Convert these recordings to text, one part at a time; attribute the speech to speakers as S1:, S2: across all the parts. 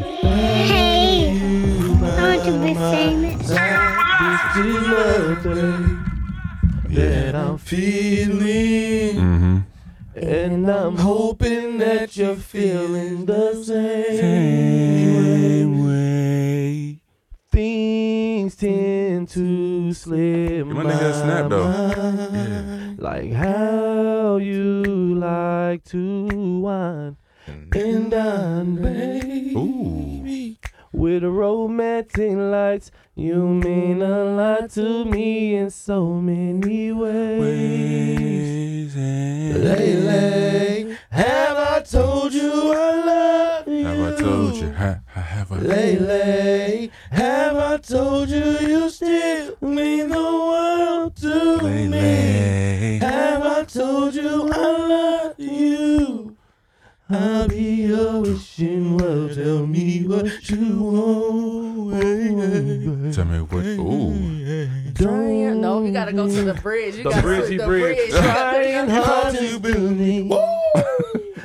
S1: Hey, I want to be famous.
S2: that I'm feeling. And I'm hoping that you're feeling the same way. Things tend to slip
S3: Give my
S2: my,
S3: nigga a snap, though.
S2: mind. Like how you like to wine and dine, baby.
S3: Ooh.
S2: With romantic lights, you mean a lot to me in so many ways. Lately, have I told you I love you?
S3: Have I told you? Ha, ha, have I?
S2: Lately, have I told you you still mean the world to me? Have I told you I love you? I'll be your wishing well. Tell me what you want.
S3: Tell me what? Ooh.
S2: Don't
S4: No, you gotta go to the bridge. You
S2: The
S4: gotta
S2: bridge,
S4: go to
S2: he
S4: the
S2: bridge.
S4: You gotta- you
S2: Trying
S4: gotta-
S2: hard to believe.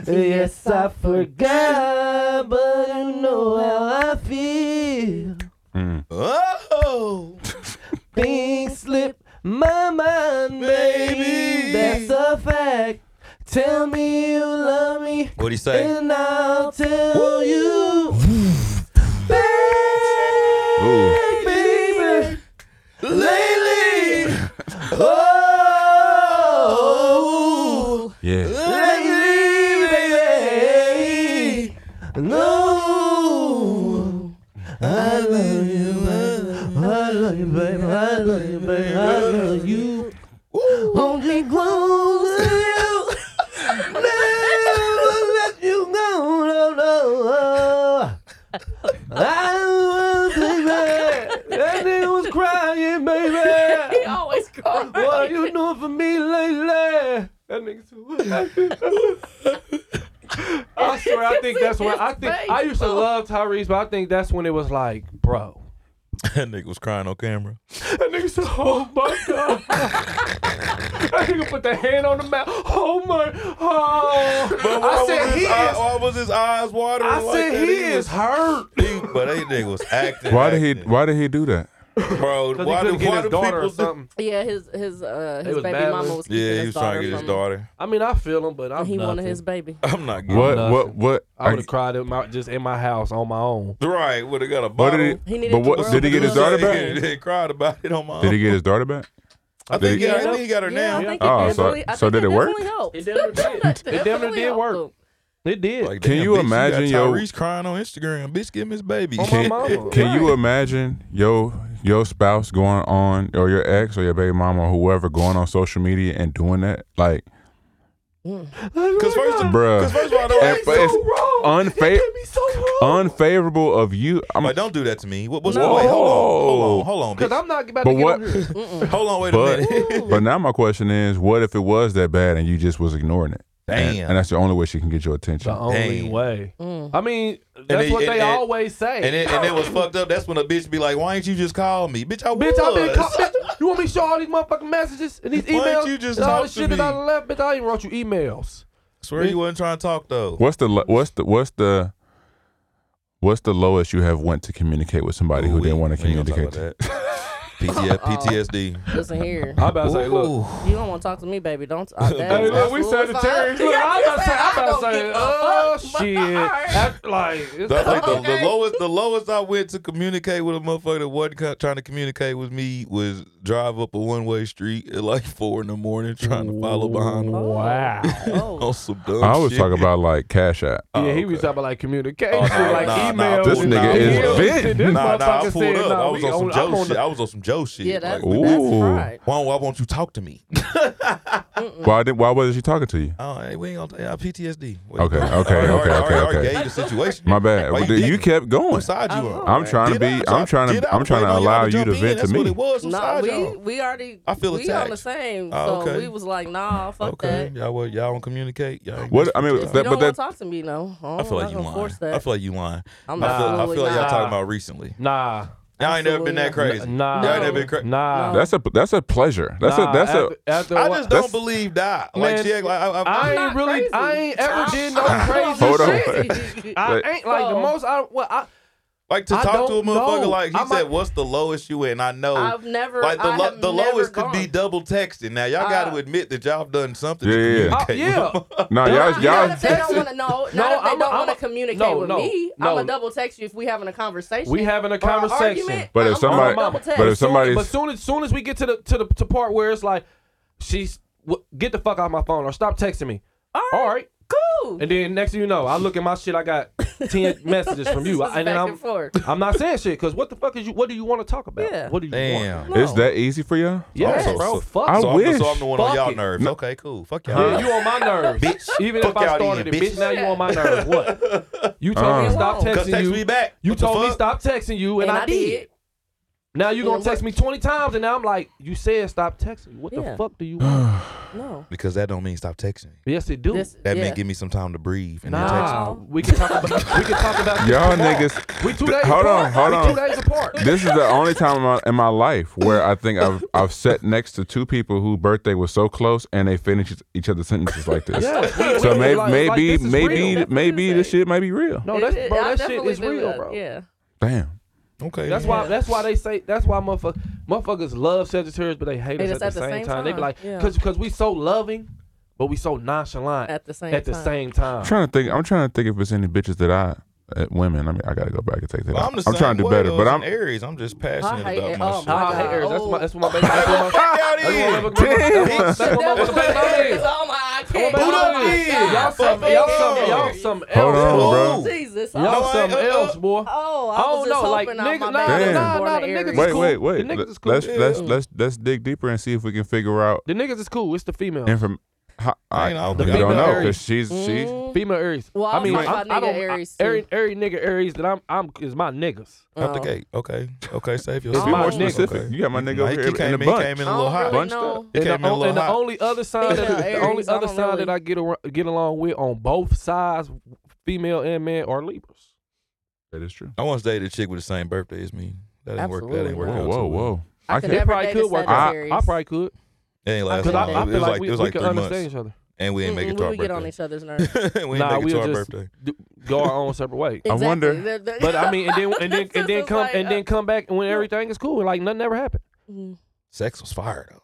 S2: yes, I forgot, but you know how I feel.
S3: Mm.
S2: Oh, things slip my mind, baby. That's a fact. Tell me you love me,
S5: What'd he say?
S2: and I'll tell you, baby.
S3: Ooh.
S2: Baby, lately, oh.
S3: Yeah.
S2: Lately, baby. No. I love you. I love you, baby. I love you, baby. I love you. Only close to you. Never let you go. No, no. I was baby. That nigga was crying, baby.
S4: He always cries.
S2: What are you doing for me lately? That nigga too. I swear, I think that's when I think I used to love Tyrese, but I think that's when it was like, bro.
S5: that nigga was crying on camera.
S2: That nigga said, "Oh my god." that nigga put the hand on the mouth. Oh my. Oh. I said he is.
S5: Why was his eyes watering?
S2: I
S5: like
S2: said
S5: that?
S2: he is
S5: was-
S2: hurt.
S5: he- but that nigga was acting.
S3: Why did he?
S5: acting.
S3: Why did he do that?
S5: Bro,
S2: Cause he
S5: why do
S2: couldn't get
S5: why
S2: his
S5: do
S2: daughter
S5: people
S2: or
S5: do?
S2: something.
S4: Yeah, his his uh
S2: It
S4: his
S2: was
S4: baby
S2: bad
S4: mama
S2: with-
S4: was keeping
S5: Yeah, he
S4: his
S5: was trying to get his
S4: from him.
S5: daughter.
S2: I mean, I feel him, but I'm
S4: And he wanted
S2: nothing.
S4: his baby.
S5: I'm not getting
S3: What?
S2: nothing.
S3: What? What?
S2: I would
S3: are-
S2: have cried in my, just in my house on my own.
S5: Right, would have got a
S3: What
S5: bottle.
S3: did
S4: He
S3: he?
S4: needed
S3: But
S4: the
S3: what?
S4: world
S3: Did he
S4: to
S3: get his
S4: do
S3: daughter
S4: something.
S3: back?
S5: He cried about it on my
S3: Did
S5: own.
S3: he get his daughter back?
S5: I think,
S3: did
S5: yeah,
S3: he-
S5: I think he got her
S4: Yeah,
S5: now.
S4: I think
S3: Oh,
S4: it
S3: so-
S4: definitely, I
S3: so
S4: think
S3: did it work?
S4: definitely helped.
S2: It damn near did. It damn near
S4: definitely
S2: did work.
S4: helped.
S2: It did.
S5: Like,
S3: Can
S5: damn,
S3: you
S5: bitch,
S3: imagine
S5: you got
S3: your-
S5: Tyrese crying on Instagram? Bitch, give him his baby.
S2: On my mama.
S3: Can you imagine yo your spouse going on or your ex or your baby mama or whoever going on social media and doing that? Like,
S2: oh
S5: Because first, of-
S3: Bruh.
S5: 'cause first of all, don't,
S3: And-
S5: ask
S3: but
S5: me-
S3: it's unfa- unfavorable of you. I'm,
S5: like, don't do that to me. What, what's
S3: No.
S5: wait, hold
S3: Oh.
S5: on, hold on, hold on,
S2: Cause
S5: bitch.
S2: I'm not about
S3: but
S2: to get
S3: what?
S2: on here.
S5: hold on, wait a
S3: But
S5: minute.
S3: but now my question is, what if it was that bad and you just was ignoring it? And,
S5: Damn.
S3: and that's the only way she can get your
S2: The
S3: attention.
S2: only
S5: Damn.
S2: way.
S4: Mm.
S2: I mean, that's
S5: then-
S2: what
S5: Mm. and-
S2: they
S5: and-
S2: always say.
S5: and it, and it was fucked up. That's when a bitch be like, "Why ain't you just call me, bitch? I
S2: bitch, I've been
S5: was."
S2: caught. bitch, You want me to show all these motherfucking messages and these
S5: Why ain't
S2: emails
S5: you just
S2: and all
S5: talk
S2: this
S5: to
S2: shit that
S5: me?
S2: I left? Bitch, I ain't wrote you emails.
S5: Swear you wasn't trying to talk though.
S3: What's the lo- what's the what's the what's the lowest you have went to communicate with somebody
S5: Ooh,
S3: who
S5: we-
S3: didn't want to
S5: we ain't gonna
S3: communicate?
S5: talk about PTS,
S2: Oh.
S5: PTSD.
S4: Listen here.
S2: I'm about to say, look.
S5: Ooh.
S4: You don't want to talk to me, baby. Don't. I,
S2: Hey, look, we
S4: absolutely
S2: Sagittarius.
S4: fine.
S2: Look, I'm about to say, I'm about to
S4: I don't
S2: say,
S4: give a
S2: oh
S4: fuck, but
S2: shit.
S4: alright.
S2: That- Like, it's
S5: That's like the, the
S4: Okay.
S5: lowest the lowest I went to communicate with a motherfucker that wasn't co- trying to communicate with me was drive up a one way street at like four in the morning trying to follow behind him
S2: Wow.
S4: Oh,
S5: on some dumb
S3: I was
S5: shit.
S3: talking about like Cash App.
S2: Yeah,
S5: Oh,
S2: he was
S5: okay.
S2: talking about like communication,
S5: Oh, nah,
S2: like
S5: nah, nah,
S2: email.
S3: this nigga is bent.
S2: This
S5: Nah, nah, I
S2: motherfucker
S5: pulled
S2: said,
S5: up.
S2: nah,
S5: I was
S2: we
S5: on some
S2: on- I'm
S5: Joe
S2: on
S5: shit.
S2: the-
S5: I was on some Joe shit.
S4: yeah, that's
S5: like,
S4: that's
S3: ooh.
S4: right.
S5: why, why won't you talk to me?
S3: Why did? Why wasn't she talking to you?
S5: oh, hey, we ain't gonna yeah, PTSD. Wait.
S3: Okay, okay,
S5: I already- I
S3: okay,
S5: already- I
S3: okay,
S5: already
S3: okay.
S5: Gave the situation.
S3: My bad.
S5: Why you
S3: Dude, you
S5: didn't?
S3: kept going.
S5: What side you on?
S3: I'm trying to
S5: Get
S3: be.
S5: out.
S3: I'm trying
S5: Get
S3: to.
S5: out.
S3: I'm trying
S5: Wait,
S3: to
S5: no,
S3: allow
S5: gotta
S3: you
S5: jump
S3: to
S5: in.
S3: vent to
S5: That's what
S3: me.
S5: it was. What
S4: No,
S5: side
S4: we
S5: y'all?
S4: we already
S5: I feel
S4: we on the
S5: attacked.
S4: same.
S5: Oh,
S4: so
S5: okay.
S4: we was like, nah, fuck
S5: Okay,
S4: that.
S5: y'all, what, y'all don't communicate. Y'all ain't
S3: What-
S5: messing
S3: I mean,
S5: with y'all.
S3: that-
S4: you don't
S3: but
S4: want to talk to me, no. Oh,
S5: I feel like
S4: I'm
S5: you
S4: not gonna
S5: lying.
S4: Force that.
S5: I feel like you lying. i
S4: I'm
S5: feel, I
S4: absolutely
S5: feel like y'all
S4: not.
S5: talking about recently.
S2: Nah,
S5: Y'all ain't never been that
S4: Absolutely
S5: crazy.
S2: nah,
S5: Y'all ain't never been crazy.
S2: nah.
S4: No.
S3: That's a. That's a pleasure. That's
S2: nah,
S3: a. That's a.
S2: after, after
S5: I
S2: why-
S5: just
S3: That's-
S5: don't believe that.
S2: Man,
S5: Like, she act like, I, I,
S2: I
S5: I,
S2: ain't
S4: not
S2: really.
S4: crazy.
S2: I ain't ever did no crazy
S3: Hold on.
S2: shit. I
S3: Wait.
S2: ain't like the
S4: Oh.
S2: most. I well, I
S5: like to
S2: I
S5: talk to a
S2: don't
S5: motherfucker
S2: know.
S5: like he
S2: I
S5: said,
S2: might-
S5: "What's the lowest you?" And I know,
S4: I've never.
S5: like the
S4: I
S5: lo-
S4: have
S5: the
S4: never
S5: lowest could be
S4: gone.
S5: double texting. Now y'all
S4: Uh,
S5: got to admit that y'all done something.
S3: Yeah, yeah,
S5: to
S3: yeah.
S2: uh,
S5: communicate
S2: yeah.
S5: with them.
S3: Nah,
S2: Not-
S3: y'all.
S4: Not
S3: Y'all.
S4: if they don't want to know. Not
S2: No,
S4: if they
S2: I'm a-
S4: don't
S2: I'm
S4: want
S2: a-
S4: to communicate
S2: no,
S4: with
S2: no,
S4: me.
S2: no.
S4: I'm gonna double text you if we having a conversation.
S2: We having a
S4: or an
S2: conversation.
S4: argument.
S3: But if
S4: I'm
S3: somebody-
S4: gonna double text.
S3: but if somebody-
S2: Soon, but soon as soon as we get to the to the to part where it's like, she's w- get the fuck out my phone or stop texting me. All right.
S4: cool.
S2: And then next thing you know, I look at my shit. I got ten messages from you.
S4: This is
S2: I, and then
S4: back
S2: I'm,
S4: and forth.
S2: I'm not saying shit because what the fuck is you? What do you want to talk about?
S4: Yeah.
S2: What do you want?
S5: Damn.
S4: No.
S3: It's that easy for y'all.
S2: Yes,
S5: Also,
S2: bro.
S5: so-
S2: fuck.
S3: I
S2: it.
S5: so I'm, the- so I'm the one on
S2: Fuck
S5: y'all
S2: it.
S5: nerves. Okay, cool. Fuck y'all.
S2: Yeah, you on my nerves,
S5: Bitch.
S2: Even
S5: Fuck
S2: if I
S5: y'all
S2: started it,
S5: then,
S2: bitch.
S5: bitch. Uh-huh.
S2: Now you on my nerves. What? You told me
S3: Uh.
S2: to stop
S4: Cause
S2: texting
S5: text
S2: you.
S5: me back.
S2: You
S5: What the
S2: told me
S5: fuck?
S2: stop texting you, and, I, did. Now you
S4: And
S2: gonna
S4: it
S2: text me twenty times, and now I'm like, you said stop texting. What the
S4: Yeah.
S2: fuck do you want?
S4: No.
S5: because that don't mean stop texting. me.
S2: yes, it do.
S4: This,
S5: That
S4: yeah.
S5: meant give me some time to breathe. And then text me.
S2: Nah, we can talk about we can talk about this
S3: Y'all
S2: tomorrow.
S3: niggas-
S2: We two
S3: th-
S2: days
S3: hold
S2: apart.
S3: on, hold
S2: we
S3: on.
S2: Two days apart.
S3: this is the only time in my, in my life where I think I've I've sat next to two people whose birthday was so close and they finished each other's sentences like this.
S2: Yes, we-
S3: So
S2: we-
S3: may,
S2: like- like,
S3: maybe
S2: this is
S3: maybe
S2: real.
S3: maybe this shit might be real.
S2: No,
S4: It-
S2: that's
S4: it-
S2: bro,
S4: I
S2: that shit
S4: definitely
S2: is
S4: do
S2: real,
S4: that.
S2: bro.
S4: Yeah.
S3: Damn.
S5: Okay.
S2: That's why. That's why they say. That's why motherfuckers, motherfuckers love Sagittarius, but they hate us at the, same, time. They be like,
S4: yeah.
S2: because we so loving, but we so nonchalant
S4: At the same
S2: at the
S4: time.
S2: same
S3: I'm
S2: time.
S3: trying to think. I'm trying to think if it's any bitches that I uh, women. I mean, I gotta go back and take that.
S5: Well,
S3: out.
S5: I'm, the
S3: I'm
S5: same
S3: trying to do
S5: way,
S3: better,
S5: though,
S3: but
S5: as an
S3: I'm.
S5: Aries. I'm just passionate
S4: I hate
S5: about
S4: it.
S5: my
S4: Oh,
S5: shit.
S4: my
S2: I hate Aries. That's my. That's what my baby. That's
S5: Hey,
S2: what my.
S5: what y'all
S2: That's what my
S5: did?
S2: that's
S5: Damn.
S2: what my- that's what my baby. is.
S4: Oh my
S2: That's what my
S5: Boot up
S2: baby is.
S5: then.
S2: Y'all something. Y'all something. Y'all something
S3: Hold
S2: else.
S3: on,
S2: boy.
S3: bro.
S5: Ooh.
S4: Jesus.
S2: Y'all
S5: No, I
S2: something
S5: ain't- uh,
S2: else, boy.
S4: Oh, I,
S2: I
S4: was
S2: don't
S4: just
S2: know, like
S4: hoping
S2: nigga, nah,
S4: all my
S3: nah,
S4: babies was
S3: nah,
S4: born
S2: nah,
S4: in
S2: the niggas
S4: Aries.
S2: It's
S3: Wait,
S2: cool.
S3: wait, wait.
S2: The niggas is cool.
S3: Let's let's
S5: Yeah.
S3: let's let's dig deeper and see if we can figure out
S2: The niggas is cool. It's the female.
S3: inform. how- I,
S5: Ain't
S3: I,
S5: all
S3: don't know
S2: female
S3: 'cause
S2: Aries.
S3: she's she's.
S2: Female Aries.
S4: Well, I
S2: I mean,
S4: was
S2: I'm-
S4: talking
S2: I
S4: about
S2: don't.
S4: nigga Aries,
S2: I-
S4: too.
S2: Every every nigga Aries that I'm I'm is my niggas.
S5: Out the
S4: Oh.
S5: gate. Okay. Okay. Save
S2: It's
S5: yourself.
S3: Be
S2: my
S3: more
S2: nigga.
S3: specific. You got my nigga
S5: Nah,
S3: over
S5: he
S3: here
S5: came
S3: in the
S5: in-
S3: bunch.
S5: came in a
S4: I
S5: little
S4: don't
S5: hot.
S4: really
S3: Bunched up.
S4: know.
S5: It
S2: And,
S5: came
S2: the,
S5: in a
S2: o-
S5: little
S2: and the
S5: hot.
S2: only other side,
S4: Yeah,
S2: that, the
S4: Aries,
S2: only
S4: I
S2: other
S4: don't
S2: side
S4: really-
S2: that I get ar- get along with on both sides, female and man, are Libras.
S3: That is true.
S5: I once dated a chick with the same birthday as me. That didn't work. That
S4: Absolutely
S5: ain't work.
S4: not.
S3: Whoa,
S5: out
S3: whoa,
S5: too well.
S3: whoa. I
S4: I could
S3: can
S2: It
S4: never
S2: probably
S4: date a
S2: could work out. I,
S4: Sagittarius.
S2: I probably could
S5: It ain't last
S2: because I, I
S5: long.
S2: feel
S5: It was
S2: like,
S5: like
S2: we,
S5: it was
S2: we
S5: like
S2: could
S5: three
S2: understand
S5: months,
S2: each other.
S5: and we ain't make it
S4: Mm-mm,
S5: to
S4: we
S5: our
S4: would get on each
S5: birthday.
S4: other's nerves.
S5: We
S2: nah,
S5: ain't make it
S2: we'll
S5: to our
S2: just
S5: birthday.
S2: d- go our own separate way.
S3: I
S4: Exactly.
S3: wonder-
S4: They're- they're-
S2: But I mean, and then and then and
S4: This
S2: then
S4: is
S2: come
S4: like,
S2: and
S4: uh,
S2: then come back when everything is cool, like nothing ever happened.
S5: Sex was fire though.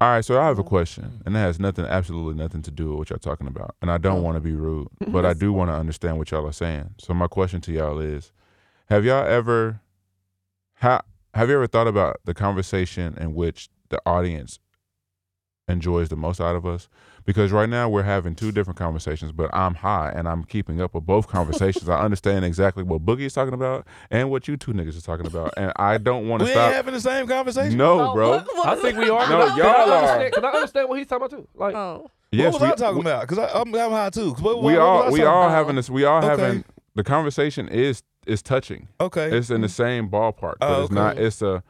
S3: All right, so I have a
S5: Mm-hmm.
S3: question, and it has nothing, absolutely nothing to do with what y'all talking about. And I
S5: Mm-hmm.
S3: don't want to be rude, but I do want to understand what y'all are saying. So my question to y'all is: Have y'all ever, ha, have you ever thought about the conversation in which the audience enjoys the most out of us? Because right now we're having two different conversations, but I'm high and I'm keeping up with both conversations. I understand exactly what Boogie is talking about and what you two niggas is talking about, and I don't want
S5: We
S3: to
S5: ain't
S3: stop.
S5: having the same conversation.
S3: No, bro.
S2: I think we are.
S3: No,
S2: but I-
S3: y'all
S2: but I
S3: are.
S2: understand- Cause I understand what he's talking about too. Like,
S4: Oh.
S3: Yes,
S5: what was
S3: we-
S5: I talking about? Because I'm, I'm high too. What- what-
S3: we
S5: what was
S3: all
S5: I
S3: we
S5: talking
S3: all
S5: about?
S3: having this we all
S5: Okay.
S3: having the conversation is is touching
S5: Okay.
S3: it's in the same ballpark but
S5: Oh,
S3: it's not
S5: okay.
S3: it's a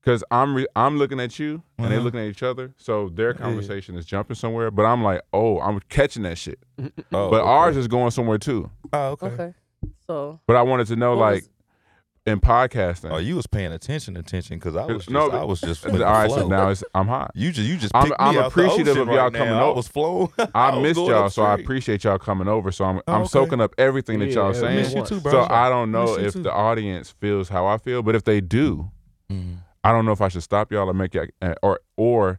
S3: because i'm re, i'm looking at you and they're
S5: Uh-huh.
S3: looking at each other so their conversation is jumping somewhere but i'm like oh i'm catching that shit
S5: Oh,
S3: but
S5: okay.
S3: ours is going somewhere too
S5: Oh, okay.
S4: Okay. So.
S3: but i wanted to know
S4: What
S3: like
S4: was-
S3: in podcasting
S5: Oh, you was paying attention, attention, because I was just,
S3: no,
S5: I
S3: but-
S5: was just with
S3: all
S5: the
S3: right so
S5: flow.
S3: now it's i'm hot
S5: You just you just
S3: I'm-
S5: picked me
S3: I'm
S5: out
S3: appreciative
S5: the ocean
S3: of y'all
S5: right
S3: coming
S5: now.
S3: over.
S5: I was flowing.
S3: I,
S5: was
S3: missed
S5: going
S3: y'all,
S5: up
S3: so I
S5: straight.
S3: appreciate y'all coming over. So I'm I'm
S5: Oh, okay.
S3: soaking up everything that
S2: Yeah,
S3: y'all
S2: yeah,
S3: saying.
S2: miss you too,
S5: bro.
S3: So I don't know
S5: Miss you
S3: if
S5: too. Mm-hmm.
S3: the audience feels how I feel, but if they do, I don't know if I should stop y'all or make y'all uh, or or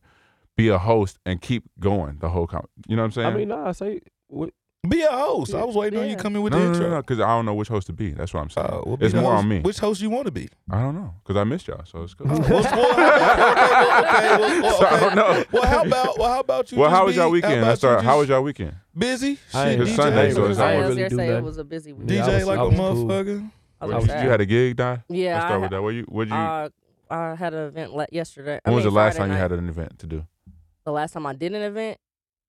S3: be a host and keep going the whole con- You know what I'm saying?
S2: I mean, nah, say what,
S5: Be a host. I was waiting on you
S4: Yeah.
S5: coming with
S3: no,
S5: the
S3: no, no,
S5: intro.
S3: no, because I don't know which host to be. That's what I'm saying.
S5: Uh, we'll be
S3: it's
S5: the
S3: more
S5: host.
S3: on me.
S5: Which host you want to be?
S3: I don't know because I missed y'all, so it's
S2: Oh.
S3: cool.
S5: Oh, Well, well, okay, well, okay, well, well,
S3: So I don't
S5: okay.
S3: know.
S5: Well, how about well, how about you?
S3: well,
S5: just
S3: how was
S5: be-
S3: y'all weekend?
S5: about
S3: Let's start.
S5: you
S3: How was
S5: just
S3: y'all weekend?
S2: I
S5: busy? Shit,
S2: ain't-
S3: It's
S5: DJ,
S3: Sunday, so
S4: I
S3: it's
S4: was
S3: not
S4: I
S3: really
S4: was there
S2: do
S4: saying
S2: nothing.
S4: it was a busy week.
S5: DJ
S2: Yeah, I was-
S5: like
S2: I
S5: a
S2: was cool.
S5: motherfucker.
S4: I
S3: Where
S4: was
S3: you,
S4: sad.
S3: you had a gig, Di? Let's
S4: yeah, I,
S3: start with that. Where you? Where'd you?
S4: ha- uh, I had an event le- yesterday. I
S3: when was
S4: mean,
S3: the last
S4: Friday
S3: time you
S4: night.
S3: had an event to do?
S4: The last time I did an event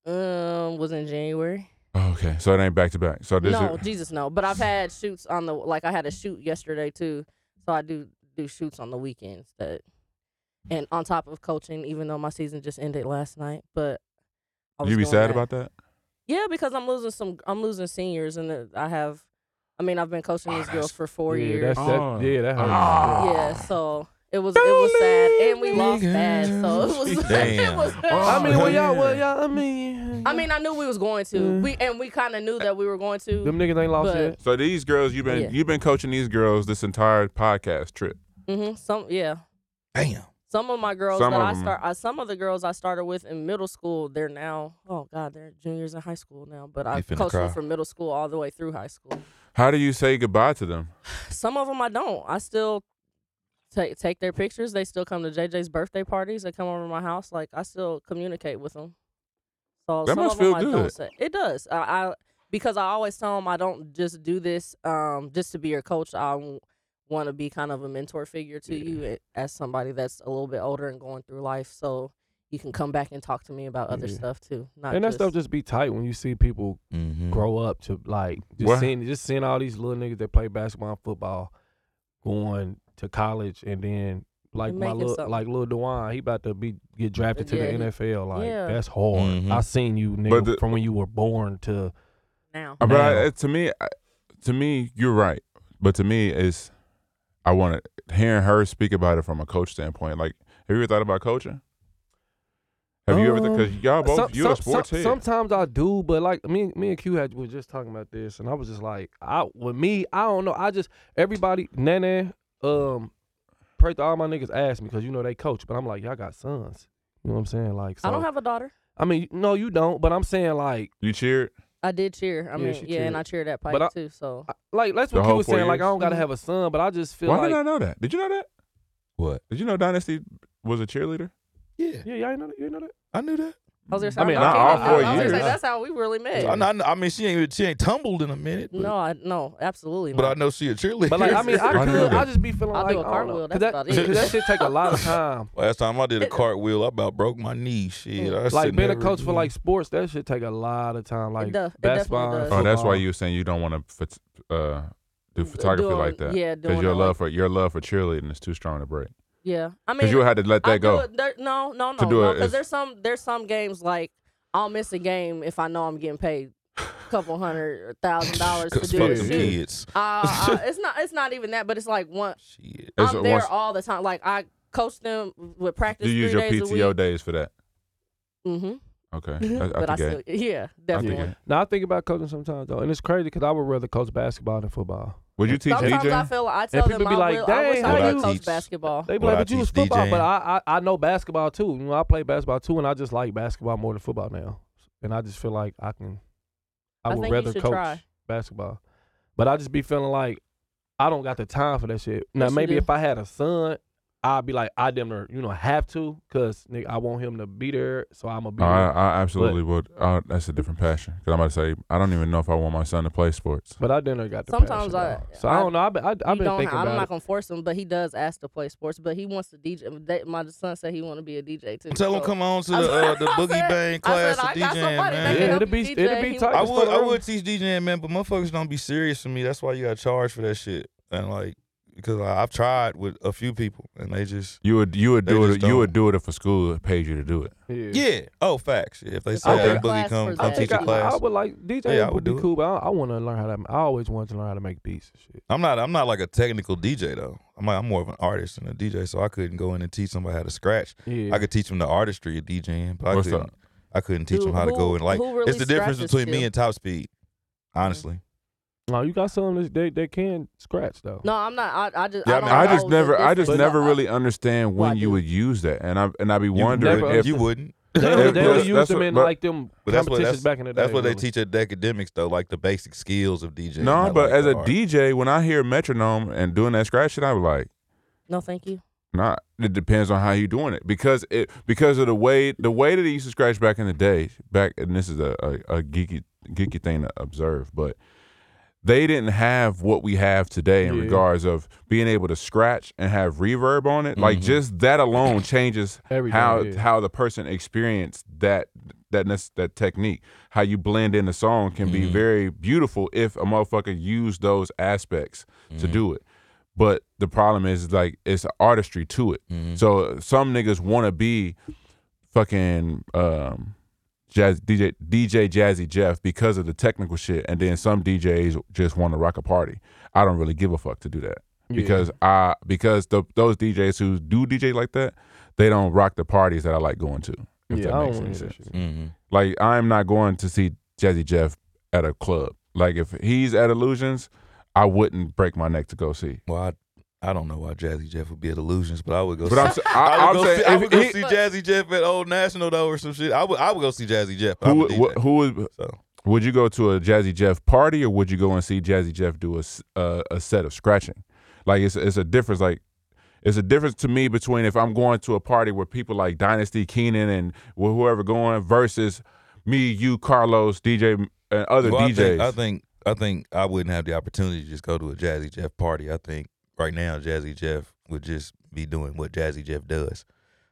S4: um, was in January.
S3: Oh, okay, so it ain't back to back. So this
S4: no,
S3: is,
S4: Jesus, no. But I've had shoots on the like I had a shoot yesterday too, so I do do shoots on the weekends. That and on top of coaching, even though my season just ended last night, but I was
S3: you be
S4: doing
S3: sad
S4: that.
S3: about that?
S4: Yeah, because I'm losing some. I'm losing seniors, and the- I have. I mean, I've been coaching
S3: Oh,
S4: these
S3: that's-
S4: girls for four
S2: yeah,
S4: years.
S2: That's, that,
S3: Oh.
S2: yeah, that hurts.
S3: Ah.
S4: yeah, so it was it was sad, and we lost
S5: Nigga.
S4: bad. So it was.
S5: Damn. Oh,
S4: it was
S2: I mean, well,
S3: Oh, yeah.
S2: y'all, well, y'all, I mean,
S4: I mean, I knew we was going to. We and we kind of knew that we were going
S2: Mm-hmm. them
S4: to.
S2: niggas ain't lost
S4: But-
S2: yet.
S3: So these girls, you've been
S4: Yeah.
S3: you've been coaching these girls this entire podcast trip.
S4: hmm some yeah.
S5: Damn.
S4: Some of my girls
S3: Some
S4: that
S3: of
S4: I
S3: them.
S4: start, uh, some of the girls I started with in middle school, they're now, oh god, they're juniors in high school now. But I
S5: You finna
S4: coached
S5: cry.
S4: them from middle school all the way through high school.
S3: How do you say goodbye to them?
S4: Some of them I don't. I still take take their pictures. They still come to JJ's birthday parties. They come over to my house. Like I still communicate with them. So
S3: That
S4: some
S3: must
S4: of 'em
S3: feel
S4: I
S3: good.
S4: don't say. It does. I, I because I always tell them I don't just do this um just to be your coach. I want to be kind of a mentor figure to you a- as somebody that's a little bit older and going through life. So you can come back and talk to me about other
S2: Yeah.
S4: stuff too. Not
S2: And that
S4: just,
S2: stuff just be tight when you see people
S5: Mm-hmm.
S2: grow up to like just
S3: What?
S2: seeing just seeing all these little niggas that play basketball and football going to college and then like my
S4: Making
S2: little
S4: something.
S2: like little Dewan, he about to be get drafted to
S4: Yeah, he-
S2: the NFL. Like
S4: yeah.
S2: that's hard.
S5: Mhm.
S2: I seen you nigga
S3: But the-
S2: from when you were born to
S4: now.
S3: Uh, But I,
S2: Now.
S3: uh, to me, I- to me, you're right. But to me, it's I want to hearing her speak about it from a coach standpoint. Like, have you ever thought about coaching? Have you ever? Because
S2: Um,
S3: y'all both
S2: Some-
S3: you're a
S2: some-
S3: sports
S2: some-
S3: head.
S2: Sometimes I do, but like me, and- me and Q had we were just talking about this, and I was just like, I with me, I don't know. I just everybody, Nene, um, pray to all my niggas ask me because you know they coach, but I'm like, y'all got sons. You know what I'm saying? Like, so,
S4: I don't have a daughter.
S2: I mean, no, you don't. But I'm saying like,
S3: you cheered.
S4: I did cheer.
S2: Yeah,
S4: I mean,
S2: she
S4: yeah, and
S2: cheered.
S4: I cheered at Pike
S2: But I-
S4: too. So
S2: I- like that's
S3: The
S2: what Q
S3: whole
S2: was
S3: four
S2: saying. Like, I
S3: years?
S2: don't gotta have a son, but I just feel
S3: Why
S2: like,
S3: did I know that? Did you know that?
S5: What?
S3: Did you know Dynasty was a cheerleader?
S5: Yeah,
S2: yeah, y'all ain't know that. You ain't know that.
S5: I knew that.
S4: I was gonna say,
S2: I mean,
S4: okay,
S2: not all
S4: I-
S3: four
S4: I was gonna say,
S3: years.
S4: that's how we really met.
S5: I, I, I mean, she ain't she ain't tumbled in a minute. But,
S4: No, I no, absolutely
S5: but I
S4: not.
S5: know she a cheerleader.
S2: But like, I mean, I
S3: I know
S2: could,
S3: that.
S2: I just be feeling
S4: I'll
S2: like
S4: do a
S2: I don't know,
S4: cartwheel,
S2: 'cause
S4: that's
S2: that,
S4: about it.
S2: 'cause that shit take a lot of time.
S5: last time I did a cartwheel, I about broke my knee. Shit, I was
S2: like
S5: sitting
S2: being a
S5: there-
S2: coach for like sports, that should take a lot of time. Like
S4: does- it definitely
S2: basketball. and
S4: does.
S3: Oh, that's why
S2: football.
S3: you were saying you don't want to uh, do
S4: D-
S3: photography
S4: doing-
S3: like that.
S4: yeah, doing
S3: your
S4: it
S3: love
S4: like-
S3: for your love for cheerleading is too strong to break.
S4: yeah, I mean,
S3: Because you had to let that
S4: I do
S3: go.
S4: it- there- no, no, no,
S3: To do it
S4: no.
S3: is-
S4: Because there's some there's some games like I'll miss a game if I know I'm getting paid a couple hundred or thousand dollars to
S5: Cause
S4: do
S5: fuck
S4: the
S5: them
S4: shoot.
S5: kids.
S4: Uh, uh, it's not it's not even that, but it's like one.
S5: Shit.
S3: It's
S4: I'm
S3: a-
S4: there
S3: once-
S4: all the time. Like I coach them with practice
S3: you use your
S4: three days a
S3: PTO
S4: week.
S3: days for that.
S4: Mm-hmm.
S3: Okay, I, I
S4: but I
S3: think
S4: still, yeah,
S3: I, I think
S4: definitely.
S3: I-
S2: Now I think about coaching sometimes though, and it's crazy because I would rather coach basketball than football.
S3: Would you teach
S4: Sometimes I
S3: DJ?
S4: feel I tell
S2: people
S4: them
S2: be
S4: I,
S2: like,
S4: will, I wish
S2: "Dang,
S5: how
S4: I
S5: you-
S4: would
S5: Teach-
S4: coach basketball.
S2: They be
S5: What
S2: like,
S5: I
S2: but you was
S5: teach
S2: football, but
S5: DJing.
S2: I, I I know basketball too. You know, I play basketball too, and I just like basketball more than football now. And I just feel like I can. I,
S4: I
S2: would
S4: think you
S2: rather
S4: should
S2: coach
S4: try.
S2: basketball, but I just be feeling like I don't got the time for that shit. Now
S4: Yes, you
S2: maybe
S4: do.
S2: if I had a son. I'd be like, I damn near, you know, have to, cause nigga, I want him to be there, so I'm gonna be.
S3: Oh, I,
S2: there.
S3: I absolutely would. Uh, that's a different passion. Because I'm about to say, I don't even know if I want my son to play sports.
S2: But I didn't got the
S4: Sometimes
S2: passion,
S4: I-
S2: though. so I,
S4: I-
S2: don't know. I've been, I, I've
S4: You
S2: been
S4: don't,
S2: thinking
S4: I'm
S2: about
S4: not
S2: it.
S4: gonna force him, but he does ask to play sports. But he wants to DJ. They, my son said he want to be a DJ too.
S5: Tell them
S4: so-
S5: come on to
S4: I
S5: the
S4: said-
S5: uh, the
S4: I
S5: boogie
S4: said-
S5: bang
S4: I
S5: class
S4: said, I
S5: of
S4: got
S5: DJing,
S4: somebody that
S5: man.
S4: can
S2: Yeah,
S4: help
S2: it'd be
S4: you
S2: it'd be
S4: DJ.
S2: tight.
S5: I
S2: It's
S5: would
S2: for the
S5: I
S2: room.
S5: would teach DJing, man, but motherfuckers don't be serious to me. That's why you got to charge for that shit. And like, because I, I've tried with a few people, and they just
S3: You would you would
S5: They
S3: do
S5: just
S3: it. You would
S5: don't.
S3: do it if a school paid you to do it.
S5: yeah. Oh, facts. Yeah, if they
S4: It's
S5: say
S2: like
S5: hey,
S2: a
S5: boogie
S4: class
S5: come
S4: for
S5: come
S4: that.
S5: teach
S2: I,
S5: a
S4: your
S2: I
S5: class.
S2: would like DJ
S5: Yeah, I would
S2: would be
S5: do it.
S2: cool, but I, I want to learn how to. I always wanted to learn how to make beats and shit.
S5: I'm not I'm not like a technical DJ though. I'm like, I'm more of an artist than a DJ, so I couldn't go in and teach somebody how to scratch.
S2: Yeah,
S5: I could teach them the artistry of DJing, but I
S3: What's
S5: couldn't.
S3: up?
S5: I couldn't teach
S4: Who-
S5: them how to
S4: who-
S5: go and like.
S4: who really
S5: it's the difference
S4: scratches
S5: between me
S4: too?
S3: Mm-hmm.
S5: and Top Speed, honestly.
S2: Oh, you got some that they, they can scratch though.
S4: No, I'm not. I, I just.
S5: Yeah, I
S4: I, don't
S5: mean,
S3: I just
S4: know that
S3: never, I
S4: this
S3: just
S4: is
S3: never
S4: a-
S3: really understand
S4: Well, I
S3: when you
S4: do.
S3: would use that, and I and I be
S5: You
S3: wondering
S2: never-
S3: if
S5: you wouldn't.
S2: They,
S3: Yeah,
S2: would- they would
S3: that's-
S2: use
S3: that's
S2: them
S3: what-
S2: in
S3: but-
S2: like them
S5: But that's what
S2: competitions
S5: that's,
S2: back in the day.
S5: that's what they
S2: really.
S5: teach at the academics though, like the basic skills of DJ.
S3: no.
S5: not
S3: But
S5: like
S3: as
S5: the
S3: a
S5: art.
S3: DJ, when I hear metronome and doing that scratch shit, I was like,
S4: No, thank you.
S3: not. It depends on how you doing it because it because of the way the way that they used to scratch back in the day. Back and this is a, a, a geeky geeky thing to observe, but they didn't have what we have today in
S2: Yeah.
S3: regards of being able to scratch and have reverb on it. Like
S5: Mhm.
S3: just that alone changes
S2: Everything,
S3: how
S2: yeah.
S3: how the person experienced that that nes- that technique. How you blend in the song can be
S5: Mhm.
S3: very beautiful if a motherfucker used those aspects to do it. But the problem is like it's artistry to it.
S5: Mhm.
S3: So uh, some niggas want to be fucking um, jazz DJ DJ Jazzy Jeff because of the technical shit, and then some DJs just want to rock a party. I don't really give a fuck to do that
S2: Yeah.
S3: because I because the, those DJs who do DJ like that, they don't rock the parties that I like going to. If
S2: yeah,
S3: that
S2: I
S3: makes
S2: don't
S3: any
S2: want
S3: sense.
S2: that shit.
S5: Mhm.
S3: Like I'm not going to see Jazzy Jeff at a club. Like if he's at Illusions, I wouldn't break my neck to go see.
S5: Well, I, I don't know why Jazzy Jeff would be at Illusions, but I would go.
S3: But I'm,
S5: see,
S3: s- I, am
S5: I would, go,
S3: saying
S5: see, I
S3: if
S5: would go
S3: he-
S5: see Jazzy Jeff at Old National though, or some shit. I would I would go see Jazzy Jeff. but
S3: who
S5: I'm a
S3: would-
S5: DJ,
S3: wh- who would
S5: so
S3: would you go to a Jazzy Jeff party or would you go and see Jazzy Jeff do a s- a, a set of scratching? Like it's it's a difference. Like it's a difference to me between if I'm going to a party where people like Dynasty Keenan and wh- whoever going versus me, you, Carlos, DJ, and other
S5: Well, I
S3: DJs.
S5: think, I think I think I wouldn't have the opportunity to just go to a Jazzy Jeff party. I think right now Jazzy Jeff would just be doing what Jazzy Jeff does.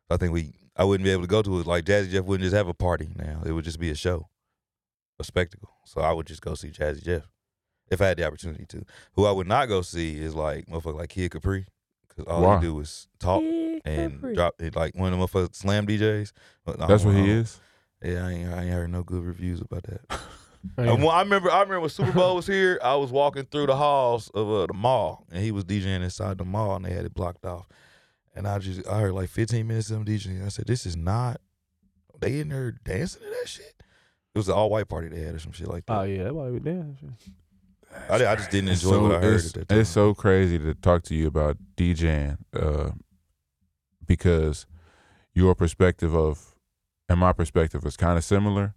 S5: I think we I wouldn't be able to go to it like Jazzy Jeff wouldn't just have a party now. It would just be a show, a spectacle. So I would just go see Jazzy Jeff if I had the opportunity to. Who I would not go see is like motherfucker like Kid Capri because all
S3: Why?
S5: he do is talk and drop it like one of the motherfuckers slam DJs. But I
S3: That's
S5: don't-
S3: what
S5: I
S3: he
S5: don't-
S3: is.
S5: Yeah, I ain't, I ain't heard no good reviews about that.
S2: Yeah.
S5: And when- I remember, I remember when Super Bowl was here. I was walking through the halls of uh, the mall, and he was DJing inside the mall, and they had it blocked off. And I just, I heard like 15 minutes of him DJing. I said, "This is not. They in there dancing to that shit." It was an all white party they had or some shit like that.
S2: Oh yeah, that might be damn. shit.
S5: I, di- I just didn't enjoy what I heard
S3: it's,
S5: at that time.
S3: it's so crazy to talk to you about DJing uh, because your perspective of and my perspective is kind of similar.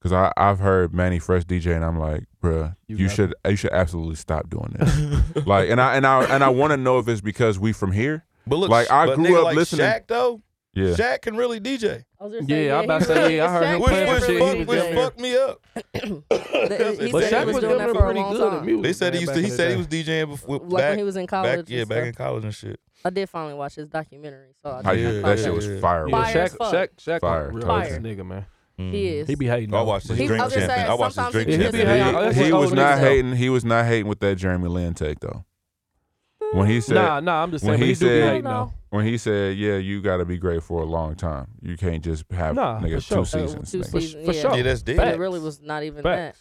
S3: Because I I've heard Manny Fresh DJ and I'm like, bruh,
S2: You
S3: you,
S2: got
S3: should you should absolutely stop doing this. like, and I and I and I want to know if it's because we from here.
S5: but look,
S3: like, I
S5: but
S3: grew
S5: nigga
S3: up
S5: like
S3: listening-
S5: Shaq though,
S3: Yeah,
S5: Shaq can really DJ,
S4: I was just
S2: Yeah,
S4: saying,
S2: I about to
S4: he
S2: say,
S4: really-
S2: yeah, I heard him
S4: Shaq
S5: which,
S2: playing
S4: was
S5: which,
S2: shit, he
S4: really
S5: fuck,
S2: was
S4: good
S2: down
S5: which
S2: there.
S5: fucked
S4: at
S5: me up.
S4: it. He
S2: But
S4: said
S2: Shaq
S4: he was
S2: was damn
S4: doing that
S2: near
S4: for a
S2: pretty
S4: long
S2: good at
S4: time.
S2: music.
S5: They said he
S2: man,
S5: used
S2: back
S5: to.
S2: in
S5: He
S2: the
S5: said
S2: day.
S5: he was DJing before,
S4: Like
S5: back,
S4: when he was in college.
S5: back, yeah,
S4: and
S5: back
S4: stuff.
S5: in college and shit.
S4: I did finally watch his documentary, so I
S3: How
S4: did
S3: you-
S5: Yeah,
S3: that
S5: yeah,
S3: shit was
S5: yeah.
S3: fire.
S2: Yeah,
S4: Fire as
S2: Shaq,
S4: fuck.
S2: Shaq, Shaq,
S3: Fire,
S2: a real
S4: totally.
S2: ass nigga, man.
S4: He is.
S2: He be hating.
S5: I
S2: on-
S5: watched his
S4: He's- I
S5: drink
S4: was gonna
S5: champion.
S4: say,
S5: I watched his
S4: sometimes
S5: drink
S4: he
S2: just
S5: champion.
S2: be hating.
S3: he,
S2: That's
S3: he
S2: what
S3: was
S2: old niggas
S3: not
S2: do.
S3: hating. He was not hating with that Jeremy Lin take though. When he said,
S2: Nah, nah. I'm just
S3: when
S2: saying. But
S3: he
S2: he do be
S3: said-
S2: hating though.
S3: when he said, "Yeah, you got to be great for a long time. You can't just have
S2: Nah,
S3: nigga,
S2: for sure.
S3: two seasons."
S4: two
S3: nigga.
S4: seasons.
S2: For
S4: yeah.
S2: sure.
S5: Yeah, that's dead.
S4: It
S2: Facts.
S4: really was not even
S2: Facts.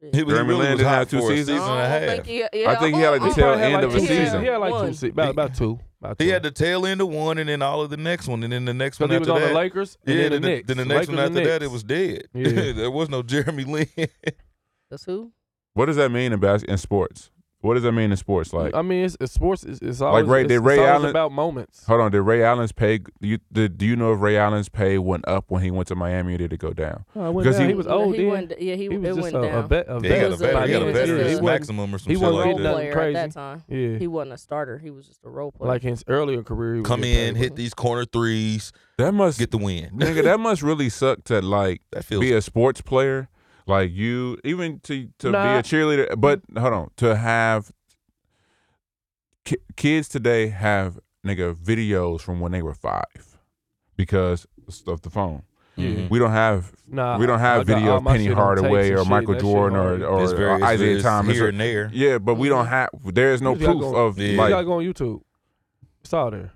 S4: that.
S5: He
S4: Shit.
S5: was
S3: Jeremy
S5: really
S3: Lin
S5: was
S3: didn't
S5: hot
S3: have two
S5: for a
S3: seasons?
S5: season and
S4: I
S5: a
S4: don't
S5: half.
S4: think he- yeah,
S3: I think he had, like, the
S4: oh, oh,
S3: tail
S4: oh,
S3: end
S4: like
S3: of a
S4: he had-
S3: season.
S2: He had like two.
S4: one.
S2: se- About about two. About
S5: He
S2: two.
S5: had the tail end of one, and then all of the next one, and then the next
S2: Because
S5: one
S2: he
S5: after
S2: was on
S5: that.
S2: the Lakers.
S5: yeah,
S2: and then
S5: then
S2: the Knicks.
S5: then the
S2: Lakers
S5: next one
S2: and
S5: after
S2: the
S5: that, it
S2: Knicks.
S5: was dead.
S2: Yeah.
S5: there was no Jeremy Lin.
S4: That's who?
S3: What does that mean in bas- in sports? What does that mean in sports? Like,
S2: I mean, it's, it's sports. It's, it's always
S3: Ray-
S2: it's,
S3: did Ray
S2: it's always
S3: Allen-
S2: about moments.
S3: hold on, did Ray Allen's pay? Do you, did, do you know if Ray Allen's pay went up when he went to Miami or did it go down?
S2: Oh, it went
S3: Because
S2: down.
S3: he-
S2: he was
S4: No,
S2: old
S4: he
S2: then.
S4: wasn't- yeah, he,
S2: He was
S4: it
S2: just
S4: went
S2: a,
S4: down.
S2: a bet. A
S5: Yeah, he got a
S4: was
S2: vet.
S4: a-
S5: better, he got
S4: he
S5: a
S4: was
S5: better
S4: just a-
S5: maximum or some
S2: he
S5: shit
S2: wasn't
S5: like
S4: role
S2: getting
S5: that.
S2: nothing
S4: player at that
S2: crazy.
S4: time.
S2: Yeah.
S4: He wasn't a starter. He was just a role player.
S2: Like his earlier career, he was
S5: Come
S2: getting paid
S5: in,
S2: with-
S5: hit these corner threes,
S3: That must
S5: get the win.
S3: nigga. That must really suck to like
S5: That feels
S3: be a sports player. Like you, even to to be
S2: Nah.
S3: a cheerleader. But hold on, to have ki- kids today have nigga videos from when they were five because of the phone.
S5: Mm.
S2: Yeah.
S3: We don't have
S2: Nah,
S3: we don't
S2: I-
S3: have
S2: I got
S3: video
S2: all
S3: of
S2: my
S3: Penny
S2: shit on tapes
S3: Hardaway
S2: and
S3: or
S2: shit,
S3: Michael
S2: that shit
S3: Jordan
S2: on-
S3: or, or,
S5: It's very-
S3: or
S5: it's
S3: Isaiah
S5: very
S3: Thomas.
S5: here
S3: or-
S5: and there.
S3: yeah, but we don't have. There is no
S2: You just
S3: proof
S2: gotta Mm-hmm. go-
S3: of
S5: Yeah.
S2: You gotta
S3: like
S2: go on YouTube. It's all there.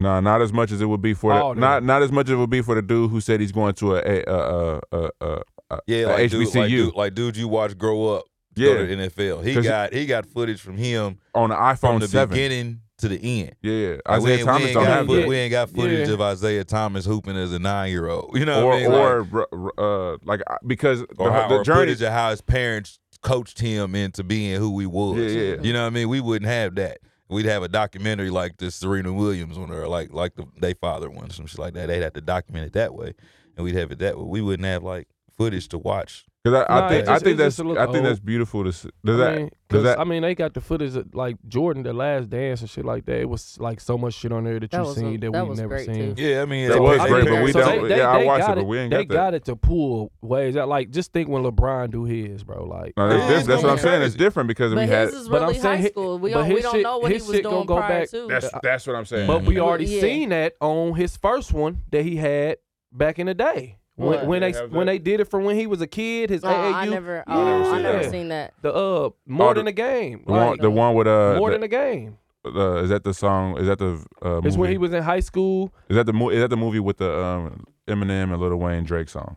S3: nah, not as much as it would be for
S2: Oh,
S3: the,
S2: no.
S3: not not as much as it would be for the dude who said he's going to a a a a, a, a,
S5: Yeah,
S3: a
S5: like dude, like
S3: HBCU
S5: dude, like dude, you watch grow up.
S3: Yeah.
S5: go to the NFL. He
S3: 'Cause-
S5: got he got footage from him
S3: on the
S5: from
S3: iPhone
S5: the
S3: seven.
S5: beginning to the end.
S3: Yeah,
S5: Like, we
S3: Isaiah
S5: ain't-
S3: Thomas
S5: we ain't,
S3: don't
S5: got,
S3: have
S5: foot-
S3: it.
S5: we ain't got footage
S2: Yeah.
S5: of Isaiah Thomas hooping as a nine year old. You know
S3: Or
S5: what I mean? Like,
S3: or r- r- uh, like I- because
S5: or,
S3: the,
S5: how,
S3: the
S5: or
S3: journey
S5: footage of how his parents coached him into being who he was.
S3: Yeah, yeah.
S5: You know what I mean? We wouldn't have that. We'd have a documentary like the Serena Williams one or like like the they father one, some shit like that. They'd have to document it that way, and we'd have it that way. We wouldn't have like footage to watch.
S3: Because I,
S2: Nah,
S3: I
S2: it
S3: think
S2: just-
S3: I think
S2: it just
S3: that's
S2: look
S3: I think that's
S2: old.
S3: beautiful. To s- does
S2: I
S3: that
S2: mean,
S3: does
S2: 'cause,
S3: that
S2: I mean, they got the footage of, like Jordan, the last dance and shit like that. It was like so much shit on there that,
S4: That
S2: you
S4: was a-
S2: seen that,
S4: that
S2: we
S4: was
S2: never
S4: great,
S2: seen.
S4: too.
S5: Yeah, I mean,
S3: That
S5: they
S3: was
S5: picked-
S3: great, but
S5: they picked
S3: we
S2: so
S5: some-
S3: don't-
S2: They, they,
S3: yeah, I
S2: they
S3: watched it,
S2: got
S3: but we ain't
S2: They
S3: got that.
S2: got it to pull ways out. Like just think when LeBron do his, bro. Like
S3: No, that's, diff- that's what
S5: Yeah,
S3: I'm
S5: it's gonna be
S3: saying. It's
S5: crazy.
S3: different because we
S4: But
S3: had.
S4: his is
S2: but I'm
S4: really
S2: saying
S4: high
S2: hi-
S4: school. We
S2: but
S4: don't, we
S2: his
S4: don't
S2: shit-
S4: know what he
S2: his
S4: was
S2: shit
S4: doing
S2: gonna go
S4: prior
S2: back-
S4: to.
S3: That's that's what I'm saying.
S2: But we
S4: Mhm.
S2: already
S4: Yeah.
S2: seen that on his first one that he had back in the day.
S4: What?
S2: When, when they
S3: They have
S2: when
S3: that?
S2: they did it from when he was a kid, his
S4: No,
S2: AAU,
S4: I never,
S2: Yeah.
S4: uh, I
S3: Yeah.
S4: never seen that.
S2: the uh more
S3: Oh, the-
S2: than a game,
S3: the, one,
S2: Like,
S3: the one with uh,
S2: more
S3: the-
S2: than a game.
S3: uh, is that the song? Is that the uh, movie?
S2: It's when he was in high school.
S3: Is that the mo- is that the movie with the um, Eminem and Lil Wayne Drake song?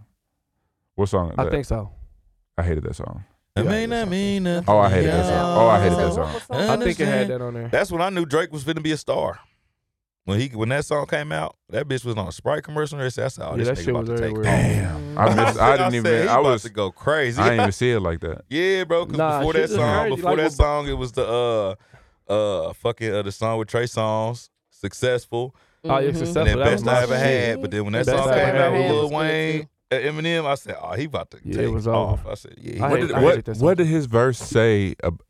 S3: What song? is
S2: I
S3: that?
S2: think so.
S3: I hated that song.
S5: I mean, I mean, nothing.
S3: Oh, I hated that song. Oh, I hated that
S4: So what
S3: song.
S4: was
S5: I
S2: I think it had
S5: understand.
S2: that on there.
S5: That's when I knew Drake was finna be a star. When he when that song came out, that bitch was on a Sprite commercial. And I said, I said, oh,
S2: Yeah,
S5: this
S2: that
S5: nigga
S2: shit
S5: about
S2: was
S5: to take
S2: everywhere.
S5: off.
S3: Damn, I missed.
S5: said-
S3: I didn't
S5: said,
S3: even.
S5: he
S3: I
S5: about
S3: was.
S5: to go crazy.
S3: I didn't even see it like that.
S5: yeah, bro. Because
S2: Nah,
S5: before
S2: shit
S5: that
S2: was
S5: song,
S2: crazy.
S5: before
S2: Like,
S5: that
S2: what-
S5: song, it was the uh uh fucking uh, the song with Trey Songz, successful,
S2: Oh, yeah,
S4: Mhm.
S2: success-
S5: and then
S2: Successful, that
S5: best
S2: was
S5: I
S2: my
S5: ever
S2: shit.
S5: had. But then when that
S2: Best
S5: song
S2: I
S5: came
S2: Ever
S5: out with
S2: Had
S5: Lil
S4: was good,
S5: Wayne, uh, Eminem, I said, oh, he about to
S2: Yeah, it
S5: take
S2: was
S5: off.
S2: over.
S5: I said, yeah.
S2: I
S5: he about
S3: What
S2: hate-
S5: to
S2: I
S3: did,
S5: take
S2: hate
S3: what,
S2: that song.
S3: what did his verse say? ab-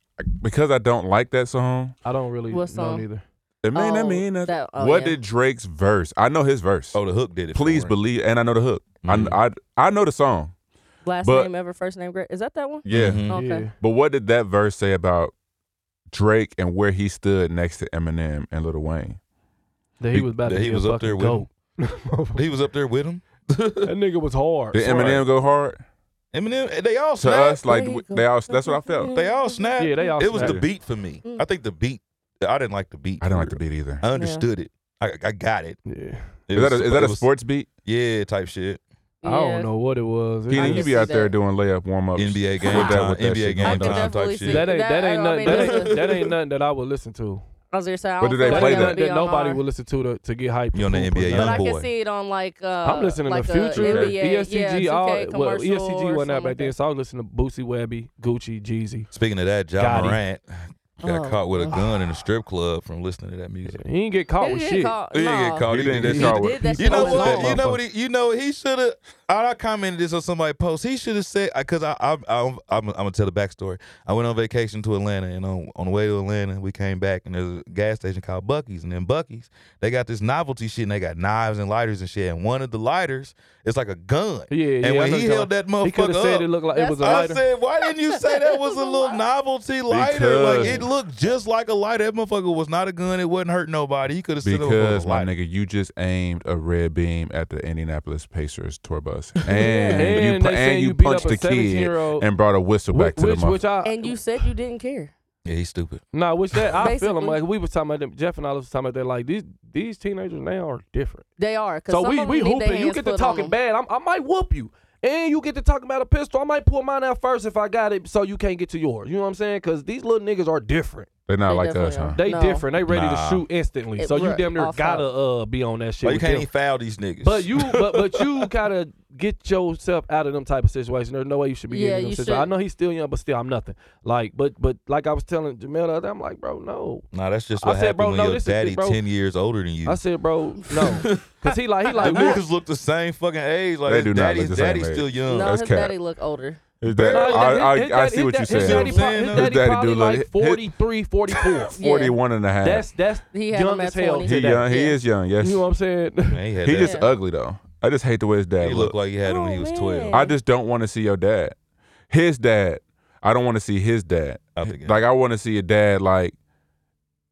S3: Because I don't like that song.
S2: I don't really
S4: What
S2: know
S4: song?
S2: neither.
S3: It may not
S4: Oh,
S3: mean nothing.
S4: that- oh,
S3: what
S4: yeah.
S3: did Drake's verse? I know his verse.
S5: Oh, the hook did it.
S3: Please
S5: for him.
S3: believe, and I know the hook.
S2: Mm-hmm.
S3: I, I I know the song.
S4: Last
S3: But-
S4: name ever, first name great. Is that that one?
S3: Yeah,
S2: Mm-hmm.
S5: Mhm.
S4: Okay.
S2: Yeah.
S3: but what did that verse say about Drake and where he stood next to Eminem and Lil Wayne?
S2: That he
S3: He-
S2: was about to
S5: that he
S2: be
S5: was
S2: a
S5: up there
S2: fucking
S5: with
S2: goat.
S5: He was up there with him.
S2: that nigga was hard.
S3: Did Eminem go hard
S5: Eminem, they all
S3: to
S5: snapped.
S3: us? Like
S4: There you
S3: w- they
S4: go.
S3: all. That's what I
S4: Mm-hmm.
S3: felt.
S5: They all snapped.
S2: Yeah, they all
S5: It was the
S3: snapped.
S5: beat for me. I think the beat. I didn't like the beat.
S3: I don't like
S5: for
S3: the beat either.
S5: real. I understood it. I, I got it.
S2: Yeah.
S5: It
S3: Is that a,
S5: was-
S3: is that
S5: it
S3: a
S5: was-
S3: sports beat?
S5: Yeah, type shit.
S2: I
S4: Yeah.
S2: don't know what it was. It
S3: Keenan,
S2: was-
S3: you
S4: can
S3: be
S4: see
S3: out there
S4: that.
S3: doing layup warm ups.
S5: NBA game
S3: that
S5: time.
S3: Oh, with that
S5: NBA
S3: shit
S5: game
S3: going down.
S5: time type
S4: Definitely
S5: shit.
S2: that ain't that,
S4: That- I
S2: ain't nothing
S4: mean,
S2: that
S4: that's
S2: ain't,
S4: a-
S2: that ain't nothing that I would listen to.
S4: I was gonna say, I
S3: But
S4: don't
S3: do they
S4: feel
S3: play
S4: like that
S3: that?
S4: would
S2: Nothing
S4: be
S2: that
S4: on
S2: nobody
S4: mine.
S2: would listen to to, to get hype.
S5: You on the
S2: and poop
S5: NBA
S2: and
S4: But
S5: Young
S4: I
S2: nothing.
S5: Boy.
S4: can see it on like uh,
S2: I'm listening
S4: like
S2: to
S4: uh, a
S2: Future, E
S4: NBA,
S2: ESTG,
S4: yeah,
S2: all
S4: 2K
S2: well, E
S4: commercial
S2: ESTG
S4: or
S2: wasn't out
S4: something
S2: back
S4: like
S2: then,
S4: that.
S2: so I was listening to Boosie Webby, Gucci, Jeezy.
S5: Speaking of that, John
S2: Got it.
S5: Morant got
S4: Oh.
S5: caught with a gun in a strip club from listening to that music.
S2: He didn't get caught
S4: He
S2: with
S4: didn't
S2: shit.
S4: call-
S5: He didn't
S4: no.
S5: get caught.
S3: He didn't
S5: did
S3: get
S5: that
S4: He
S3: caught
S5: shit.
S3: with-
S4: did that
S5: You know
S4: shit on his
S5: what?
S2: motherfucker.
S5: You
S4: own.
S5: know what? He, you know he should have. I I commented this on somebody post. He should have said because I, I, I I'm, I'm gonna tell the backstory. I went on vacation to Atlanta, and on on the way to Atlanta, we came back, and there's a gas station called Bucky's, and then Bucky's they got this novelty shit, and they got knives and lighters and shit, and one of the lighters is like a gun.
S2: Yeah,
S5: and
S2: yeah. I
S5: when
S2: know
S5: he
S2: you're
S5: held that
S2: talking about- He could
S5: motherfucker
S2: have said
S5: up,
S2: it looked like it was a
S5: I
S2: lighter.
S5: said, why didn't you say that was a little novelty lighter? Like
S3: Because-
S5: it looked just like a lighter. That motherfucker was not a gun. It wasn't hurt nobody. He could have said it was
S3: Because
S5: a
S3: my
S5: lighter.
S3: nigga, you just aimed a red beam at the Indianapolis Pacers tour bus, and you
S2: And
S3: pu-
S2: they saying
S3: and you
S2: you beat
S3: punched
S2: up a
S3: the kid
S2: 17-year-old.
S3: and brought a whistle
S2: which,
S3: back to the
S2: which,
S3: mother.
S2: which I
S4: And you said you didn't care.
S5: Yeah, he's stupid.
S2: nah, which that I feel him
S4: Basically.
S2: like we was talking about them. Jeff and I was talking about that. Like these these teenagers now are different.
S4: They are. 'cause
S2: So
S4: some
S2: we
S4: of
S2: we
S4: them need their
S2: hooping. You
S4: hands
S2: get to
S4: put on
S2: talking
S4: them.
S2: bad. I'm, I might whoop you. And you get to talking about a pistol. I might pull mine out first if I got it, so you can't get to yours. You know what I'm saying? Because these little niggas are different.
S3: They're not
S4: They
S3: like us,
S4: definitely
S3: huh?
S4: are.
S2: They
S4: No.
S2: different. They ready to
S3: Nah.
S2: shoot instantly.
S4: It-
S2: so you
S4: right,
S2: damn near
S4: off
S2: gotta
S4: out.
S2: uh, be on that shit.
S5: But you
S2: with
S5: can't
S2: them.
S5: even foul these niggas.
S2: But you, but but you gotta get yourself out of them type of situations. There's no way you should be
S4: Yeah,
S2: getting in them
S4: you
S2: situations. I
S4: should.
S2: know he's still young, but still, I'm nothing. Like, but but like I was telling Jamel the other, day, I'm like, bro, no.
S5: nah, that's just
S2: I
S5: what
S2: said,
S5: happened
S2: bro,
S5: when
S2: no,
S5: your
S2: this is-
S5: daddy
S2: bro.
S5: ten years older than you.
S2: I said, bro, no, cause he like he
S5: the
S2: like
S5: niggas look the same fucking age. Like
S3: They
S5: his
S3: do not
S5: daddy,
S3: look
S5: his
S3: the same
S5: daddy's
S3: age.
S5: still young.
S4: No,
S3: That's
S4: his
S3: cap.
S4: daddy look older.
S3: His dad-
S2: Nah, his
S3: I,
S2: daddy-
S3: I,
S2: his
S3: I
S2: daddy-
S3: see what you're
S2: his daddy- His
S3: saying.
S2: daddy,
S5: His
S2: pro- his
S3: daddy
S2: daddy probably
S3: do look-
S2: like 43, 44.
S4: Yeah.
S3: 41 and a half.
S2: That's that's
S4: He had
S2: young
S4: him at
S2: as hell.
S4: 20.
S3: he,
S2: to that.
S3: young, he
S4: yeah.
S3: is young, yes.
S2: You know what I'm saying?
S5: Man, he had
S3: he
S5: that-
S3: just
S4: Yeah.
S3: ugly, though. I just hate the way his dad
S5: he
S3: looked.
S5: looked like he had it when he was
S4: Oh,
S5: twelve.
S4: man.
S3: I just don't want to see your dad. His dad. I don't want to see his dad.
S5: Out the game.
S3: Like, I want to see a dad, like,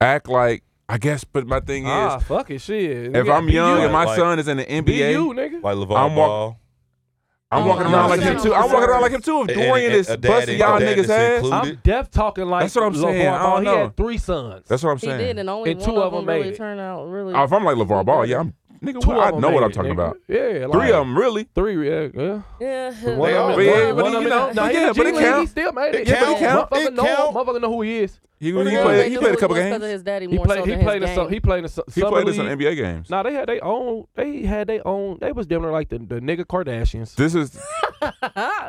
S3: act like, I guess, but my thing is,
S2: ah, fuck it, shit.
S3: if
S2: Nigga,
S3: I'm
S2: be
S3: young
S2: you,
S3: and my
S5: Like-
S3: son is in the
S2: be
S3: NBA,
S2: you, nigga.
S5: like LeVar
S3: I'm walk-
S5: Ball.
S3: I'm
S4: Oh,
S3: walking
S4: I'm
S3: around like
S4: not
S3: him,
S4: saying
S3: too.
S4: I'm
S3: I'm walking around like him, too. If
S5: And- and-
S3: Dorian
S5: and
S3: is
S5: a dad
S3: busting
S5: and-
S3: y'all
S5: a dad
S3: niggas'
S5: that's
S3: ass.
S5: included.
S2: I'm deaf talking like
S3: That's what I'm saying.
S2: LeVar
S3: I don't
S2: Ball. He
S3: know.
S2: had three sons.
S3: That's what I'm
S4: He
S3: saying.
S4: did, and only
S2: And
S4: one
S2: two
S4: of
S2: of them
S4: really
S2: made it.
S4: turned out really.
S3: Oh, if I'm like LeVar Ball, yeah, I'm nigga.
S2: Two
S3: what- I
S2: of 'em
S3: know
S2: made
S3: what I'm
S2: it,
S3: talking
S2: nigga.
S3: about.
S2: Yeah,
S3: Three
S2: like-
S3: of them, really.
S2: Three, yeah, yeah.
S4: yeah,
S5: They
S2: One
S5: all-
S2: of
S5: but yeah,
S2: them,
S3: but
S2: one of
S3: you
S2: them,
S3: know,
S2: nah, he in
S3: yeah, but it
S2: G-League, he
S3: count.
S2: still made it.
S5: It count.
S3: count.
S2: Motherfucker
S5: It
S2: know,
S5: count.
S2: motherfucker know who he is.
S3: He, he
S4: Well, they
S3: played. He
S4: knew
S3: played a
S4: it
S3: couple
S4: was 'cause
S3: games.
S4: of his daddy
S2: He
S4: more so
S2: played. He
S4: than his
S2: played. In some,
S4: game.
S2: he played in some.
S3: He
S2: summer
S3: played in some
S2: league.
S3: NBA games.
S2: Nah, they had their own. They had their own. They was damn near like the, the nigga Kardashians.
S3: This is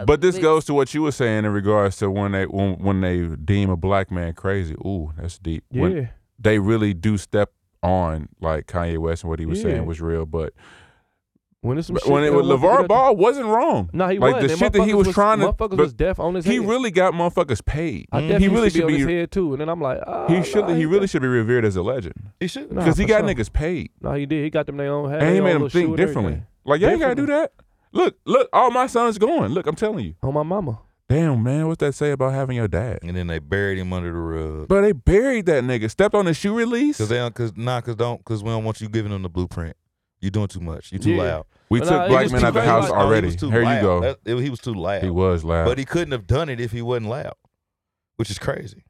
S3: But this goes to what you were saying in regards to when they when, when they deem a black man crazy. Ooh, that's deep.
S2: Yeah.
S3: When they really do step on like Kanye West and what he was
S2: Yeah.
S3: saying was real, but
S2: When it's some
S3: but
S2: shit
S3: when it
S2: that
S3: was
S2: motherfucker
S3: LeVar
S2: got-
S3: Ball wasn't wrong.
S2: No, he
S3: like
S2: wasn't.
S3: the
S2: And
S3: shit that he
S2: motherfuckers
S3: was trying to.
S2: Motherfuckers
S3: but
S2: was deaf on his
S3: he
S2: head.
S3: really got motherfuckers paid.
S2: I
S3: He
S2: definitely
S3: really should
S2: on
S3: be.
S2: his head too. And then I'm like, ah,
S3: he should.
S2: nah,
S3: he really should be revered as a legend
S5: He should.
S2: Nah,
S3: because he
S2: for
S3: got
S2: sure.
S3: niggas paid.
S2: No, he did. He got them their own hat.
S3: and
S2: their
S3: he
S2: own
S3: made them
S2: little shoe
S3: think
S2: and
S3: differently.
S2: everything.
S3: Like, yeah, you gotta do
S2: Differently.
S3: that. Look, look, all my sons going. Look, I'm telling you.
S2: On my mama.
S3: Damn, man, what's that say about having your dad?
S5: And then they buried him under the rug.
S3: But they buried that nigga. Stepped on the shoe release.
S5: Cause they don't, cause nah, cause don't, cause we don't want you giving them the blueprint. You doing too much. You too
S2: Yeah.
S5: loud.
S3: We
S2: But
S3: took
S2: nah, it
S3: black
S2: was
S3: men
S2: too
S3: out the
S2: crazy.
S3: house
S2: No,
S3: already.
S5: He was too
S3: Here
S5: loud.
S3: you go.
S5: That- it- he was too loud.
S3: he was loud.
S5: but he couldn't have done it if he wasn't loud, which is crazy.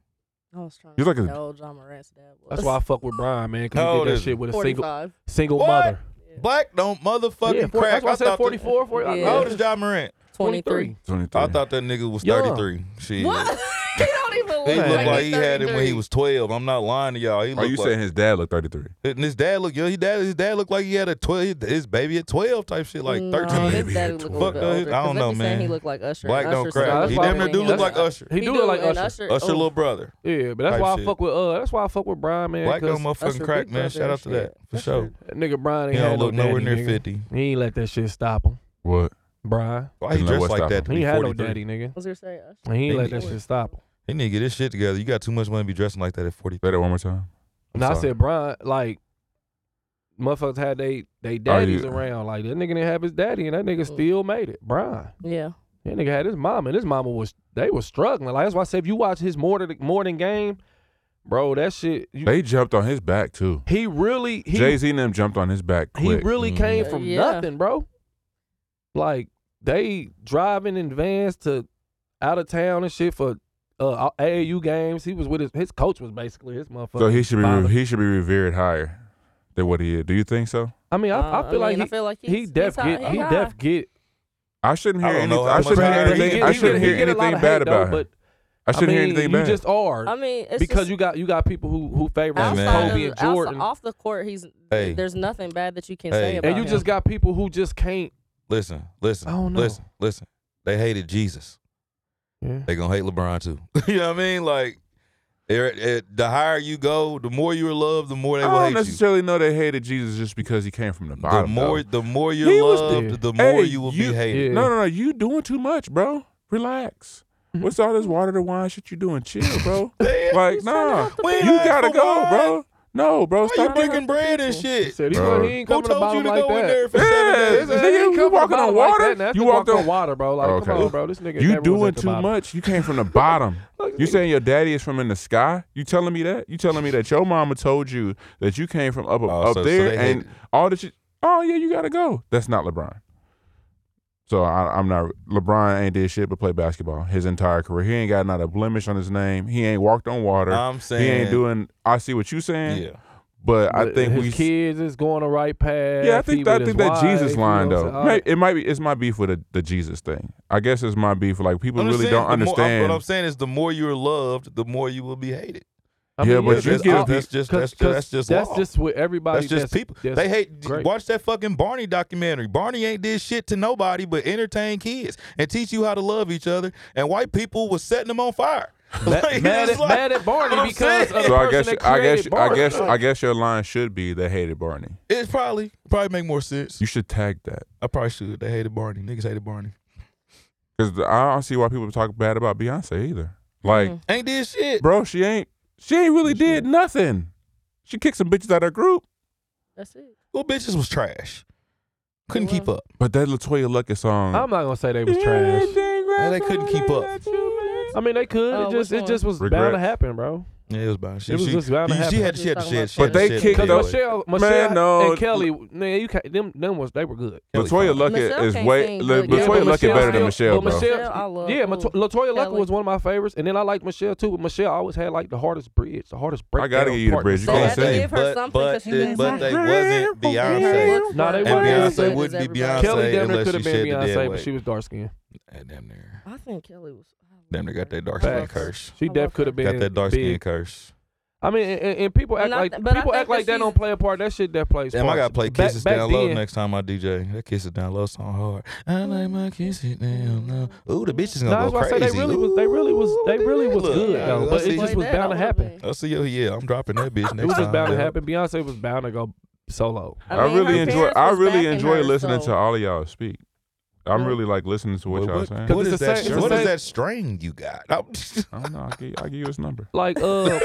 S4: I was trying
S3: You're
S4: to
S3: like
S4: like
S3: a-
S4: old John Morant's dad was.
S2: That's why I fuck with Brian, man.
S5: How
S2: Cause he
S5: old
S2: did that
S5: is he?
S2: shit with a single
S4: 45.
S2: single
S5: What?
S2: mother.
S5: Black don't motherfucking
S2: yeah, 40
S5: crack.
S2: that's why I, said
S5: thought that-
S2: 44. 40,
S4: Yeah.
S5: How old is John Morant?
S4: 23.
S3: 23.
S5: I thought that nigga was
S2: Young.
S5: 33. Shit.
S4: What? he don't even look
S5: He
S2: Man.
S5: looked
S4: like
S5: like
S4: he's
S5: he had him when he
S4: 33.
S5: was 12. I'm not lying to y'all.
S2: Oh,
S5: He
S3: Are
S5: looked
S3: you
S5: like,
S3: saying his dad looked 33?
S5: And his dad looked young. His dad, his dad looked like he had a 12, his baby at 12 type shit, like 13.
S4: No, his
S3: Maybe
S4: daddy
S3: at
S4: look a
S3: 12.
S4: little
S5: Fuck no,
S4: bit
S5: he-
S4: older,
S5: I
S4: 'cause
S5: don't
S4: they
S5: know,
S4: be saying He
S5: man.
S4: look like Usher.
S5: Black
S4: and
S5: don't
S4: Usher's
S5: crack.
S4: older
S2: He damn
S4: than
S2: near do
S4: him.
S2: look like
S5: Usher.
S2: He do look like
S4: and
S2: Usher.
S5: Usher
S4: oh,
S5: little brother.
S2: Yeah, but that's
S5: Type
S2: why I
S5: shit.
S2: fuck with uh. That's why I fuck with Brian, man.
S5: Black don't
S2: 'cause
S4: Usher
S5: motherfucking
S4: Big
S5: crack, man.
S4: Brother
S5: Shout out to
S4: and
S5: that.
S4: shit.
S5: For sure.
S2: that nigga Brian
S5: He
S2: ain't
S5: don't
S2: had no
S5: look nowhere
S2: daddy,
S5: near
S2: nigga.
S5: 50.
S2: He ain't let that shit stop him,
S3: What?
S2: Brian.
S5: Why he
S3: Didn't let
S5: dressed
S3: West
S5: like that
S3: stop
S5: to
S2: He
S5: be
S2: had
S5: 43?
S2: no daddy, nigga.
S4: Was there say Usher?
S2: He ain't
S5: They
S2: let
S5: need
S2: that
S5: to-
S2: shit stop him.
S5: He need to get his shit together. You got too much money to be dressing like that at 40.
S3: Say that one more time. I'm
S2: No, I
S3: sorry.
S2: said Brian, like motherfuckers had they they daddies
S3: you-
S2: around. Like that nigga didn't have his daddy, and that nigga still made it. Brian,
S4: Yeah.
S2: that nigga had his mama, and his mama was they was struggling. Like that's why I said if you watch his morning morning game, bro, that shit. You,
S3: They jumped on his back, too.
S2: he really he
S3: Jay Z and them jumped on his back
S2: he
S3: quick. Mm-hmm.
S2: really came from
S4: Yeah.
S2: nothing, bro. Like they driving in vans to out of town and shit for uh AAU games. He was with his his coach was basically his motherfucker.
S3: so he should be
S2: father.
S3: he should be revered higher than what he is. Do you think so?
S2: I mean, I,
S4: Uh,
S2: I feel like
S4: mean,
S2: he,
S4: I feel like he's,
S2: he def
S4: he's
S2: get
S4: high,
S2: he
S4: high.
S2: def get
S3: I shouldn't
S5: I
S3: hear
S5: don't know
S3: anything.
S5: how
S3: I shouldn't
S5: much
S3: hear
S5: credit he
S3: anything.
S5: get-
S3: I
S5: he
S3: shouldn't
S5: get-
S3: hear
S2: he get a lot
S3: anything
S2: of
S3: bad
S2: hate, though,
S3: about him.
S2: But
S3: I shouldn't
S2: I
S3: hear
S2: mean,
S3: anything
S2: you
S3: bad.
S2: just are
S4: I mean, it's
S2: because
S4: just
S2: you got you got people who who
S5: Hey,
S2: favorize
S5: man.
S4: outside
S2: Kobe
S4: of,
S2: and Jordan,
S4: outside, off the court, he's
S5: Hey.
S4: there's nothing bad that you can
S5: Hey.
S4: say about
S2: and you
S4: him.
S2: just got people who just can't.
S5: Listen, listen,
S2: I don't know.
S5: listen, listen. They hated Jesus.
S2: Yeah.
S5: They gonna hate LeBron too. you know what I mean? Like, it- it- the higher you go, the more you are loved, the more they will
S3: I don't
S5: hate you.
S3: necessarily know they hated Jesus just because he came from the bottom.
S5: The more, the more you're
S3: He was
S5: loved,
S2: the-
S5: the more
S3: Hey,
S5: you will
S3: you-
S5: be hated.
S2: Yeah.
S3: No, no, no. You doing too much, bro. Relax.
S2: Mm-hmm.
S3: What's all this water to wine shit you doing? Chill, bro. like, nah.
S5: We
S3: You
S5: ain't asked
S3: gotta
S5: for
S3: go,
S5: wine.
S3: bro. No, bro.
S5: Why you
S3: Stop
S5: breaking
S3: drinking.
S5: bread and
S2: He
S5: shit?
S2: said he,
S3: Bro.
S2: he ain't
S5: Who
S2: coming to
S5: told
S2: bottom
S5: you to
S2: like
S5: go in there
S2: that.
S5: for
S3: Yeah.
S5: seven days?
S3: Nigga, you
S2: come from the
S3: walking on
S2: bottom like
S3: water?
S2: that. Now, this
S3: You
S2: nigga
S3: walked
S2: walking
S3: on-
S2: on water, bro. Like,
S3: Okay.
S2: come on, bro. This nigga
S3: You
S2: never was
S3: doing
S2: at the
S3: too
S2: bottom.
S3: much. You came from the bottom.
S2: Look,
S3: you
S2: nigga.
S3: saying your daddy is from in the sky? You telling me that? You telling me that your mama told you that you came from up up
S5: Oh, so- so
S3: there
S5: they
S3: and
S5: hated-
S3: all that? You, oh yeah, you gotta go. That's not LeBron. So I, I'm not LeBron. Ain't did shit but play basketball his entire career. He ain't got not a blemish on his name. He ain't walked on water.
S5: I'm
S3: he ain't
S5: saying-
S3: doing. I see what you saying.
S5: Yeah.
S3: but, I
S2: But
S3: think
S2: his
S3: we.
S2: kids is going the right path.
S3: yeah, I
S2: He
S3: think I
S2: with
S3: think
S2: his
S3: that Jesus
S2: wife,
S3: line
S2: you know what
S3: though.
S2: I'm saying?
S3: May- It might be it's my beef with the, the Jesus thing. I guess it's my beef. Like people
S5: I'm just
S3: really
S5: saying,
S3: don't
S5: the more- I'm-
S3: understand.
S5: what I'm saying is, the more you're loved, the more you will be hated.
S2: I
S3: Yeah,
S2: mean,
S3: but you
S2: that's
S3: get a
S2: all-
S5: that's just that's just
S2: 'cause
S5: that's just
S2: that's
S5: law.
S2: just what everybody.
S5: that's just people.
S2: that's
S5: they hate.
S2: great.
S5: Watch that fucking Barney documentary. Barney ain't did shit to nobody but entertain kids and teach you how to love each other. And white people was setting them on fire.
S2: mad, mad at, mad at Barney
S5: I'm
S2: because of
S5: saying.
S2: the
S3: so I
S2: person
S3: guess
S2: that
S3: I guess
S2: created
S3: I
S2: Barney.
S3: guess I guess your line should be they hated Barney.
S5: It's probably probably make more sense.
S3: You should tag that
S5: I probably should. They hated Barney. Niggas hated Barney.
S3: because I don't see why people talk bad about Beyonce either. Like,
S2: Mm-hmm.
S5: Ain't did shit.
S3: bro, she ain't she ain't really did nothing. She kicked some bitches out of her group,
S4: that's it.
S5: Well, bitches was trash. Couldn't
S4: They
S5: keep up.
S3: but that Latoya Luckett song.
S2: I'm not gonna say they was trash.
S5: Man, they couldn't keep up.
S2: I mean, they could.
S4: Oh,
S2: it just
S4: which
S2: it just was bound
S3: Regrets.
S2: to happen, bro.
S5: Yeah, it was bound. She,
S2: It was
S5: she,
S2: just bound to
S5: she
S2: happen.
S5: had she had to
S4: Just
S5: shed.
S4: talking
S5: she
S3: about
S5: had to
S3: But
S5: shed
S3: they
S5: the
S3: kicked us-
S5: shit away.
S2: Michelle, Michelle,
S3: no.
S2: and Kelly, man, you can't, them them was they were good.
S3: Latoya
S5: Kelly Fine.
S3: Luckett
S4: Michelle
S3: is
S4: can't
S3: way
S4: sing,
S3: La-
S4: but yeah,
S3: Latoya
S4: but
S3: Luckett better than
S2: still-
S3: Michelle,
S2: but
S3: bro.
S2: Michelle,
S4: Michelle, I love.
S2: yeah,
S4: Ooh.
S2: Mato- Latoya Luckett
S4: Kelly.
S2: was one of my favorites, and then I liked Michelle too. But Michelle always had like the hardest bridge, the hardest break.
S3: I gotta give you the bridge. You
S4: They
S3: can't
S4: had to
S3: sing.
S4: give her
S5: But-
S4: something
S5: but
S4: 'cause she
S5: they-
S4: was
S5: but they wasn't Beyonce.
S2: Nah, they
S4: And
S2: weren't.
S4: Beyonce
S2: Beyonce
S5: wouldn't be
S4: everybody.
S5: Beyonce.
S2: Kelly damn near could
S5: unless she
S2: have
S5: shed
S2: been
S5: the dead
S2: Beyonce,
S5: weight.
S2: but she was dark skinned.
S5: Ah, damn near.
S4: I think Kelly was. I
S5: Damn near
S4: love
S5: got
S4: her.
S5: that dark
S4: I
S5: skin
S4: love her.
S5: curse.
S2: She
S4: I
S2: def
S4: love
S2: could
S4: her.
S2: have been
S5: Got that dark
S2: big.
S5: skin curse.
S2: I mean, and, and- and people act
S4: Not
S2: like
S4: th- but I
S2: people
S4: think
S2: act like
S4: that
S2: that don't
S4: she's-
S2: play a part. That shit that plays.
S5: Damn, I
S2: parts.
S5: gotta play
S2: Back-
S5: Kisses
S2: back
S5: Down Low
S2: then-
S5: next time I DJ. That Kisses Down Low song hard. I like my kisses down low. Ooh, the bitch is
S2: No,
S5: gonna
S2: that's
S5: go
S2: why I say
S5: crazy.
S2: they really was. They really was. They
S5: Ooh,
S2: really was
S5: look,
S2: good
S5: I-
S2: though.
S5: I
S2: But it
S5: see-
S2: just was
S4: Played that
S2: bound to
S4: all
S2: happen.
S4: day.
S5: I see you. Yeah, I'm dropping that bitch next time.
S2: It was just bound to
S5: yeah.
S2: happen. Beyonce was bound to go solo.
S3: I,
S4: mean,
S3: really
S4: her
S3: enjoy.
S4: parents
S3: I
S4: was
S3: really
S4: backing
S3: enjoy
S4: her,
S3: listening
S4: so-
S3: to all of y'all speak. I'm
S2: Yeah.
S3: really like listening to what
S5: Well,
S3: y'all
S5: what-
S3: saying.
S5: what
S2: It's
S5: is
S2: the
S5: that?
S2: same-
S5: str-
S2: it's
S5: What
S2: the
S5: is
S2: same-
S5: that string you got? I'm-
S3: I don't know. I'll give, I'll give you his number.
S2: Like, uh,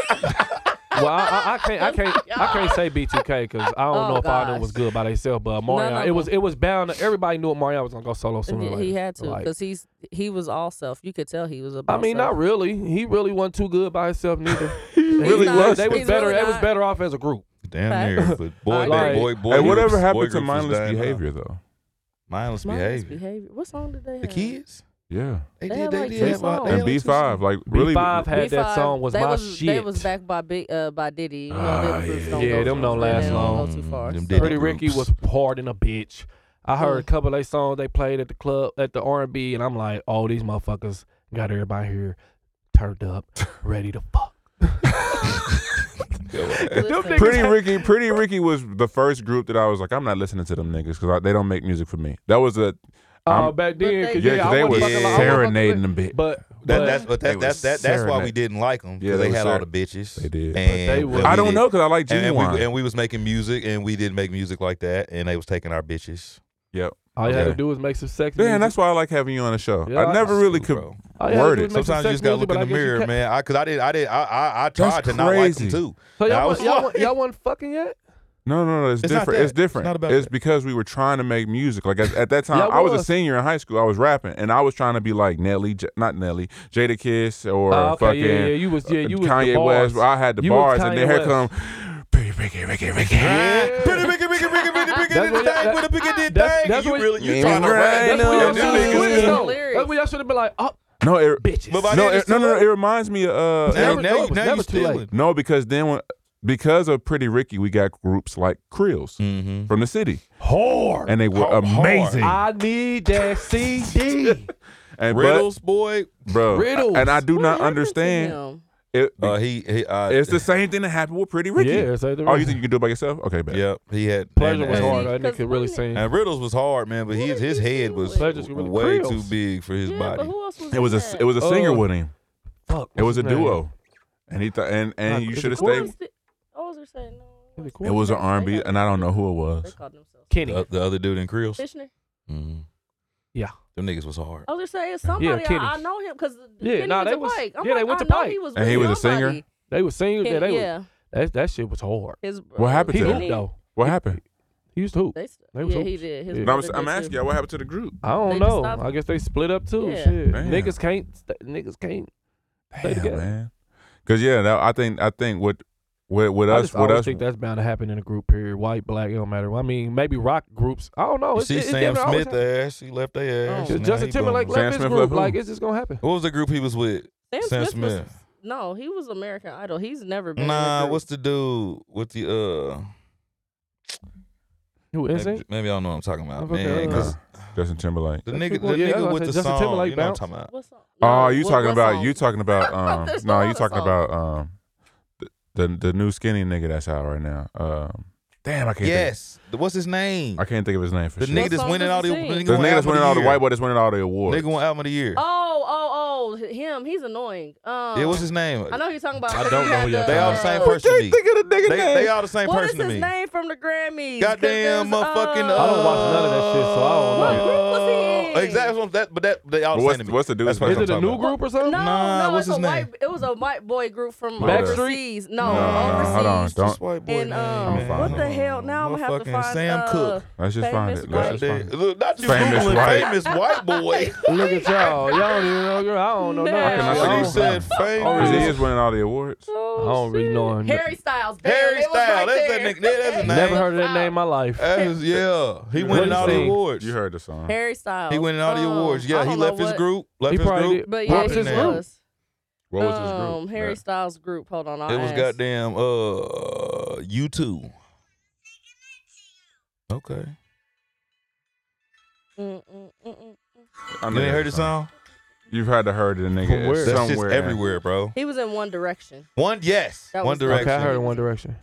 S2: well, I, I, I can't, I can't, I can't say B2K because I don't
S4: Oh,
S2: know if all of them
S4: gosh.
S2: was good by themselves. But Marion,
S4: None of
S2: it was,
S4: them.
S2: it was bound. To, everybody knew Marion was gonna go solo sooner. or
S4: Yeah,
S2: later.
S4: he had to
S2: Like,
S4: because he's he was all self. You could tell he was
S2: I
S4: about.
S2: mean,
S4: self.
S2: not really. He really wasn't too good by himself neither.
S4: really
S2: They-
S4: was.
S2: They was
S4: He's
S2: better.
S4: really
S2: they was
S4: not.
S2: better off as a group.
S5: Damn near. But boy,
S4: Like-
S5: that boy, boy.
S3: hey,
S5: groups-
S3: whatever
S5: boy
S3: happened
S5: groups
S3: to
S5: was
S3: mindless
S5: dying out.
S3: behaviers though?
S5: Mindless
S4: Mindless
S5: behavior.
S4: behavior. What song did they have?
S5: The kids.
S3: Yeah,
S5: They
S4: They
S5: did.
S4: had
S5: They
S4: like
S5: did.
S4: two
S5: have
S2: Oh,
S5: all- they
S4: songs.
S3: and
S5: had like
S3: B
S5: two
S3: five
S5: songs.
S3: like really.
S2: B5 had that
S4: B5
S2: song was
S4: they
S2: my
S4: was, They
S2: shit.
S4: was backed by Big, uh, by Diddy. You know,
S3: Ah,
S4: them groups
S3: yeah.
S4: don't
S2: Yeah,
S4: go
S2: them
S4: too-
S2: don't last
S4: they
S2: long.
S4: Don't go too far.
S5: Them
S4: so-
S5: Diddy
S2: Pretty Ricky
S5: groups.
S2: was hard in a bitch. I heard a couple of their songs they played at the club at the R and B, and I'm like, oh, these motherfuckers got everybody here turned up, ready to fuck.
S4: Listen,
S3: Pretty Ricky, Pretty Ricky was the first group that I was like, I'm not listening to them niggas because they don't make music for me. That was a
S2: Oh,
S3: I'm-
S2: back then,
S4: they-
S2: cause,
S3: yeah,
S2: yeah,
S3: 'cause
S2: I
S3: they
S2: wasn't
S3: was
S2: fucking- I wasn't fucking with-
S3: serenading them bitch.
S2: But,
S5: That,
S2: but-
S5: that's but
S3: They
S5: that,
S3: was
S5: that's that, that's why we
S3: serenade.
S5: didn't like them
S3: Yeah,
S5: because
S3: they
S5: they
S3: was
S5: had all the
S3: serenade.
S5: bitches.
S3: They did, but
S5: And
S2: they was-
S3: I don't know because I like
S5: And,
S3: G
S5: and, we,
S3: Wine.
S5: and we was making music and we didn't make music like that and they was taking our bitches.
S3: Yep.
S2: all you had to
S5: Okay.
S2: do was make some sex.
S3: Man,
S2: music.
S3: that's why I like having you on the show.
S2: Yeah,
S3: I never really
S5: Ooh,
S3: could.
S5: bro.
S2: All you had to
S3: word
S2: do
S3: it.
S2: was make some
S5: Sometimes you
S2: sex
S5: just gotta
S2: music,
S5: look
S2: but
S5: in
S2: I
S5: the
S2: guess you
S5: mirror,
S2: can't-
S5: man. I, cause I did, I did, I, I, I tried to
S3: That's
S5: not like them
S3: crazy.
S5: too.
S2: So
S5: And I
S2: y'all,
S5: was
S2: was, y'all, wa-
S5: like-
S2: y'all wasn't fucking yet.
S3: No, no, no. It's,
S5: It's not
S3: different.
S5: that.
S3: it's different.
S5: It's not about that.
S3: because we were trying to make music. Like at, at that time,
S2: Yeah,
S3: I was a
S2: was.
S3: senior in high school. I was rapping, and I was trying to be like Nelly, J- not Nelly, Jada Kiss, or
S2: Oh, okay,
S3: fucking
S2: yeah, yeah, you was- yeah, you was the
S3: Uh, Kanye
S2: bars.
S3: West. I had the
S2: You was
S3: bars, and
S2: Kanye
S3: then here
S2: West.
S3: come. Pretty Ricky, Ricky, Ricky.
S5: Pretty Ricky, Ricky, Ricky, Ricky, Ricky,
S2: That's
S5: did the
S2: what y'all-
S5: thing with a big did
S2: that's- that's
S5: thing. and You
S2: what-
S5: really, you
S3: Man,
S5: trying to
S3: right
S5: rap.
S2: That's when
S3: Yeah,
S2: y'all
S3: this
S2: should have
S3: nigga's-
S2: quit. though.
S4: lyrics.
S2: That's when y'all should have been like, oh,
S3: No, it,
S2: bitches.
S5: But by
S3: no,
S5: then
S3: it,
S5: it's
S3: no,
S5: too
S3: no,
S5: late.
S3: It reminds me of uh,
S5: Now,
S2: Never-
S3: and-
S5: now,
S2: no,
S5: you-
S2: it's
S5: now
S2: never
S5: you
S2: too
S5: stealing.
S2: late.
S3: no, because then when because of Pretty Ricky, we got groups like Krills
S5: Mm-hmm.
S3: from the city,
S2: hard.
S3: and they were
S5: Hard.
S3: amazing.
S2: I need that CD.
S3: And but-
S5: Riddles, boy.
S3: bro,
S2: Riddles.
S3: and I do
S4: what
S3: not
S4: happened to
S3: understand.
S4: them?
S3: It,
S5: Uh, he, he, uh,
S3: It's the same thing that happened with Pretty Ricky.
S2: Yeah, it's like the
S3: oh, you
S2: Ricky.
S3: think you can do it by yourself? Okay, bet.
S5: Yep, he had
S2: Pleasure was
S5: and-
S2: hard.
S4: and-
S2: That nigga really
S4: because
S2: sing.
S5: And Riddles was hard, man, but his his head was
S2: Pleasure's really
S5: way
S2: Krills.
S5: too big for his
S4: Yeah, but
S5: body.
S4: who else was
S3: It was
S4: in
S3: a
S4: that?
S3: it was a singer
S2: Uh,
S3: with him.
S2: Fuck.
S3: It was a
S2: what's his name?
S3: duo, and he thought and and
S2: Uh,
S3: you
S2: is
S3: should
S2: it
S3: have
S4: Who
S2: Corey?
S3: stayed.
S4: was the- I was just saying, no.
S2: Is it
S3: It
S2: Corey?
S3: was an R and
S4: They
S3: B,
S4: got-
S3: and I don't know who it
S4: They
S3: was.
S4: called themselves
S2: Kenny.
S5: The, the other dude in Creels.
S4: Fishner.
S5: Mm-hmm.
S2: Yeah.
S5: Them niggas was hard.
S4: I was just saying, somebody
S2: Kenny.
S4: I, I know him because
S2: Yeah,
S4: Kenny
S2: nah,
S4: went
S2: they
S4: to
S2: was-
S4: Pike. I'm
S2: yeah, they
S4: like,
S2: went
S4: I
S2: to
S4: know
S2: Pike.
S4: He was
S3: And he
S4: with
S3: was a singer?
S4: somebody.
S2: They was singing.
S4: Kenny,
S2: Yeah, they was,
S4: yeah.
S2: that that shit was hard.
S4: His
S3: What happened
S2: He
S3: to
S2: hooped
S3: him?
S2: though.
S3: What happened?
S2: He used to hoop.
S4: They,
S2: They was
S4: yeah, he
S2: hoops.
S4: did. His
S2: Yeah.
S3: No, I'm,
S4: brother
S3: I'm
S4: did
S3: asking
S4: too.
S3: y'all what happened to the group.
S2: I don't
S4: They just
S2: know.
S4: stopped.
S2: I guess they split up too.
S4: Yeah.
S2: Shit.
S3: Damn.
S2: Niggas can't. st- Niggas can't. Stay
S3: Damn,
S2: together.
S3: man. Because yeah, that, I think I think with with with
S2: I
S3: us
S2: just
S3: with
S2: always
S3: us.
S2: think that's bound to happen in a group period. White, black, it don't matter. I mean, maybe rock groups. I
S4: Oh,
S2: don't know.
S5: You
S2: It's,
S5: see
S2: it's damn
S5: Sam
S2: near always
S5: Smith ass. He left their ass.
S2: happen.
S5: Now
S2: Justin
S5: he
S2: Timberlake
S5: bum.
S3: Sam
S2: left his
S3: Smith
S2: group.
S3: left who?
S2: Like it's just gonna happen.
S5: What was the group he was with?
S4: Sam,
S5: Sam
S4: Smith, was-
S5: Smith.
S4: no, he was American Idol. He's never been. in a
S5: Nah,
S4: group.
S5: what's the dude with the uh?
S2: Who is
S5: Maybe,
S2: it?
S5: maybe I don't know what I'm talking about,
S2: Okay,
S5: man.
S2: uh,
S5: 'cause
S3: Justin Timberlake.
S5: the
S2: That's
S5: nigga,
S2: people-
S5: the
S2: yeah, that's
S5: nigga
S2: what I
S5: with the
S2: said, Justin
S5: song.
S2: Timberlake
S5: you know
S2: bounce.
S5: what I'm talking about?
S4: What's up?
S3: Oh,
S4: No,
S3: you
S4: what-
S3: talking
S4: what
S3: about
S4: song?
S3: you talking about um
S4: There's
S3: no
S4: no
S3: you
S4: other
S3: talking
S4: song.
S3: about um the, the the new skinny nigga that's out right now. Um, damn, I can't.
S5: Yes. The- What's his name?
S3: think, I can't think of his name for
S5: The
S3: sure.
S5: nigga
S4: What
S5: that's
S4: song
S5: winning
S4: does
S5: all the
S4: he
S5: the
S4: sing?
S5: nigga
S3: The
S5: won
S3: nigga that's
S5: album of
S3: winning all the
S5: year.
S3: white boy that's winning all the awards.
S5: Nigga won album of the year.
S4: Oh, oh, oh, him. He's annoying. Um,
S5: Yeah, what's his name?
S4: I know who you're talking about.
S5: I
S4: but
S5: don't
S4: he
S5: know
S4: had
S5: who you're They all the same person to me.
S3: of the nigga
S5: They, they all the same
S4: What is
S5: person to
S4: his
S5: me.
S4: name from the Grammys? 'Cause
S5: Goddamn
S4: there's,
S5: motherfucking.
S4: uh,
S5: Uh,
S2: I don't watch none of that shit, so I don't
S4: know. What group was he in?
S5: Exactly. that's what- That, but that they all the
S3: What's-
S5: same to me.
S3: what's the dude's
S5: That's what
S2: Is
S3: name?
S2: it
S5: I'm
S2: a
S5: talking
S2: new
S5: about.
S2: group or
S4: No,
S2: something?
S5: Nah,
S4: no,
S5: what's
S4: it's
S5: his
S4: a white. It was a white boy group from
S3: Backstreet?
S4: overseas.
S3: No,
S4: No,
S3: no,
S4: overseas.
S3: hold on. Don't.
S5: Just white boy
S4: And, um,
S5: name,
S3: what
S5: man.
S3: the
S4: hell? Now I'm gonna have to
S5: Motherfucking
S4: find,
S5: Sam
S4: uh,
S5: Cook.
S3: Let's just find
S4: Famous
S3: it. Let's
S5: Goddamn.
S3: just find it.
S5: Look, not you
S3: Famous
S5: Googling
S3: white.
S5: famous white boy.
S2: Look at y'all. Y'all don't even know. Girl. I don't know.
S4: Nah.
S2: nothing.
S4: Can I
S2: I
S3: say
S2: don't-
S5: He said
S3: Because Oh, he
S5: famous.
S3: is winning all the awards.
S4: Oh,
S2: I don't really
S4: shit.
S2: know him.
S4: Harry Styles. Damn,
S5: Harry
S4: it was
S5: Styles.
S4: right
S5: That's that
S4: there.
S5: nigga. That- that's his name.
S2: Never heard of that name in my life.
S5: That is- yeah, he
S3: What
S5: winning
S3: he
S5: all the
S3: sing?
S5: awards.
S3: You heard the song.
S4: Harry Styles.
S5: He winning all the
S4: Um,
S5: awards.
S4: I
S5: Yeah, he
S4: don't know
S5: left his
S4: what-
S5: group. Left
S2: He
S5: his
S2: probably
S5: group.
S2: did.
S4: But yeah,
S2: Popped
S4: he
S2: his group.
S4: was.
S3: What was his group?
S4: Um, Harry
S3: Yeah.
S4: Styles' group. Hold on, I'll
S5: It was
S4: ask.
S5: goddamn uh you two. Okay.
S4: Mm, mm, mm,
S3: I
S4: mm.
S5: You
S3: know
S5: ain't
S3: that
S5: heard the song?
S3: You've had to heard it, nigga.
S2: From where?
S3: It's
S5: That's
S3: Somewhere.
S5: just everywhere, bro.
S4: He was in One Direction.
S5: One yes,
S4: That
S5: One
S4: was the-
S5: Direction.
S2: Okay, I heard in One Direction.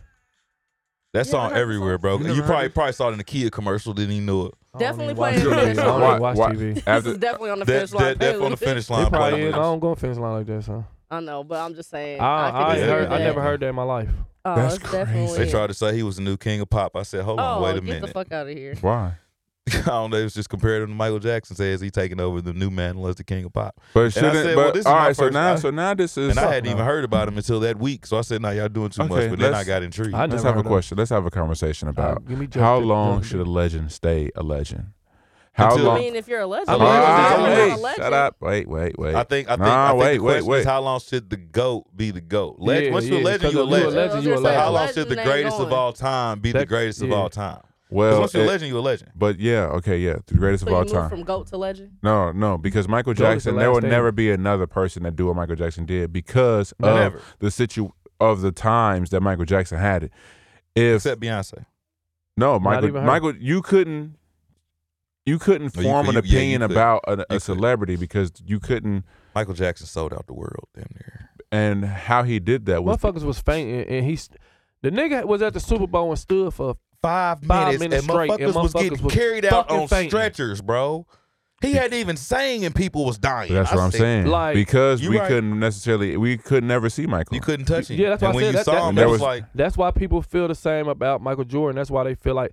S5: That
S4: Yeah, I
S5: song
S4: heard the
S5: everywhere,
S4: song.
S5: bro.
S3: You
S5: You,
S3: never heard
S5: probably
S3: it?
S5: probably saw it in the Kia commercial, didn't even know it.
S2: I don't
S4: Definitely
S2: even watch
S4: playing
S2: TV.
S4: finish
S2: I don't
S4: line.
S2: even watch
S3: Why-
S2: TV.
S4: this
S3: After
S4: is definitely on the
S5: That,
S4: finish line.
S5: that, definitely on the finish line.
S2: It probably
S5: playlist.
S2: is. I don't go finish line like that, so.
S4: I know, but I'm just saying.
S2: I, I,
S4: can
S2: ain't
S4: see
S5: hear
S2: heard, I
S4: that.
S2: never heard that in my life.
S4: Oh,
S3: That's
S4: it's
S3: crazy.
S4: definitely
S5: They tried to say he was the new king of pop. I said, hold on,
S4: Oh,
S5: wait a
S4: get
S5: minute.
S4: the fuck out of here.
S3: why?
S5: I don't know. It was just compared him to Michael Jackson. Says he taking over the new man as the king of pop.
S3: But
S5: And I
S3: shouldn't. but
S5: said, well, this is
S3: all
S5: my
S3: right, so
S5: first-
S3: now,
S5: I-
S3: so now this is.
S5: And I hadn't even heard about him until that week. So I said, nah, y'all doing too
S3: Okay,
S5: much. But then I
S3: let's-
S5: got intrigued.
S2: I
S3: Let's
S2: never
S3: have a
S2: heard of-
S3: question. Let's have a
S4: Uh,
S3: conversation about
S2: give me
S3: how
S2: Justin-
S3: long
S2: Justin
S3: should a legend stay a legend? How
S5: Until-
S4: I
S3: long?
S4: mean, if you're a legend,
S2: I
S3: Ah,
S2: mean,
S4: you're
S2: it's-
S4: a
S3: wait,
S2: it's-
S4: legend.
S3: shut up. Wait, wait, wait.
S5: I think I think,
S3: Nah,
S5: I think
S3: wait,
S5: the
S3: wait,
S5: question
S3: wait.
S5: is how long should the GOAT be the GOAT? Le-
S2: Yeah,
S5: once you're a
S2: yeah,
S5: legend,
S2: because
S5: you're a
S2: if you're a
S5: legend.
S2: legend,
S4: I
S2: you a
S4: was gonna
S5: But
S4: say,
S5: how
S2: legend.
S5: long should the
S4: legend ain't
S5: greatest of
S4: going.
S5: all time be the
S2: That-
S5: greatest of
S2: yeah.
S5: all time? 'Cause
S3: well,
S5: once you're a
S3: it-
S5: legend, you're a legend.
S3: but yeah, okay, yeah, the greatest
S4: So
S3: of
S4: you
S3: all
S4: move
S3: time.
S4: from goat to legend.
S3: No, no, because Michael
S2: Goat is the
S3: Jackson, there
S2: last
S3: will
S2: thing.
S3: never be another person that do what Michael Jackson did because
S5: Never.
S3: of the situ of the times that Michael Jackson had it. If
S5: Except Beyonce.
S3: no, Michael,
S2: even her.
S3: Michael, you couldn't, you couldn't
S5: No, you
S3: form
S5: could-
S3: an
S5: you- yeah, you
S3: opinion
S5: could.
S3: about a, a
S5: could.
S3: celebrity because you couldn't.
S5: Michael Jackson sold out the world, damn near.
S3: And how he did that was
S2: Motherfuckers was fainting, and he's the nigga was at the Super Bowl and stood for.
S5: Five,
S2: Five
S5: minutes,
S2: minutes
S5: and
S2: straight,
S5: motherfuckers,
S2: and
S5: was
S2: motherfuckers
S5: getting
S2: was
S5: carried out
S2: fucking
S5: on
S2: fainting.
S5: stretchers, bro. He hadn't even sang and people was dying.
S3: That's what
S5: I
S3: I'm
S5: said,
S3: saying.
S2: like,
S3: because
S5: you
S3: we
S5: right.
S3: couldn't necessarily, we could never see Michael.
S5: You couldn't touch him.
S2: Yeah, that's why
S5: and
S2: I
S5: when
S2: said
S5: you
S2: that-
S5: saw
S2: that-
S5: him,
S3: that
S5: it was
S3: was-
S5: like
S2: That's why people feel the same about Michael Jordan. That's why they feel like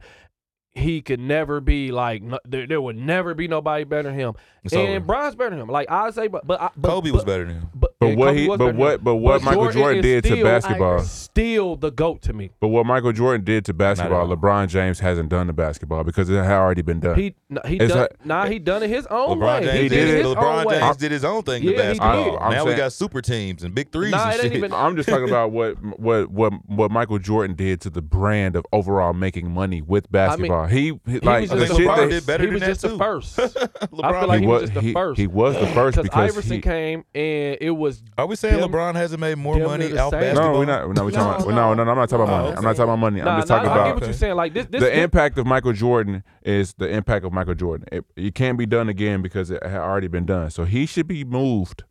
S2: he could never be like no, there, there would never be nobody better than him.
S5: It's
S2: and
S5: over.
S2: Bron's better than him. Like I say, but but, I, but
S5: Kobe
S2: but,
S5: was better than him.
S2: But,
S3: But
S2: and
S3: what
S2: Kobe
S3: he,
S2: was
S3: but
S2: better than
S3: what,
S2: him.
S3: but what
S2: But
S3: Michael
S2: Jordan
S3: Jordan,
S2: is
S3: did
S2: still-
S3: to
S2: I
S3: basketball,
S2: Still the goat to me.
S3: but what Michael Jordan did to basketball,
S5: Not at
S3: LeBron James hasn't done to basketball because it had already been done.
S2: He no, he
S3: It's
S2: done,
S3: like-
S2: nah he done it his own
S5: LeBron
S2: way.
S5: James
S3: He did it.
S2: his own
S5: LeBron
S2: way.
S5: James did his own thing
S2: Oh, Yeah,
S5: to
S2: he
S5: basketball.
S2: did.
S3: I'm
S5: now we
S3: saying-
S5: got super teams and big threes
S2: Nah,
S5: and
S2: it ain't
S5: shit.
S2: even.
S3: I'm just talking about what what what what Michael Jordan did to the brand of overall making money with basketball. he, he- like
S2: was
S3: the
S2: just
S3: shit
S5: LeBron
S3: that-
S5: did better
S2: he
S5: than
S2: was
S5: that,
S2: just
S5: too.
S2: the first.
S5: LeBron,
S2: I feel like
S3: he
S2: he was just the
S3: he,
S2: first.
S3: he was the first because
S2: Iverson
S3: he,
S2: came and it was
S5: are we saying
S2: Them-
S5: LeBron hasn't made more
S2: them
S5: money
S2: niggas
S5: out
S2: say-
S5: basketball?
S3: no, we're not. No, we're
S4: No,
S3: talking. About, no, no,
S4: no.
S3: no, I'm not talking about
S5: No,
S3: money. I'm
S5: I'm
S3: not talking about money. I'm just talking
S2: I get
S3: about
S2: what you're saying. Like this, this
S3: the impact of Michael Jordan is the impact of Michael Jordan. It, it can't be done again because it had already been done. So he should be moved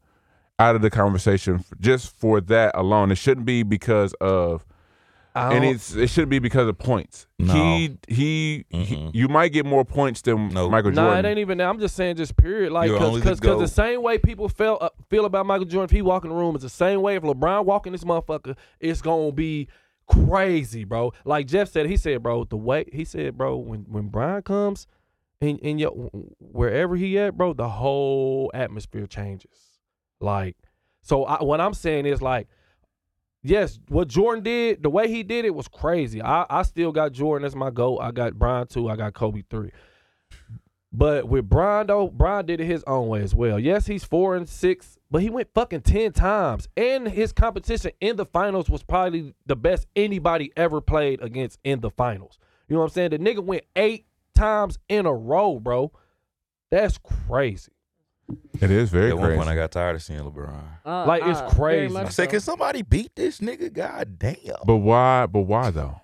S3: out of the conversation f- just for that alone. It shouldn't be because of
S2: I
S3: and
S2: don't-
S3: it's it shouldn't be because of points.
S5: Oh. No.
S3: He he, he-
S5: Mm-mm.
S3: you might get more points than
S5: Nope.
S3: Michael
S2: Nah,
S3: Jordan.
S2: it ain't even that. I'm just saying, just period. Like,
S5: You're
S2: cause,
S5: only the
S2: cause, 'cause
S5: GOAT.
S2: the same way people feel uh, feel about Michael Jordan if he walk in the room is the same way if LeBron walk in this motherfucker, it's gonna be crazy, bro. Like Jeff said, he said, bro, the way he said, bro, when when Brian comes and and your wherever he at, bro, the whole atmosphere changes. Like, so I, what I'm saying is like. Yes, what Jordan did, the way he did it was crazy. I, I still got Jordan as my goat. I got Brian two. I got Kobe three. But with Brian though, Brian did it his own way as well. Yes, he's four and six, but he went fucking ten times, and his competition in the finals was probably the best anybody ever played against in the finals. You know what I'm saying? The nigga went eight times in a row, bro. That's crazy.
S3: It is very
S5: At one
S3: crazy.
S5: point, I got tired of seeing LeBron.
S4: Uh,
S2: Like, it's
S4: uh,
S2: crazy.
S4: very much
S5: I said,
S4: so.
S5: "Can somebody beat this nigga? God damn!"
S3: but why? But why though?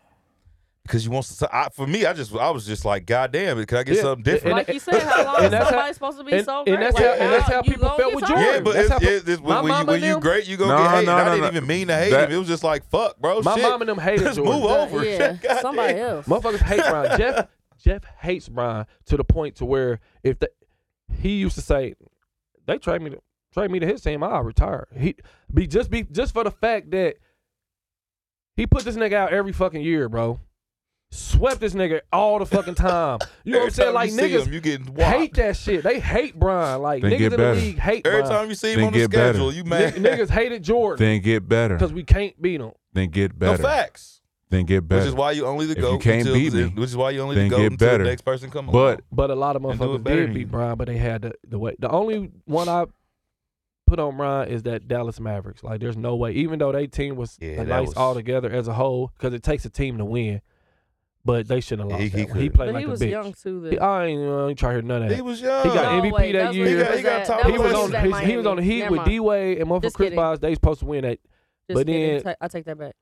S5: Because you want to. I, for me, I just I was just like, "God damn it! Can I get
S2: Yeah,
S5: something different?"
S2: and-
S4: like you said, how long
S2: and
S4: is
S2: that's how-
S4: somebody supposed to be
S2: and-
S4: so
S2: and
S4: great?
S2: that's
S4: Like,
S2: how- and that's how
S4: you
S2: people
S4: gonna
S2: felt
S4: get
S2: with
S4: tired?
S5: yeah,
S2: Jordan.
S5: but
S2: That's
S5: it's,
S2: how-
S5: it's, it's,
S2: my
S5: when, when you
S2: mama
S5: when
S2: and
S5: you
S2: them-
S5: great, you gonna
S3: No,
S5: get hated.
S3: no,
S5: I
S3: no,
S5: didn't
S3: no.
S5: even mean to hate
S3: That-
S5: him. It was just like, "Fuck, bro,
S2: My
S5: shit."
S2: mom and them hated
S5: Just
S2: Jordan.
S5: move over.
S4: Yeah,
S5: God
S4: somebody
S5: damn.
S4: else.
S2: Motherfuckers hate Brian. Jeff Jeff hates Brian to the point to where if the, he used to say, they trade me to trade me to his team, I'll retire. He be just be just for the fact that he put this nigga out every fucking year, bro. Swept this nigga all the fucking time. You know what I'm
S5: Every
S2: saying?
S5: time
S2: Like
S5: you see
S2: niggas
S5: him, you getting
S2: hate
S5: whopped.
S2: that shit. They hate Brian. Like
S3: Then
S2: niggas
S3: get
S2: in the
S3: better.
S2: league hate
S5: Every
S2: Brian.
S5: time you see
S3: They
S5: him on the
S3: get better.
S5: schedule, you
S2: Ni-
S5: mad.
S2: niggas hated Jordan
S3: Then get better.
S2: because we can't beat him.
S3: Then get
S5: No
S3: better.
S5: facts.
S3: Then get better.
S5: Which is why you only the
S3: If you
S5: goat.
S3: can't
S5: until
S3: beat
S5: the-
S3: me,
S5: which is why you only
S3: then
S5: the goat
S3: get
S5: until
S3: better.
S5: the next person come
S3: but
S5: along.
S2: But a lot of
S5: And do it
S2: motherfuckers
S5: better
S2: did
S5: than you.
S2: beat Brian, but they had the, the way. The only one I put on Brian is that Dallas Mavericks. Like, there's no way, even though they team was
S5: Yeah,
S2: a
S5: that
S2: nice
S5: was-
S2: all together as a whole, because it takes a team to win. But they shouldn't have
S5: He-
S2: lost.
S5: he
S2: that one. he
S5: could've.
S2: played
S4: but
S2: like
S4: he
S2: a
S4: was
S2: bitch.
S4: young too. Then.
S2: He- I ain't, I ain't trying to hear none of that.
S5: he was young.
S2: He got
S4: no,
S2: MVP
S4: wait,
S2: that
S4: that's when
S2: year.
S4: was
S5: He got- he
S4: at-
S5: got
S4: that
S5: top
S2: he
S5: was
S2: was
S5: when
S2: on.
S5: he was at
S2: He, he was on the
S4: Miami.
S2: Heat
S4: Never
S2: with
S4: mind.
S2: D Wade and motherfucker
S4: Just
S2: Chris
S4: kidding.
S2: Bosh. They supposed to win that.
S4: Just
S2: but
S4: kidding.
S2: then-
S4: Ta- I take that back.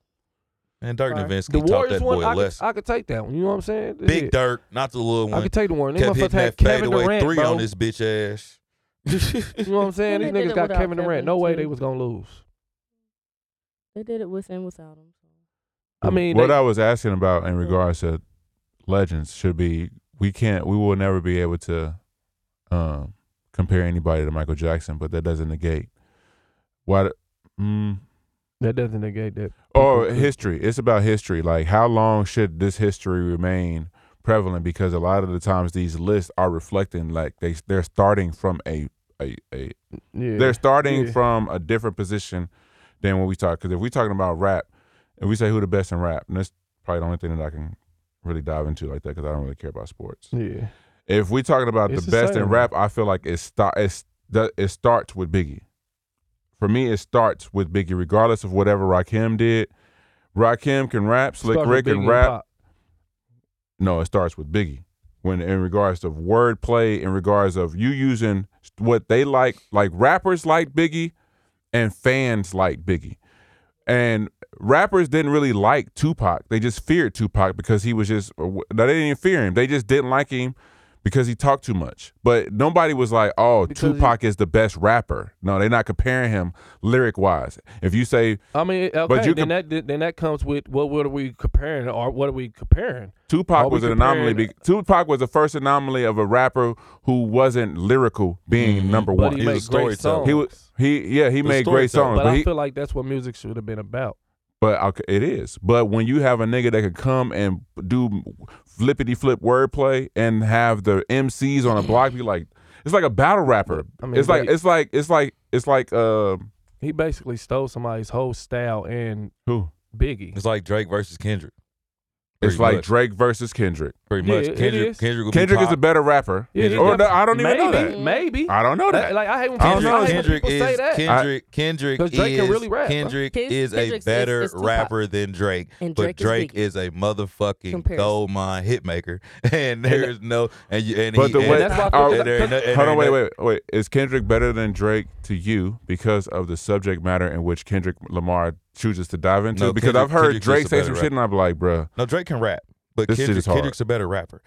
S5: And Dirk
S4: Sorry.
S5: Nowitzki
S2: The
S5: taught
S2: Warriors
S5: that
S2: one,
S5: boy a
S2: I could,
S5: lesson.
S2: I could take that one. You know what I'm saying?
S5: Big
S2: Shit.
S5: Dirk, not the little
S2: I
S5: one.
S2: could take the one. They
S5: Kept
S2: motherfuckers
S5: hitting
S2: had
S5: that
S2: Kevin
S5: fadeaway
S2: Durant,
S5: three
S2: bro.
S5: on his bitch ass.
S2: You know what I'm saying? These
S4: They did
S2: niggas
S4: it
S2: got
S4: without
S2: Kevin Durant.
S4: Kevin,
S2: No way
S4: too.
S2: they was gonna lose.
S4: They did it with and without him.
S2: I mean,
S3: what
S2: they-
S3: I was asking about in regards to legends should be we can't we will never be able to um, compare anybody to Michael Jackson, but that doesn't negate what mm,
S2: that doesn't negate that.
S3: or
S2: People-
S3: Oh, history. It's about history. Like how long should this history remain prevalent? Because a lot of the times these lists are reflecting like they they're starting from a a, a
S2: Yeah.
S3: they're starting
S2: Yeah.
S3: from a different position than when we talk. Because if we're talking about rap, and we say who the best in rap, and that's probably the only thing that I can really dive into like that because I don't really care about sports.
S2: yeah.
S3: If we're talking about
S2: It's
S3: the
S2: the
S3: best in
S2: same.
S3: rap, I feel like it start it's, the, it starts with Biggie. For me, it starts with Biggie, regardless of whatever Rakim did. Rakim can rap, Slick
S2: Start with
S3: Rick
S2: Biggie
S3: can rap.
S2: Pop.
S3: No, it starts with Biggie. When in regards to wordplay, in regards of you using what they like, like rappers like Biggie, and fans like Biggie, and rappers didn't really like Tupac. They just feared Tupac because he was just. No, they didn't even fear him. They just didn't like him because he talked too much. But nobody was like, "Oh,
S2: Because he-
S3: Tupac is the best rapper." No, they're not comparing him lyric wise. If you say
S2: I mean, okay. But
S3: you
S2: then
S3: comp-
S2: that then that comes with what? What are we comparing? Or what are we comparing?
S3: Tupac
S2: Are we
S3: was an anomaly. Be-
S2: comparing-
S3: Tupac was the first anomaly of a rapper who wasn't lyrical, being number
S2: Mm-hmm. But
S3: one.
S2: he made
S5: He's a
S2: great
S5: storyteller.
S2: songs.
S3: He was he yeah he made great
S5: storyteller.
S3: songs,
S2: but
S3: but,
S2: I
S3: he,
S2: feel like that's what music should have been about.
S3: but I c- it is. But when you have a nigga that can come and do flippity flip wordplay and have the MCs on a block be like, it's like a battle rapper.
S2: I mean,
S3: it's like
S2: but-
S3: it's like it's like it's like uh,
S2: He basically stole somebody's whole style and
S3: who?
S2: Biggie.
S5: It's like Drake versus Kendrick.
S3: It's
S5: Pretty
S3: like
S5: much.
S3: Drake versus Kendrick.
S5: pretty
S2: Yeah,
S5: much.
S2: it
S5: Kendrick,
S2: is.
S5: Kendrick, would
S3: Kendrick
S5: be
S3: is a
S5: pop.
S3: better rapper.
S2: Yeah,
S5: he
S3: or no,
S2: definitely-
S3: I don't even know
S2: Maybe,
S3: that.
S2: Maybe.
S3: I don't know
S2: Like,
S3: that.
S2: like, I hate when
S3: I don't
S2: people,
S5: Kendrick,
S2: I
S3: know.
S2: hate when
S5: Kendrick
S2: people say
S5: is
S2: that.
S5: Kendrick. Kendrick
S2: 'Cause Drake
S5: is
S2: can really rap, bro.
S5: Kendrick
S4: Kids-
S5: is a
S4: Kendrick's-
S5: better
S4: it's- it's Tupac.
S5: rapper than Drake,
S4: And
S5: but
S4: Drake is
S5: Drake
S4: Biggie.
S5: is, a motherfucking
S4: Comparison.
S5: gold mine hit maker, and there's no and you and
S3: But
S5: he,
S3: the
S5: and,
S3: way-
S2: that's why I
S3: are-
S2: feel
S5: and there ain't no- and
S3: Hold on,
S5: there
S3: wait,
S5: ain't no-
S3: wait, wait. Is Kendrick better than Drake to you because of the subject matter in which Kendrick Lamar chooses to dive into?
S5: No,
S3: because
S5: Kendrick-
S3: I've heard
S5: Kendrick's
S3: Drake
S5: just a
S3: say
S5: better
S3: some shit, and I'm like, bruh,
S5: No, Drake can rap, but
S3: This shit
S5: Kendrick,
S3: is hard.
S5: Kendrick's a better rapper.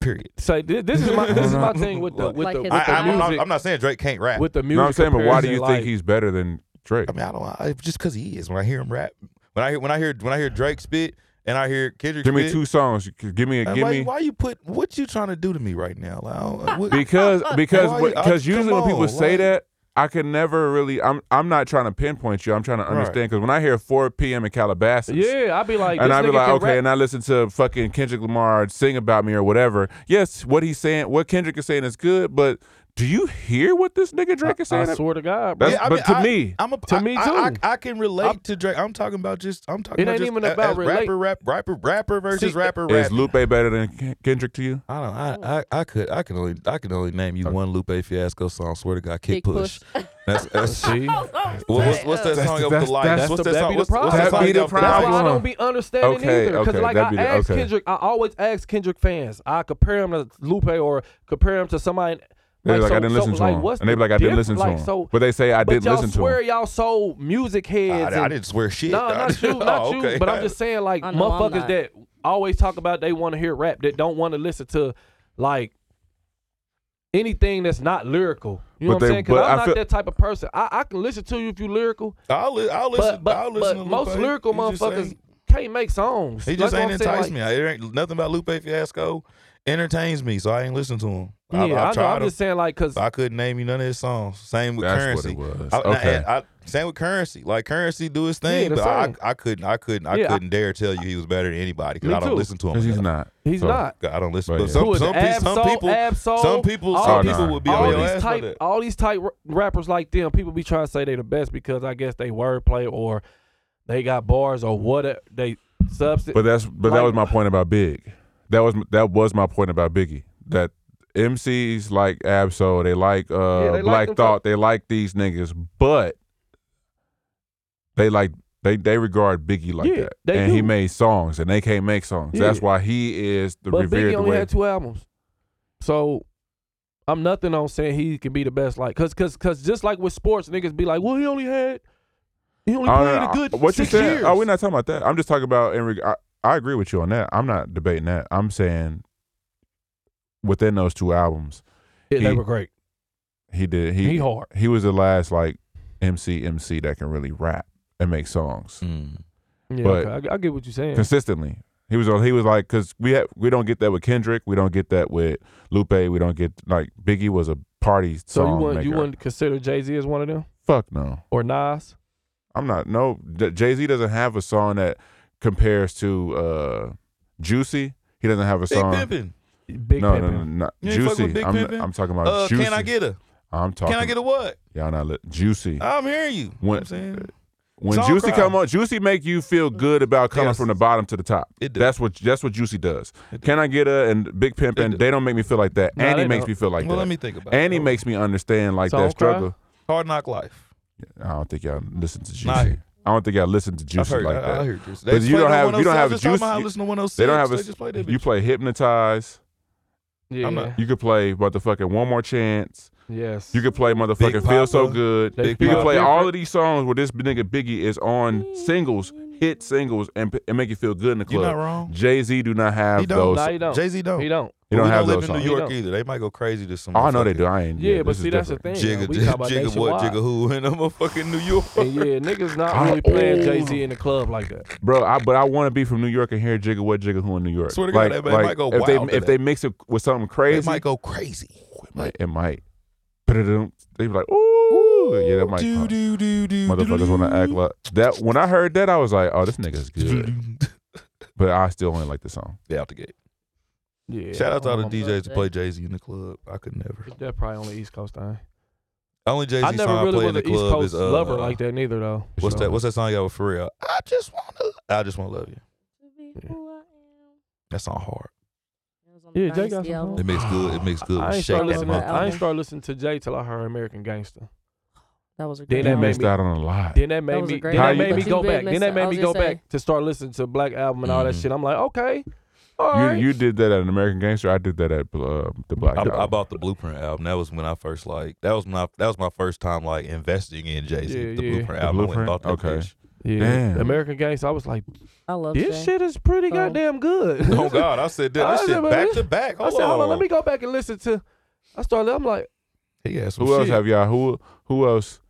S5: Period.
S2: So thi- this is my this is my thing with the with
S4: Like
S2: the, with
S4: his
S2: the
S5: I, I'm, not,
S2: music
S5: I'm not saying Drake can't rap.
S2: with the
S3: You
S2: music.
S3: know what I'm saying? But why do
S2: comparison,
S3: you
S2: like,
S3: think he's better than Drake?
S5: I mean, I don't I, just because he is. When I hear him rap, when I hear when I hear when I hear Drake spit, and I hear Kendrick.
S3: give me
S5: spit,
S3: two songs. Give me a
S5: like,
S3: give
S5: why,
S3: me
S5: why you put what you trying to do to me right now? Like, I don't- what-
S3: because
S5: Why
S3: because
S5: you- I-
S3: because usually
S5: come
S3: when people
S5: on,
S3: say
S5: like-
S3: that. I can never really. I'm. I'm not trying to pinpoint you. I'm trying to
S5: Right.
S3: understand because when I hear 4 p.m. in Calabasas,
S2: yeah, I'd be like,
S3: and
S2: this
S3: I'd be
S2: nigga
S3: like,
S2: can
S3: okay,
S2: rap.
S3: and I listen to fucking Kendrick Lamar sing about me or whatever. Yes, what he's saying, what Kendrick is saying is good, but do you hear what this nigga Drake is saying?
S2: I swear to God, bro.
S3: That's-
S5: I
S3: but to
S5: I-
S3: me-
S5: I'm a,
S2: To
S5: I-
S2: me
S5: I-
S2: too.
S5: I, I can relate to Drake. I'm talking about just. I'm talking.
S2: It
S5: about
S2: ain't
S5: just
S2: even
S5: a-
S2: about
S5: as
S2: relate.
S5: rapper, rap, rapper, rapper versus
S2: See,
S5: rapper,
S3: Is
S5: rap.
S3: Lupe better than Ken- Kendrick to you?
S5: I don't. I, I I could. I can only. I can only name you one Lupe Fiasco song. Swear to God, kick,
S4: Big push.
S5: That's, that's
S2: See,
S5: What- what's, what's that
S3: That's-
S5: song up
S3: that's-
S5: the lights?
S3: that's
S5: What's
S2: the-
S5: that
S2: that
S5: song?
S2: be
S5: What's
S2: the
S5: what's
S3: problem.
S5: that
S3: That
S5: song
S3: be the
S5: y'all played?
S2: that's
S3: problem.
S2: why I
S3: one.
S2: don't be understanding
S3: Okay,
S2: either. Because
S3: okay,
S2: like
S3: that'd
S2: I
S3: be the-
S2: ask
S3: okay.
S2: Kendrick, I always ask Kendrick fans. I compare him to Lupe or compare him to somebody.
S3: They're like,
S2: so-
S3: I didn't
S2: so,
S3: listen to
S2: like,
S3: him,
S2: what's
S3: and they
S2: the
S3: be like, I didn't listen to
S2: difference?
S3: him.
S2: Like, so,
S3: but they say I
S2: but
S3: didn't
S2: y'all
S3: listen to
S2: swear
S3: him.
S2: y'all so music heads.
S5: I, I
S2: and-
S5: didn't swear shit.
S2: No, not you, not
S5: Oh, okay.
S2: you. But I'm just saying, like
S4: I know I'm
S2: motherfuckers
S4: not.
S2: that always talk about they want to hear rap that don't want to listen to like anything that's not lyrical. You know what
S3: But they-
S2: I'm saying? Because
S3: but
S2: I'm
S3: I
S2: not
S3: feel-
S2: that type of person. I, I can listen to you if you lyrical,
S5: I'll, li- I'll listen.
S2: but but,
S5: I'll listen
S2: but
S5: to
S2: most
S5: Lupe.
S2: lyrical
S5: He just
S2: motherfuckers
S5: ain't-
S2: can't make songs.
S5: He
S2: That's
S5: just
S2: what
S5: ain't
S2: I'm saying,
S5: enticed
S2: like-
S5: me. I- It ain't nothing about Lupe Fiasco entertains me, so I ain't listen to him.
S2: Yeah,
S5: I,
S2: I,
S5: I've
S2: know.
S5: tried
S2: I'm
S5: him.
S2: just saying, like, cause
S5: I couldn't name you none of his songs. Same with
S3: That's what
S5: currency.
S3: it was.
S5: I- and I-
S3: Okay.
S5: and I, same with currency. Like currency do his thing,
S2: Yeah, the
S5: but I,
S2: same.
S5: I couldn't I couldn't I
S2: Yeah, I-
S5: couldn't dare tell you he was better than anybody because
S2: Me
S5: I don't
S2: too.
S5: listen to him.
S3: Because he's not.
S2: he's
S3: So-
S2: not.
S5: I don't listen.
S3: But
S5: But
S3: yeah.
S5: some,
S2: Who is
S5: some,
S2: it?
S5: pe- some
S2: Absol-
S5: people,
S2: Absol?
S5: some people,
S2: All
S5: some
S3: Oh, these-
S5: people would be
S2: all
S5: on your
S2: these
S5: ass for
S2: type,
S5: that.
S2: all these type ra- rappers like them, people be trying to say they the best because I guess they wordplay or they got bars or what uh, they substance.
S3: But that's but that
S2: Like-
S3: was my point about Big. That was that was my point about Biggie. That MCs like Absol, they like uh
S2: Yeah, they like
S3: Black
S2: them
S3: Thought, they like these niggas, but they like they they regard Biggie like
S2: Yeah,
S3: that.
S2: they
S3: and he
S2: do.
S3: made songs and they can't make songs. That's
S2: Yeah.
S3: why he is the
S2: but
S3: revered
S2: Biggie
S3: the
S2: only
S3: way.
S2: had two albums, so I'm nothing on saying he can be the best. Like, cause, cause, cause, just like with sports, niggas be like, well, he only had, he only
S3: I
S2: played
S3: don't
S2: a
S3: know,
S2: good
S3: Oh, what
S2: six
S3: you said?
S2: years.
S3: Oh, we're not talking about that. I'm just talking about in reg- I, I agree with you on that. I'm not debating that. I'm saying within those two albums,
S2: Yeah, they
S3: he-
S2: were great.
S3: He did. He
S2: He hard.
S3: he was the last like MC MC that can really rap and make songs
S5: Mm.
S2: Yeah,
S3: But-
S2: okay. I, I get what you're saying.
S3: consistently. He was he was like because we have, we don't get that with Kendrick, we don't get that with Lupe, we don't get like Biggie was a party
S2: So you
S3: song
S2: wouldn't you
S3: maker.
S2: wouldn't consider Jay Z as one of them
S3: Fuck no,
S2: or Nas?
S3: I'm not. No, Jay Z doesn't have a song that compares to uh Juicy. He doesn't have a
S5: Big
S3: song.
S5: pimpin'.
S2: Big
S3: no, no,
S2: Pimpin'.
S3: no, no,
S5: You ain't fuck with
S3: Juicy.
S5: Big
S3: I'm,
S5: Pimpin'?
S3: I'm talking about
S5: Uh,
S3: Juicy.
S5: can I get a?
S3: I'm talking.
S5: Can I get a what?
S3: Y'all not li- Juicy.
S5: I'm hearing you. you know what
S3: When-
S5: I'm saying
S3: when
S5: Song
S3: Juicy
S5: Cry.
S3: come on, Juicy make you feel good about coming
S5: Yes.
S3: from the bottom to the top.
S5: It do.
S3: That's what that's what Juicy does.
S5: It do.
S3: Can I get a and Big Pimp and
S5: do.
S3: they don't make me feel like that.
S2: No,
S3: Andy
S2: they
S3: makes
S2: don't.
S3: me feel like
S5: well,
S3: that.
S5: let me Oh. think about
S3: Andy
S5: it.
S3: makes me understand like
S2: Song
S3: that
S2: Cry?
S3: struggle.
S5: Hard Knock Life.
S3: I don't think y'all listen to Juicy.
S5: Nah, I hear-
S3: I don't think y'all listen to
S5: I've
S3: Juicy
S5: heard,
S3: like
S5: I,
S3: that.
S5: I heard this. They
S3: But
S5: just
S3: you
S5: played
S3: don't
S5: on
S3: have- you don't
S5: 106.
S3: have
S5: Just talking
S3: juice.
S5: about how I
S3: You-
S5: listen to 106.
S3: they don't have a-
S5: They just played that
S3: you
S5: bitch.
S3: play hypnotize.
S2: Yeah.
S5: I'm not-
S3: You could play motherfucking one more chance.
S2: yes.
S3: You could play motherfucking feel so
S5: Papa.
S3: good.
S2: They
S5: Big
S3: You
S5: Pop
S3: can play
S2: different.
S3: all of these songs where this nigga Biggie is on singles, hit singles, and, and make you feel good in the
S5: You're not
S3: club.
S5: wrong.
S3: Jay Z do not have
S5: He don't.
S3: those.
S2: Nah, you don't.
S5: Jay Z don't.
S2: He don't.
S3: He
S5: But
S3: don't
S5: we
S3: have
S5: don't live
S3: those
S5: in New
S3: songs.
S2: He
S5: York
S2: don't.
S5: either. They might go crazy to some.
S3: Oh, I know they
S5: motherfucking
S3: do. I ain't.
S2: Yeah, but
S3: this is
S2: see, that's the
S3: different.
S2: thing.
S5: Jigga,
S2: we talk about
S5: jigga what? Jigga
S2: nationwide.
S5: who in a motherfucking New York?
S2: And yeah, niggas not
S3: I-
S2: really playing
S3: oh.
S2: Jay Z in the club like that.
S3: bro. I, but I want to be from New York and hear Jigga what Jigga who in New York.
S5: Swear to God,
S3: Like-
S5: they might-
S3: like,
S5: might go
S3: if they
S5: wild to
S3: if
S5: that.
S3: they mix it with something
S5: They
S3: crazy,
S5: might go crazy.
S3: it might. It might. Ba-da-dum. They be like, ooh, yeah, that might.
S5: Do,
S3: come.
S5: do, do, do,
S3: Motherfuckers want to act like that. When I heard that, I was like, oh, this nigga's good. But I still only like the song.
S5: They out the gate.
S2: Yeah.
S5: Shout out to all the
S2: Um,
S5: DJs that play Jay Z in the club. I could never.
S2: That probably only East Coast thing.
S5: Only Jay Z
S2: I
S5: song
S2: never
S5: I play
S2: really
S5: in
S2: was
S5: the
S2: an East
S5: club
S2: Coast
S5: is uh,
S2: lover like that neither though.
S5: What's
S2: So-
S5: that? What's that song you got with Pharrell? I just wanna, I just wanna love you. That song hard.
S2: Yeah, Jay got some
S5: It makes good. It makes good.
S2: I
S5: with
S2: ain't
S5: shake
S2: start
S5: that
S4: started
S2: listening.
S4: motherfucker.
S2: I
S5: mother.
S2: ain't start listening to Jay till I heard American Gangster.
S4: That was a
S2: Then
S4: great
S2: they
S3: You
S4: album.
S2: make
S3: missed
S2: me-
S3: out on a lot.
S2: Then that made
S4: was a
S2: me.
S4: great
S2: Then
S3: How
S2: that
S3: you-
S2: made me
S4: But
S2: go
S4: you
S2: back.
S4: did
S2: Then
S4: miss
S2: that
S4: it.
S2: made
S4: I
S2: me
S4: was
S2: go
S4: gonna say.
S2: back to start listening to Black Album and all that
S5: Mhm.
S2: shit. I'm like, okay, all
S3: You
S2: right.
S3: you did that at American Gangster. I did that at uh, the Black.
S5: I, I
S3: Album.
S5: bought the Blueprint album. That was when I first like. That was my. That was my first time like investing in Jay Z.
S2: Yeah,
S5: the
S2: yeah.
S5: Blueprint
S3: The
S5: album. I
S3: Blueprint?
S5: went and bought that
S3: Okay.
S5: bitch.
S2: yeah.
S3: Damn.
S2: American Gangster. I was like,
S4: I love
S2: this
S4: Jay.
S2: shit is pretty
S4: So-
S2: goddamn good.
S5: Oh God! I said that.
S2: I
S5: That
S2: said,
S5: shit
S2: man,
S5: back
S2: this-
S5: to back.
S2: I
S5: Hold
S2: said, hold on,
S5: on.
S2: let me go back and listen to. I started. I'm like,
S5: He had some
S3: Who else
S5: shit.
S3: have y'all? Who who else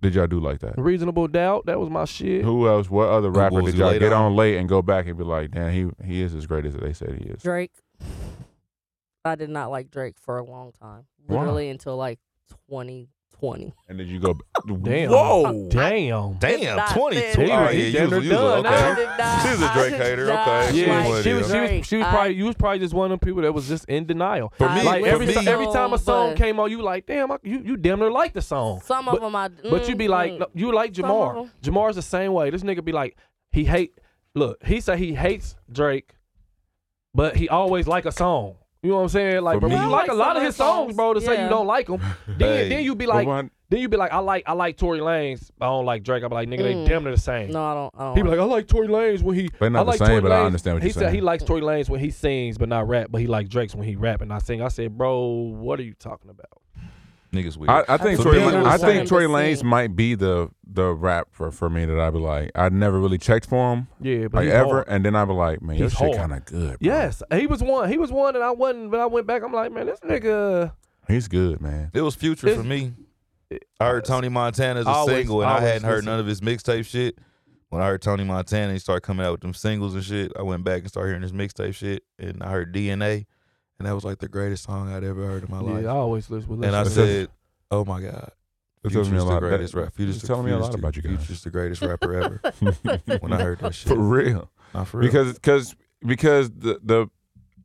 S3: did y'all do like that?
S2: Reasonable Doubt. That was my shit.
S3: Who else? What other
S5: Who
S3: rapper
S5: was
S3: did y'all
S5: late
S3: get
S5: on?
S3: on late and go back and be like, damn, he he is as great as they said he is.
S4: Drake. I did not like Drake for a long time.
S3: Why?
S4: Literally until like 2020.
S3: And did you go?
S2: Damn.
S5: Whoa!
S2: Damn.
S5: Damn,
S4: Not
S5: twenty
S4: fair.
S5: two. Oh,
S2: He was- he damn near done.
S4: I
S5: okay.
S4: did not-
S5: She's a
S4: I
S5: Drake
S4: did
S5: hater.
S4: not
S5: Okay, she
S4: like
S5: one
S2: Yeah,
S5: of
S2: she was,
S5: them.
S2: she was, she was
S4: I-
S2: probably you was probably just one of them people that was just in denial.
S5: For
S4: I
S5: me,
S2: Like
S5: for
S2: every
S5: me,
S2: ti- every time a
S4: but
S2: song came on, you like, damn, I, you you damn near like the song.
S4: Some
S2: but,
S4: of them I.
S2: But you be like,
S4: mm,
S2: no, you like
S4: Some of
S2: Jamar.
S4: 'em.
S2: Jamar's the same way. This nigga be like, he hate. Look, he say he hates Drake, but he always like a song. You know what I'm saying? Like,
S5: For
S2: bro,
S5: me-
S2: when you
S5: I
S2: like
S4: like
S2: a lot
S4: some
S2: of
S4: of
S2: his
S4: the
S2: songs,
S4: songs,
S2: bro, to say you
S4: yeah.
S2: don't like them, then
S5: Hey,
S2: then you be
S3: But
S2: like,
S3: one-
S2: then you be like, I like I like Tory Lanez. I don't like Drake. I be like, nigga,
S4: Mm.
S2: they damn near the same.
S4: No, I don't. I don't
S2: He be like, I like Tory Lanez when he.
S3: They not
S2: I
S3: the
S2: like
S3: same,
S2: Tory
S3: but I
S2: Lanez-
S3: understand what
S2: he
S3: you're
S2: said he
S3: saying.
S2: likes Tory Lanez when he sings, but not rap. But he like Drake's when he rap and not sing. I said, bro, what are you talking about?
S5: niggas weird.
S3: I, I think
S4: For
S3: Tory.
S4: me, it
S3: Lane-
S4: was
S3: I
S4: something
S3: think Tory
S4: to
S3: Lanez
S4: see.
S3: might be the the rapper for me that I'd be like, I never really checked for him
S2: Yeah, but
S3: like
S2: he's
S3: ever,
S2: hard.
S3: and then I'd be like, man, your
S2: He's hard.
S3: shit kind of good. bro.
S2: Yes, he was one. He was one, and I wasn't. But I went back. I'm like, man, this nigga.
S3: he's good, man.
S5: It was future for
S2: It's-
S5: me. I heard Tony Montana as a
S2: Always-
S5: single, and I
S2: always
S5: hadn't heard
S2: listen.
S5: none of his mixtape shit. When I heard Tony Montana, he started coming out with them singles and shit. I went back and started hearing his mixtape shit, and I heard DNA, and that was like the greatest song I'd ever heard in my life.
S2: Yeah, I always listen.
S5: and I
S3: That's-
S5: said, "Oh my god,
S3: It tells
S5: Future's
S3: me a
S5: the
S3: lot.
S5: greatest
S3: That,
S5: rap. Future's
S3: it's
S5: the-
S3: telling me a lot
S5: Future's the-
S3: about you guys.
S5: Future's the greatest rapper ever." when I heard that shit,
S3: for real.
S5: Nah, for real.
S3: because because because the the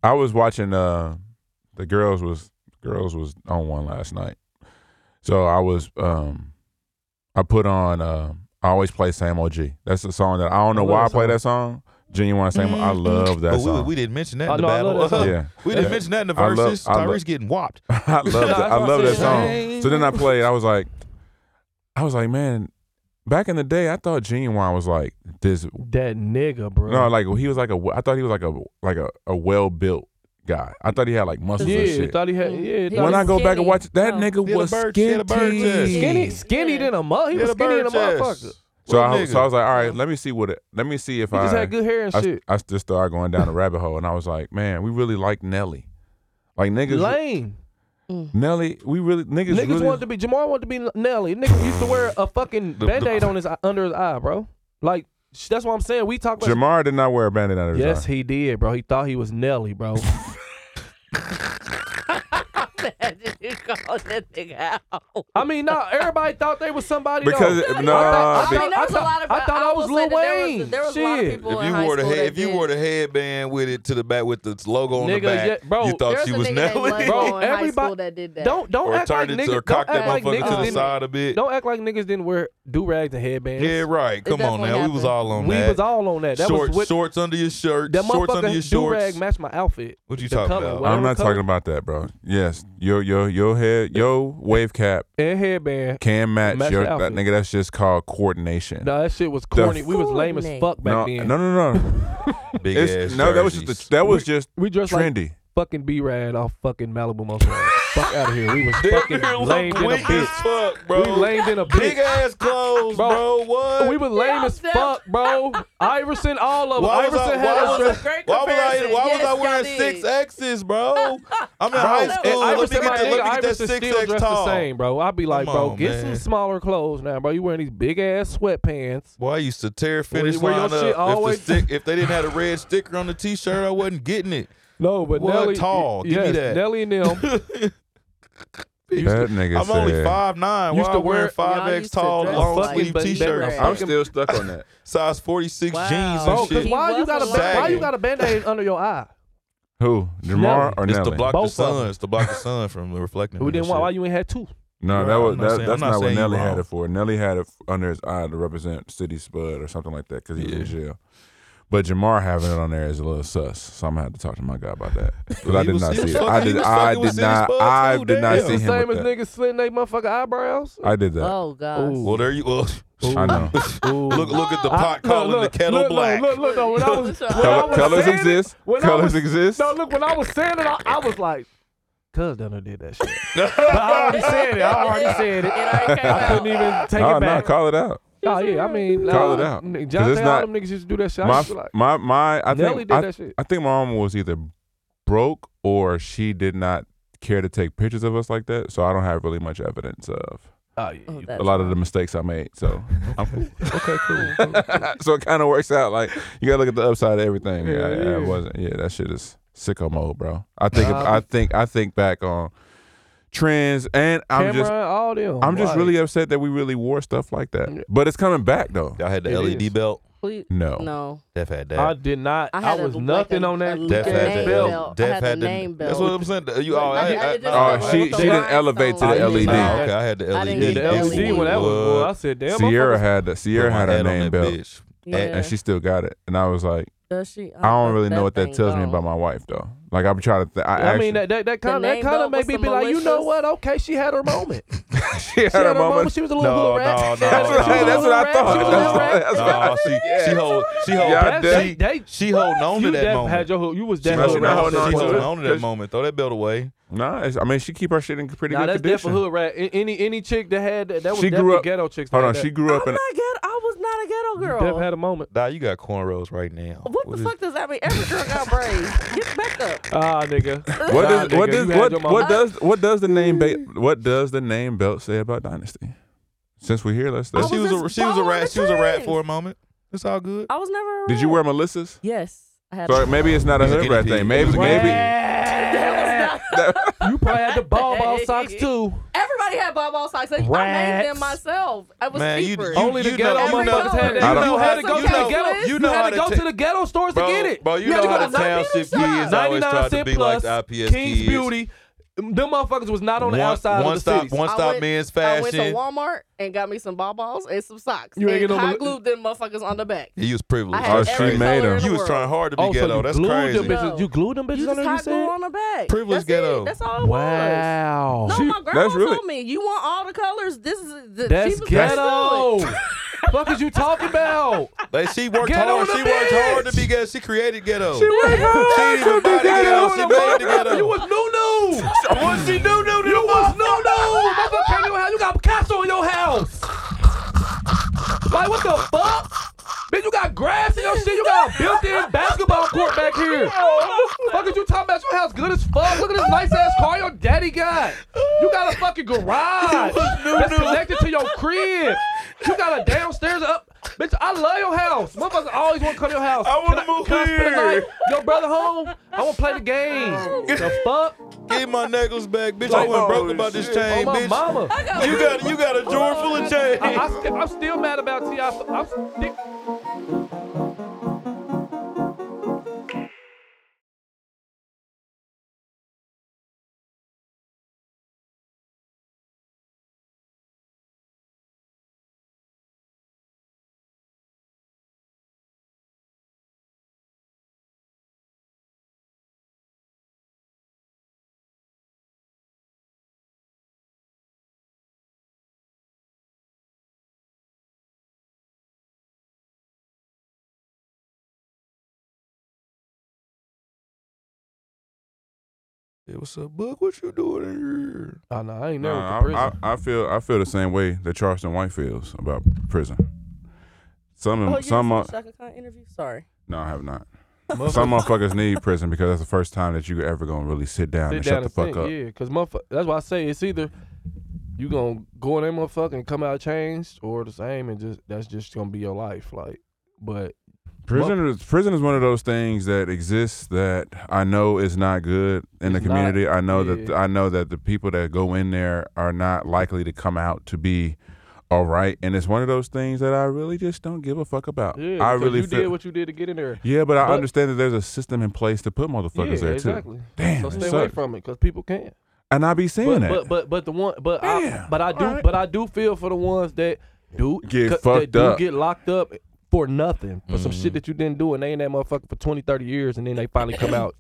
S3: I was watching uh the girls was girls was on one last night, so I was um I put on uh, I always play Sam OG. That's a song that I don't know
S2: I love
S3: why I
S2: that
S3: play
S2: song.
S3: that song. Genuine Sam, I love that
S5: but Oh, we,
S3: song.
S5: we didn't mention that
S2: I
S5: in
S2: know,
S5: the
S2: I
S5: battle.
S2: love that song.
S3: yeah,
S5: We didn't
S3: Yeah.
S5: mention that in the
S3: I love-
S5: verses.
S3: I
S5: Tyrese
S3: love-
S5: getting whopped.
S3: I love that. I love that song. So then I played. I was like, I was like, man, back in the day, I thought Genuine was like this
S2: that nigga, bro.
S3: No, like he was like a. I thought he was like a like a, a well built guy. I thought he had like muscles
S2: yeah,
S3: and shit.
S2: thought he had. Yeah,
S4: He
S2: thought
S3: When
S2: he
S3: I go back and
S4: skinny.
S3: watch that
S4: Oh.
S3: nigga
S5: He had a
S3: was
S5: bird- he had
S3: skinny.
S5: a bird chest.
S2: was skinny, skinny than a mug. He was skinny than a motherfucker.
S3: So
S5: Little
S3: I, so I
S5: nigga.
S3: was like, all right, let me see what it. Let me see if
S2: Oh. He
S3: I.
S2: just had good hair and
S3: I,
S2: shit.
S3: I just started going down the rabbit hole, and I was like, man, we really like Nelly. Like niggas,
S2: Lame.
S3: Nelly, we really niggas,
S2: Niggas
S3: really,
S2: wanted to be Jamar wanted to be Nelly. Nigga used to wear a fucking
S3: The- the-
S2: band-aid on his eye- under his eye, bro. Like sh- that's what I'm saying. We talk about
S3: Jamar did not wear a bandit out of his
S2: Yes,
S3: eye.
S2: he did, bro. He thought he was Nelly, bro.
S4: Did you call that nigga
S5: Uh,
S4: out?
S2: I mean, no, everybody thought they was somebody
S3: Because
S2: though.
S3: it-
S2: I
S3: no,
S2: thought-
S3: be-
S4: I mean, there was a
S2: thought-
S4: lot of.
S2: I thought I,
S4: will
S2: was
S4: say
S2: Lil
S4: that there was-
S2: Wayne.
S4: There was
S2: Shit.
S4: a lot of people
S5: If
S4: in
S5: you
S4: high
S5: wore the
S4: school
S5: head,
S4: that
S5: if you
S4: did.
S5: wore the headband with it to the back with the logo on
S2: Nigga,
S5: the back,
S2: yeah, bro,
S5: you thought
S2: there's
S5: she
S4: a
S5: was
S4: nigga that
S5: Nelly.
S4: was
S2: Bro,
S4: in high
S2: everybody-
S4: school that did that.
S2: Don't don't
S5: or
S2: act like
S5: turned it to or
S2: niggas don't
S5: cocked that
S2: act like
S5: motherfucker
S2: niggas
S5: to the
S2: didn't
S5: side a bit.
S2: don't act like niggas didn't wear do rags and headbands.
S5: Yeah, right. Come on now,
S4: definitely
S5: we was
S4: happened.
S5: all on
S2: we
S5: that.
S2: was all on that. That
S5: shorts,
S2: was what
S5: shorts under your shirt,
S2: that
S5: shorts under your
S2: motherfucking do
S5: shorts.
S2: rag matched my outfit.
S5: What you
S2: The
S5: talking
S2: color,
S5: about?
S2: whatever
S3: I'm not
S2: color.
S3: talking about that, bro. Yes, your your your head, your wave cap
S2: and headband.
S3: can match
S2: Match
S3: your
S2: the
S3: that
S2: outfit.
S3: nigga. That's just called coordination.
S2: No, that shit was corny. we was
S4: Cool
S2: lame as
S4: name.
S2: fuck back
S3: no,
S2: then.
S3: no, no, no.
S5: Big
S3: It's-
S5: ass
S3: no, that was just
S5: jerseys.
S3: a, that was just
S2: We dressed like
S3: trendy.
S2: fucking B Rad off fucking Malibu Mustang. fuck out of here. We was fucking
S5: That nigga
S2: lame in a
S5: look weak as
S2: bitch.
S5: fuck, bro.
S2: We lame in a
S5: Big
S2: bitch.
S5: ass clothes,
S2: Bro.
S5: bro. What?
S2: We was lame as fuck, bro. Iverson, all of them.
S5: why was,
S2: Iverson
S5: I,
S2: had
S5: why,
S2: us.
S5: was
S2: dressed-
S5: I,
S4: Great
S5: why was I?
S4: comparison.
S5: Why was I
S4: Yes,
S5: wearing
S4: y'all did.
S5: six X's, bro? I'm in high
S2: Bro,
S5: school.
S2: and
S5: Let me
S2: Iverson,
S5: get
S2: my
S5: that.
S2: nigga,
S5: Let me get that
S2: Iverson
S5: six
S2: still
S5: X
S2: dressed the
S5: tall.
S2: same, bro. I'd be like,
S5: Come
S2: bro,
S5: on,
S2: get
S5: man.
S2: some smaller clothes now, bro. You wearing these big ass sweatpants.
S5: Boy, I used to tear
S2: Where-
S5: finish
S2: where your
S5: line
S2: shit
S5: up. If,
S2: always-
S5: the stick, if they didn't have a red sticker on the T-shirt, I wasn't getting it.
S2: No, but
S5: What?
S2: Nelly
S5: Tall.
S2: y-
S5: Give me
S2: yes,
S5: that.
S2: Nelly and them used
S3: That nigga
S5: I'm only
S3: said-
S5: five nine. Why
S2: used
S5: am
S2: to
S5: I wearing
S2: wear-
S5: five
S4: Y'all
S5: X
S4: used to
S5: tall
S4: dress
S5: long
S4: like
S5: sleeve
S2: fucking
S5: T-shirts,
S2: band-aids.
S5: bro?
S3: I'm still stuck on that.
S5: size forty six
S4: Wow.
S5: jeans
S2: Bro,
S5: and
S2: because
S5: shit.
S4: He
S2: why you
S4: was
S2: got a
S4: alive.
S2: ba- why you
S5: Sagging.
S2: got a band-aid under your eye?
S3: Who? Jamar or
S5: It's
S3: Nelly?
S5: to block
S2: Both
S5: the
S2: of
S5: sun.
S2: them.
S5: It's to block the sun from reflecting.
S2: We
S5: on
S2: didn't
S5: that
S2: want. Why
S5: shit.
S2: you ain't had two?
S3: No, that
S5: Bro,
S3: was
S5: I'm not
S3: that, that's
S5: saying- I'm not
S3: not, what
S5: saying you
S3: Nelly had
S5: wrong.
S3: it for. Nelly had it under his eye to represent City Spud or something like that because he was in jail. But Jamar having it on there is a little sus, so I'm gonna have to talk to my guy about that. But I
S5: He
S3: did
S5: was-
S3: not
S5: he
S3: see
S5: was
S3: it.
S5: fucking-
S3: I
S5: he
S3: did.
S5: was
S3: I
S5: fucking with
S3: did
S5: City
S3: not.
S5: Spud,
S3: I
S5: too,
S3: did not
S5: damn.
S3: see
S2: the
S3: him
S2: same as Uh,
S3: with that.
S2: niggas slitting they motherfucking eyebrows.
S3: I did that.
S4: Oh gosh.
S2: Ooh.
S5: Well, there you. Well,
S3: I know.
S5: look, look at the
S2: I- look,
S5: pot calling
S2: look,
S5: the kettle
S2: look,
S5: black.
S2: Look, look, look, no, when I was, when I
S3: Color,
S2: was
S3: colors
S2: saying
S3: exist.
S2: It, when I
S3: Colors
S2: was,
S3: exist.
S2: No, look, when I was saying it, I, I was like, "Cuz Dunner did that shit." but I already said it. I already said it.
S4: already came
S2: I couldn't
S4: out.
S2: even take
S3: no,
S2: it
S3: no,
S2: back.
S3: call it out.
S2: No, yeah, I mean,
S3: Call
S2: nah,
S3: it out.
S2: n-
S3: 'Cause
S2: John
S3: it's
S2: Day, all
S3: not-
S2: them niggas used to do that shit. I
S3: My,
S2: used to be like,
S3: my, my. I
S2: Nelly
S3: think
S2: did
S3: I,
S2: that shit.
S3: I think my mom was either broke or she did not care to take pictures of us like that, so I don't have really much evidence of.
S2: Oh yeah,
S4: Oh,
S2: you-
S4: that's
S3: a lot of
S4: wild.
S3: the mistakes I made. So I'm cool. okay, cool. so it kind of works out. Like you gotta look at the upside of everything. Yeah,
S2: Yeah,
S3: I,
S2: yeah.
S3: I wasn't. Yeah, that shit is sicko mode, bro. I think.
S2: Nah,
S3: I think. I think back on trends, and I'm
S2: Cameron,
S3: just.
S2: all them.
S3: I'm just
S2: Like,
S3: really upset that we really wore stuff like that. But it's coming back though.
S5: Y'all had the
S2: It
S5: LED
S2: is.
S5: belt.
S4: Please-
S3: No.
S4: No.
S5: Def had that.
S2: I did not.
S4: I
S2: I,
S4: had a-
S2: was
S4: like
S2: nothing
S4: a-
S2: on that
S4: a
S2: weak
S5: Def
S4: Name
S5: had
S2: ass
S5: that
S4: belt.
S2: belt.
S4: I
S5: Def
S4: had the name
S5: That's
S4: belt.
S5: what I'm saying. You all.
S4: I
S5: I,
S4: did- I
S5: I,
S4: did
S5: I,
S4: just
S3: Oh,
S4: like
S3: she-
S4: with the
S3: she didn't
S4: rhinestones.
S3: elevate to the E
S2: I didn't
S3: LED.
S5: Oh,
S2: have
S5: okay, I had the
S4: I
S5: LED.
S4: didn't
S2: Yeah,
S4: get
S2: the
S4: Nelly
S2: LED one. That was.
S5: What?
S2: well, I said, "Damn,
S3: Sierra
S2: motherfuckers-
S3: had the,
S5: Put
S3: Sierra
S5: my
S3: had
S5: hat
S3: her
S5: on
S3: name
S5: that
S3: belt,
S5: bitch.
S4: Yeah.
S3: and she still got it. And I was like,
S4: Does she?
S3: I don't really know
S4: that
S3: what that
S4: thing
S3: tells me
S4: gone.
S3: about my wife, though. Like I'm trying to. Th- I,
S2: I
S3: actually,
S2: mean, that that that kind of that
S4: name
S2: kind of
S4: belt
S2: made
S4: was
S2: me
S4: some
S2: be like, you know
S4: malicious-
S2: what? Okay, she had her moment.
S3: she had
S2: She
S3: her moment.
S2: She was a little
S5: No, no,
S2: hood rat.
S5: no.
S3: That's what, I-
S2: She was
S3: that's
S2: a
S3: what I
S2: little
S3: thought.
S2: rat. She was a
S3: That's
S2: little
S3: what-
S2: rat.
S3: that's what I-
S5: Nah, she she hold she hold
S3: Y'all
S2: That's-
S3: dead.
S5: she,
S2: they- they-
S5: she hold on
S2: you
S5: to that
S2: def
S5: moment.
S2: Had your hood. You was
S5: she
S2: def
S3: Nah, she
S2: hood
S3: not
S2: rat.
S3: holding on
S5: she
S3: to
S5: holding
S3: it.
S5: on to
S3: Cause-
S5: that moment. Throw that belt away.
S3: Nah, it's- I mean, she keep her shit in pretty
S2: Nah,
S3: good
S2: that's def a
S3: condition.
S2: hood rat. A- Any any chick that had that, that was
S3: She
S2: def
S3: grew
S2: the
S3: up-
S2: ghetto chicks. that
S3: Hold on,
S2: had
S3: she
S2: that.
S3: grew up
S4: I'm
S3: in.
S4: not ghetto. I was not a ghetto
S2: def
S4: girl.
S2: had a moment.
S5: Nah, you got cornrows right now.
S4: What the
S5: is-
S4: fuck does that mean? Every girl got braids. Get back up.
S2: Ah, nigga.
S3: What
S2: Nah,
S3: does what
S2: nigga,
S3: does
S2: you had your
S3: what,
S2: moment.
S3: what does what does the name ba- what does the name belt say about dynasty? Since we're here, let's.
S4: I
S3: let's
S5: She
S4: was
S5: was a
S4: just
S5: she was a
S4: balling
S5: rat.
S4: the
S5: She was a rat
S4: trends.
S5: for a moment. It's all good.
S4: I was never. a
S3: did you
S4: rat.
S3: wear Melissa's?
S4: Yes. I had.
S3: Sorry, maybe it's not a
S5: He's a
S3: hood
S5: guinea
S3: rat
S5: pig.
S3: thing. Maybe
S5: He's a
S3: maybe.
S5: guinea
S2: You probably had the ball ball socks too.
S4: Everybody had ball ball socks. I made
S2: Rats.
S4: them myself. I was
S5: Man, you-
S4: cheaper.
S5: you-
S2: Only the ghetto
S5: know- you know-
S2: motherfuckers had
S3: I
S2: that. You
S3: don't-
S2: know had to go to
S5: you
S2: the
S5: know-
S2: ghetto.
S5: you
S2: You
S5: know
S2: had
S5: how
S2: to
S5: to
S2: go
S5: ta-
S2: to the ghetto stores to
S5: bro,
S2: get it.
S5: Bro, you
S2: had
S5: know
S2: to go
S5: how
S2: to
S5: the township kids always
S2: 99
S5: tried to
S2: Cent
S5: be like
S2: Plus,
S5: the IPS
S2: King's
S5: kids.
S2: Beauty. Them motherfuckers was not on the
S5: One-
S2: outside
S5: one
S2: of the
S5: stop,
S2: cities.
S5: one
S4: I
S5: stop
S4: went-
S5: men's
S4: I went to
S5: fashion.
S4: Walmart and got me some ball balls and some socks.
S2: You ain't
S4: and
S2: get no
S4: high
S2: mal-
S4: glued them motherfuckers on the back.
S5: He was
S4: I
S5: privileged.
S4: had
S3: Oh,
S5: That's
S3: she
S4: every
S3: made
S4: color
S3: him.
S4: in the
S5: You was
S4: world.
S5: trying hard to be
S2: Oh, so
S5: ghetto.
S2: you
S5: That's
S2: glued
S5: crazy.
S2: them bitches.
S4: No.
S2: You glued them
S4: You
S2: bitches
S4: just
S2: under your
S4: hot glue
S2: seat.
S4: on the back.
S5: Privileged
S4: That's
S5: ghetto.
S4: It. That's all it was.
S2: Wow.
S4: No,
S3: She-
S4: my grandma
S3: that's really-
S4: told me you want all the colors. This is the
S2: That's
S4: she was like,
S2: ghetto.
S4: "Do it."
S2: fuck is you talking about?
S5: Like she worked
S2: Ghetto
S5: hard.
S2: in
S5: She
S2: the
S5: worked
S2: bitch.
S5: hard to be ghetto. She created ghetto.
S3: She worked hard
S5: She didn't even
S3: to be
S5: buy the
S3: ghetto.
S5: ghetto.
S3: She
S5: She made the
S2: You
S5: ghetto.
S2: was new new. was she new new? You was new new. Motherfucker came to your house. You got Picasso in your house. Like what the fuck? Bitch, you got grass in your shit. You got a built-in basketball court back here. Fuck is you talking about? Your house good as fuck. Look at this nice ass car your daddy got. fucking garage that's connected to your crib. You got a downstairs up. Bitch, I love your house. Motherfuckers always want to come to your house.
S3: I wanna
S2: Can
S3: move
S2: can I spend the
S3: here.
S2: night? Your brother home? I want to play the game. the fuck?
S5: Give my knuckles back, bitch. I
S3: Oh,
S5: went broke about this
S3: shit.
S2: Oh,
S5: chain,
S2: my
S5: bitch.
S2: mama.
S5: You got you got a drawer full of change.
S2: I, I st- I'm still mad about T.I. f- I'm sti-
S5: Yeah, what's up, Buck? What you doing in here?
S2: Oh, no, I ain't never
S3: Nah,
S2: went to
S3: I,
S2: prison.
S3: I- I feel I feel the same way that Charleston White feels about prison. Some
S4: Oh, you
S3: some
S4: some
S3: uh,
S4: Shaka Khan interview. Sorry.
S3: no, I have not. Some motherfuckers need prison because that's the first time that you ever gonna really sit down
S2: sit
S3: and
S2: down
S3: shut the
S2: and
S3: fuck
S2: think,
S3: up.
S2: Yeah, because motherfucker, that's why I say it's either you gonna go in that motherfucker and come out changed, or the same and just that's just gonna be your life. Like, but
S3: Prison is prison is one of those things that exists that I know is not good in the
S2: It's
S3: community. I know that
S2: yeah.
S3: I know that the people that go in there are not likely to come out to be all right, and it's one of those things that I really just don't give a fuck about.
S2: yeah,
S3: I
S2: because
S3: really
S2: you
S3: feel.
S2: did what you did to get in there.
S3: yeah, but I
S2: but-
S3: understand that there's a system in place to put motherfuckers
S2: yeah,
S3: there too.
S2: exactly.
S3: Damn,
S2: so
S3: it
S2: stay away
S3: sucks.
S2: from it because people can.
S3: and I be seeing
S2: But,
S3: that.
S2: but but but the one, but I
S3: Damn,
S2: but I do
S3: alright.
S2: but I do feel for the ones that do
S3: Get
S2: that
S3: fucked
S2: do
S3: up. Mm-hmm.
S2: get locked up for nothing for some shit that you didn't do, and they in that motherfucker for 20, 30 years, and then they finally come out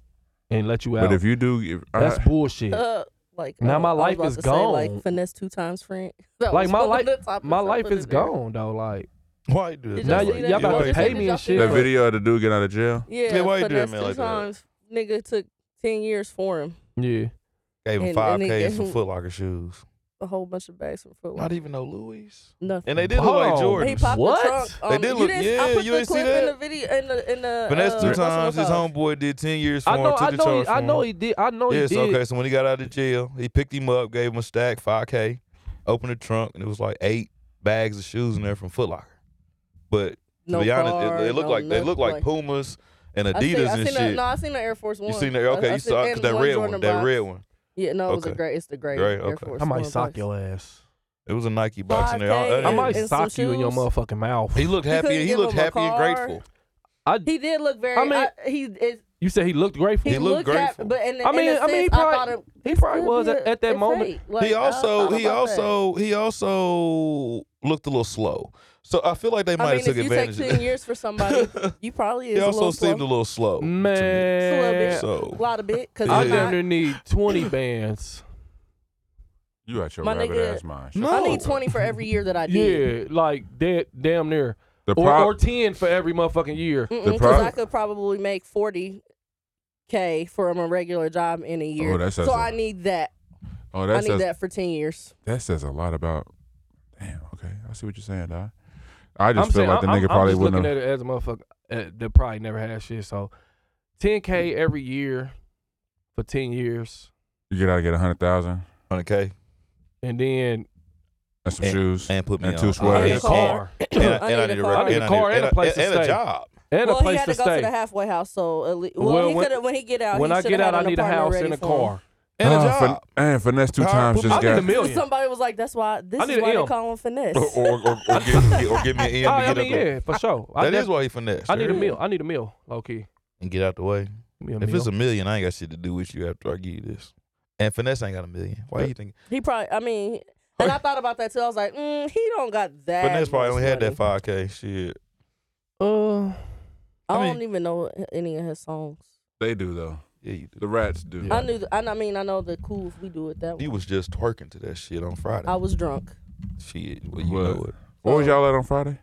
S2: and let you out.
S3: But if you do, if,
S2: that's
S3: I,
S2: bullshit.
S4: Uh, like
S2: Now
S4: uh,
S2: my
S4: I was
S2: life
S4: about
S2: is
S4: to say,
S2: gone.
S4: like finesse two times, friend. That
S2: Like
S4: was
S2: my
S4: one of
S2: life,
S4: the topics
S2: my
S4: I
S2: life
S4: put
S2: is
S4: in there.
S2: gone though. Like
S5: Why you do
S4: Did
S5: that?
S2: now,
S4: y'all
S2: y-
S4: see
S2: y'all
S4: that?
S2: about
S4: Did
S2: to
S4: y'all
S2: pay
S4: see
S2: me
S4: that?
S2: and shit.
S3: that
S4: Yeah.
S2: but-
S3: video of the dude getting out of jail,
S4: Yeah,
S5: Yeah, why you doing
S4: finesse
S5: me
S4: two
S5: like that?
S4: times. Nigga took ten years for him.
S2: Yeah,
S5: Gave
S4: And-
S5: him
S4: and
S5: five
S4: they
S5: K
S4: gave
S5: and some
S4: him-
S5: Foot Locker shoes.
S4: A whole bunch of bags from Foot
S5: Not
S4: Locker.
S5: even no Louis.
S4: Nothing.
S5: And they did
S2: Hold
S5: look like
S2: on.
S5: Jordans.
S4: He popped
S2: What?
S4: the trunk.
S5: They
S4: Um,
S5: did
S4: you
S5: look-
S4: didn't,
S5: yeah,
S4: I put
S5: you
S4: the
S5: ain't see
S4: clip
S5: that?
S4: In the video, in the, in the,
S5: But that's
S4: uh,
S5: two
S4: Russell
S5: times his
S4: Collins.
S5: homeboy did ten years for
S2: I
S5: him.
S2: know,
S5: took
S2: I
S5: the
S2: know,
S5: charge
S2: he, I
S5: for
S2: know
S5: him.
S2: he did. I know
S5: yeah,
S2: Oh, he
S5: so
S2: did.
S5: okay. So when he got out of jail, he picked him up, gave him a stack, five K, opened the trunk, and it was like eight bags of shoes in there from Foot Locker. But
S4: No
S5: to be honest,
S4: car,
S5: it, they look
S4: no
S5: like they
S4: nothing,
S5: look like Pumas and
S4: I seen,
S5: Adidas
S4: I
S5: and
S4: seen
S5: shit.
S4: the- no, I seen the Air Force One.
S5: you seen that? Okay,
S4: I, I
S5: you
S4: seen-
S5: saw
S4: and
S5: that red
S4: Jordan
S5: one. That
S4: box.
S5: red one.
S4: Yeah, no, it was a
S5: Okay.
S4: gray. It's the gray.
S5: Gray,
S4: Air
S5: okay.
S4: Force
S2: I might
S4: One
S2: sock
S4: box.
S2: your ass.
S5: It was a Nike box in there.
S4: Five K.
S2: I
S4: And-
S2: might
S4: and some
S2: sock you in your
S4: shoes.
S2: motherfucking mouth.
S5: He looked happy.
S4: couldn't
S5: He
S4: give
S5: looked
S4: him a
S5: happy and
S4: car.
S5: grateful.
S2: I,
S4: He did look very.
S2: I
S4: I
S2: mean-
S4: mean, he it,
S2: you said he looked
S4: he,
S2: grateful.
S5: He looked
S4: looked at,
S5: grateful.
S4: but in,
S2: I
S4: in
S2: mean-
S4: a
S2: I
S4: sense,
S2: mean, he probably-
S4: thought it-
S2: he
S4: this
S2: probably
S4: could
S2: was
S4: be
S2: at-
S4: a-
S2: at that
S4: it's
S2: moment.
S4: fake. Like,
S5: he
S4: I thought
S5: also he
S4: about that.
S5: also he also looked a little slow. So I feel like they might
S4: I mean,
S5: have took
S4: if you take
S5: advantage.
S4: ten
S5: of
S4: years for somebody, you probably
S5: He
S4: is a
S5: also
S4: little
S5: seemed a
S4: slow.
S5: little slow. to me.
S2: man.
S4: It's a
S5: So
S4: a lot of bit because
S2: I
S5: Yeah.
S2: damn near need twenty bands.
S3: you out your
S4: My
S3: rabbit
S4: nigga-
S3: ass mind.
S5: No.
S3: Shut
S4: I
S3: the
S4: need
S3: fuck up.
S4: twenty for every year that I did.
S2: Yeah, like da- damn near,
S3: The
S2: or,
S3: prob-
S2: or ten for every motherfucking year.
S4: Because
S3: The prob-
S4: I could probably make forty k from a regular job in a year.
S3: Oh, that says
S4: so
S3: a-
S4: I need that.
S3: oh,
S4: I
S3: that
S4: need
S3: says
S4: that for ten years.
S3: that says a lot about. Damn. Okay, I see what you're saying, Doc. I just
S2: I'm
S3: feel
S2: saying
S3: like the
S2: I'm,
S3: nigga
S2: I'm-
S3: probably
S2: I'm just
S3: wouldn't
S2: looking
S3: have.
S2: at it as a motherfucker uh, that probably never had shit. So, ten k every year for ten years,
S3: You gotta get a hundred thousand
S5: hundred k
S2: and then uh,
S3: and some
S5: And-
S3: shoes
S5: and put me
S3: and
S5: on.
S3: two
S2: I
S3: sweaters.
S2: need a
S4: Yes.
S2: car
S5: and I,
S4: I
S5: and I need
S4: need a
S5: a
S4: car.
S5: record-
S4: I need
S2: a
S5: and
S2: car and a place to
S5: and,
S2: stay.
S5: a job.
S2: and
S4: well,
S2: a place
S4: he had
S2: to
S4: to, go
S2: stay.
S4: to the halfway house. So at least, well,
S2: Well,
S4: he
S2: when-
S4: could when he get out.
S2: when
S4: he
S2: I
S4: shoulda
S2: get out,
S4: had
S2: I
S4: an
S2: need a
S4: apartment
S2: house
S4: ready
S2: and a
S4: for him.
S2: car.
S5: And
S2: Ah,
S5: a
S3: Nah, fin-
S5: job.
S3: and finesse two
S5: Huh?
S3: times
S5: Put
S3: just
S5: my-
S2: I need a
S3: got.
S2: million.
S4: Somebody was like, "That's why this
S2: I need
S4: is
S2: an
S4: why they
S2: M.
S4: call him finesse."
S5: Or, or, or, or, give, or give me an M
S2: I, I
S5: to get
S2: mean,
S5: up.
S2: yeah, for sure.
S5: the-
S2: I,
S5: That is
S2: def-
S5: why he finessed.
S2: I need a
S5: sure.
S2: meal. I need a meal, low key.
S5: And get out the way.
S2: Give me a
S5: If
S2: meal.
S5: it's a million, I ain't got shit to do with you after I give you this. And finesse ain't got a million. Why you think?
S4: He probably. I mean, and I thought about that too. I was like, mm, he don't got that.
S5: Finesse probably
S4: much
S5: only had that
S4: money.
S5: five k. Shit.
S2: Uh,
S4: I,
S5: I mean-
S4: don't even know any of his songs.
S3: They do though.
S5: Yeah, you do.
S3: The rats do.
S4: I knew. th- I I mean, I know the cool. If we do it that way,
S5: You was just twerking to that shit on Friday.
S2: Oh.
S4: I was drunk.
S5: shit, well, you
S3: What?
S5: know it.
S3: What was y'all at on Friday?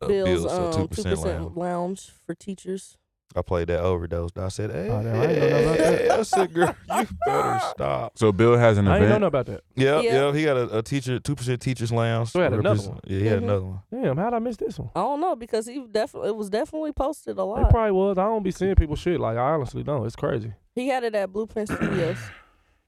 S5: Uh,
S4: Bills,
S5: so
S4: um, two percent
S5: lounge.
S4: lounge. for teachers.
S5: I played that overdose. I said, "Hey,
S2: Oh, damn, I ain't know nothing about that.
S5: I said, girl, you better stop."
S3: So Bill has an
S2: I ain't know
S3: event.
S2: nothing about that.
S5: Yeah,
S4: Yeah.
S5: yeah. He got a, a teacher, two percent teachers lounge.
S2: So he had another
S5: Represent-
S2: one.
S5: Yeah, he had
S4: Mhm.
S5: another one.
S2: Damn, how'd I miss this one?
S4: I don't know because he definitely it was definitely posted a
S2: It
S4: lot.
S2: probably was. I don't be seeing people shit. Like I honestly don't. It's crazy.
S4: he had it at Blueprint Studios.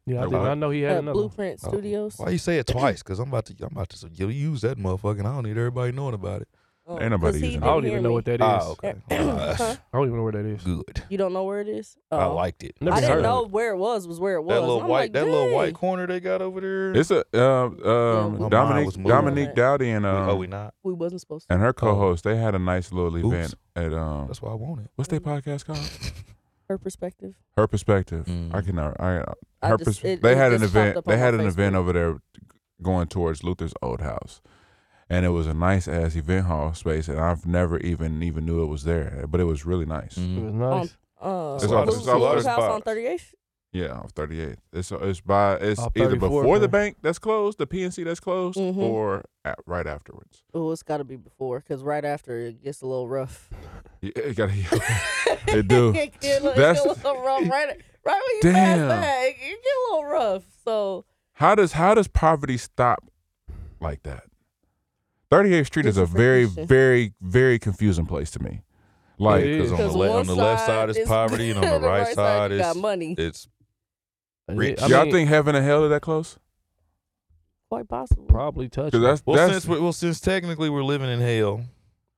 S2: Yeah, I,
S3: Like
S2: did
S3: what?
S2: not know he had
S4: At
S2: another. one.
S4: Blueprint
S5: Oh,
S4: Studios.
S5: Why you say it twice? Because I'm about to, I'm about to s- you use that motherfucker, and I don't need everybody knowing about it.
S4: Oh,
S3: Ain't nobody
S4: 'cause he
S3: using
S4: didn't
S3: it.
S2: I don't
S4: hear
S2: even know
S4: me.
S2: what that is.
S5: Ah, okay.
S4: Huh?
S5: Ah,
S2: I don't even know where that is.
S5: Good.
S4: You don't know where it is?
S5: I
S4: Uh-huh. Oh.
S5: liked it.
S2: Never
S4: I
S2: heard
S4: didn't
S2: of
S4: know where it was was where it was.
S5: that little
S4: I'm
S5: white,
S4: like,
S5: that little
S4: "Dang."
S5: white corner they got over there.
S3: It's a um, um,
S4: my
S5: mind
S3: Dominique
S5: was moving.
S3: Dominique Dowdy and um,
S2: uh,
S5: oh, we not.
S4: We wasn't supposed to.
S3: and her co-host. They had a nice little
S5: Oops.
S3: event at um,
S5: That's why I want it.
S3: what's their podcast
S2: uh,
S3: called?
S4: Her perspective.
S3: Her perspective.
S5: Mm.
S3: I cannot. I uh, her
S4: I just-
S3: pers-
S4: it-
S3: they
S4: it
S3: had an
S4: just popped
S3: event.
S4: up
S3: They
S4: on my
S3: had an event
S4: Facebook.
S3: over there going towards Luther's old house, and it was a nice ass event hall space. And I've never even even knew it was there, but it was really nice.
S5: Mm.
S2: It was nice.
S4: Uh,
S3: It's
S5: off-
S4: Blue's-
S5: it's off
S4: Blue's
S5: those
S4: house on
S5: spots.
S4: 38th.
S3: Yeah, off 38th. It's it's by it's
S4: Oh,
S2: Off
S3: either
S2: 34th,
S3: before the
S2: man.
S3: bank that's closed, the PNC that's closed,
S4: Mhm.
S3: or at, right afterwards.
S4: Oh, it's got to be before, because right after it gets a little rough.
S3: Yeah, it gotta, it do.
S4: it get a little,
S3: That's-
S4: it get a little rough right, right when you pass
S3: Damn.
S4: by. It, it get a little rough. So
S3: How does how does poverty stop like that? 38th Street is
S4: Good
S3: a very
S4: question.
S3: very very confusing place to me. Like
S2: It
S5: Because
S2: is.
S5: on
S4: because
S5: the le- on the left side is poverty, and on the right side
S4: you
S5: is
S4: got money.
S5: it's
S2: Yeah,
S3: y'all
S2: I mean,
S3: think heaven and hell are that close?
S4: Quite possible.
S2: probably touch.
S3: Because that's
S5: well
S3: that's
S5: since we, well since technically we're living in hell.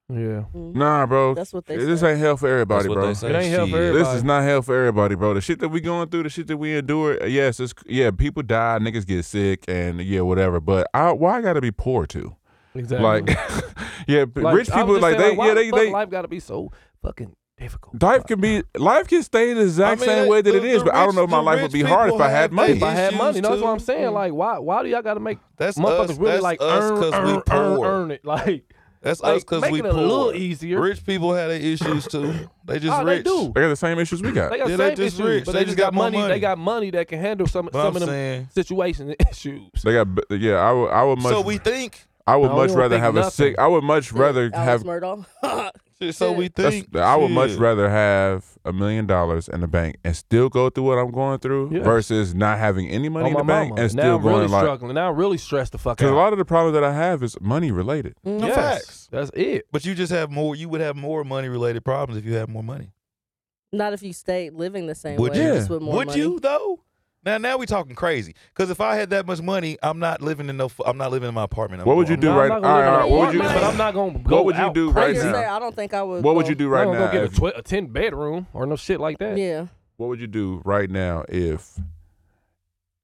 S2: yeah.
S4: Mhm.
S3: nah, bro.
S4: That's what they
S3: This
S4: say.
S3: ain't hell for everybody,
S5: That's what
S3: bro.
S5: they say.
S2: It ain't hell for
S5: Shit.
S2: everybody.
S3: This is not hell for everybody, bro. The shit that we going through, the shit that we endure. Yes, it's yeah. People die, niggas get sick, and yeah, whatever. But I, why I gotta be poor too?
S2: Exactly.
S3: Like, yeah, but rich
S2: I'm
S3: people
S2: just
S3: like they
S2: saying, why
S3: yeah
S2: the
S3: they
S2: fuck
S3: they
S2: life gotta be so fucking difficult.
S3: life can be life can stay the exact
S5: I mean,
S3: same way that
S5: the-
S3: it is.
S5: the
S3: But I don't
S5: rich-
S3: know if my
S5: the
S3: life would
S5: rich
S3: be hard if
S5: people
S3: I had
S5: have
S3: money.
S2: if I had
S5: issues
S2: money, that's what I'm
S5: too.
S2: saying. Like, why why do y'all gotta make
S5: That's
S2: motherfuckers
S5: us.
S2: really
S5: That's
S2: like er,
S5: us
S2: earn,
S5: because we
S2: earn, earn,
S5: poor.
S2: earn it? Like,
S5: That's us
S2: like
S5: because
S2: make
S5: we
S2: it
S5: poor.
S2: a little easier.
S5: Rich people had their issues too. They just
S2: Oh, they
S5: rich.
S2: do.
S3: They got the same issues we got.
S2: They got
S5: Yeah,
S2: same
S5: they just
S2: issues,
S5: rich.
S2: but
S5: They
S2: they,
S5: just
S2: just
S5: got
S2: got
S5: more
S2: money.
S5: money.
S2: They got money that can handle some
S5: But
S2: some
S5: I'm
S2: of them
S5: saying,
S2: situations and issues.
S3: They got b- yeah. I would I would much
S5: so we think.
S3: I would
S2: No, we
S3: much
S2: don't
S3: rather
S2: think
S3: have a sick.
S2: nothing.
S3: I would much rather
S4: Alex
S3: have
S4: Murdaugh.
S5: So we
S3: That's-
S5: think.
S3: I would much
S5: Shit.
S3: rather have a million dollars in the bank and still go through what I'm going through
S2: Yeah.
S3: versus not having any money
S2: On
S3: in the
S2: my
S3: bank
S2: mama.
S3: and
S2: now
S3: still
S2: I'm
S3: going
S2: really
S3: like.
S2: struggling. Now I'm really stressed the fuck
S3: Because
S2: out.
S3: a lot of the problem that I have is money related.
S5: No
S2: Yes.
S5: facts.
S2: That's it.
S5: But you just have more. You would have more money related problems if you had more money.
S4: Not if you stayed living the same
S5: Would
S4: way,
S3: you?
S4: just with more
S5: would
S4: money.
S5: you though? Now, now we talking crazy. Because if I had that much money, I'm not living in no. f- I'm not living in my apartment. I'm
S3: What would you
S5: going-
S3: do
S2: Nah, I'm
S3: right-
S2: not
S3: all
S2: gonna
S3: right,
S2: live on
S3: all right,
S2: the
S3: what would you-
S2: apartment,
S3: but
S2: I'm not gonna go
S3: What would you
S2: out
S3: do
S4: I
S3: right
S4: just
S3: now?
S4: say I don't think I would.
S3: What would
S4: go-
S3: you do
S2: I'm
S3: right
S2: not gonna
S3: now?
S2: go
S3: if-
S2: get a, tw- a ten bedroom or no shit like that.
S4: Yeah.
S3: What would you do right now if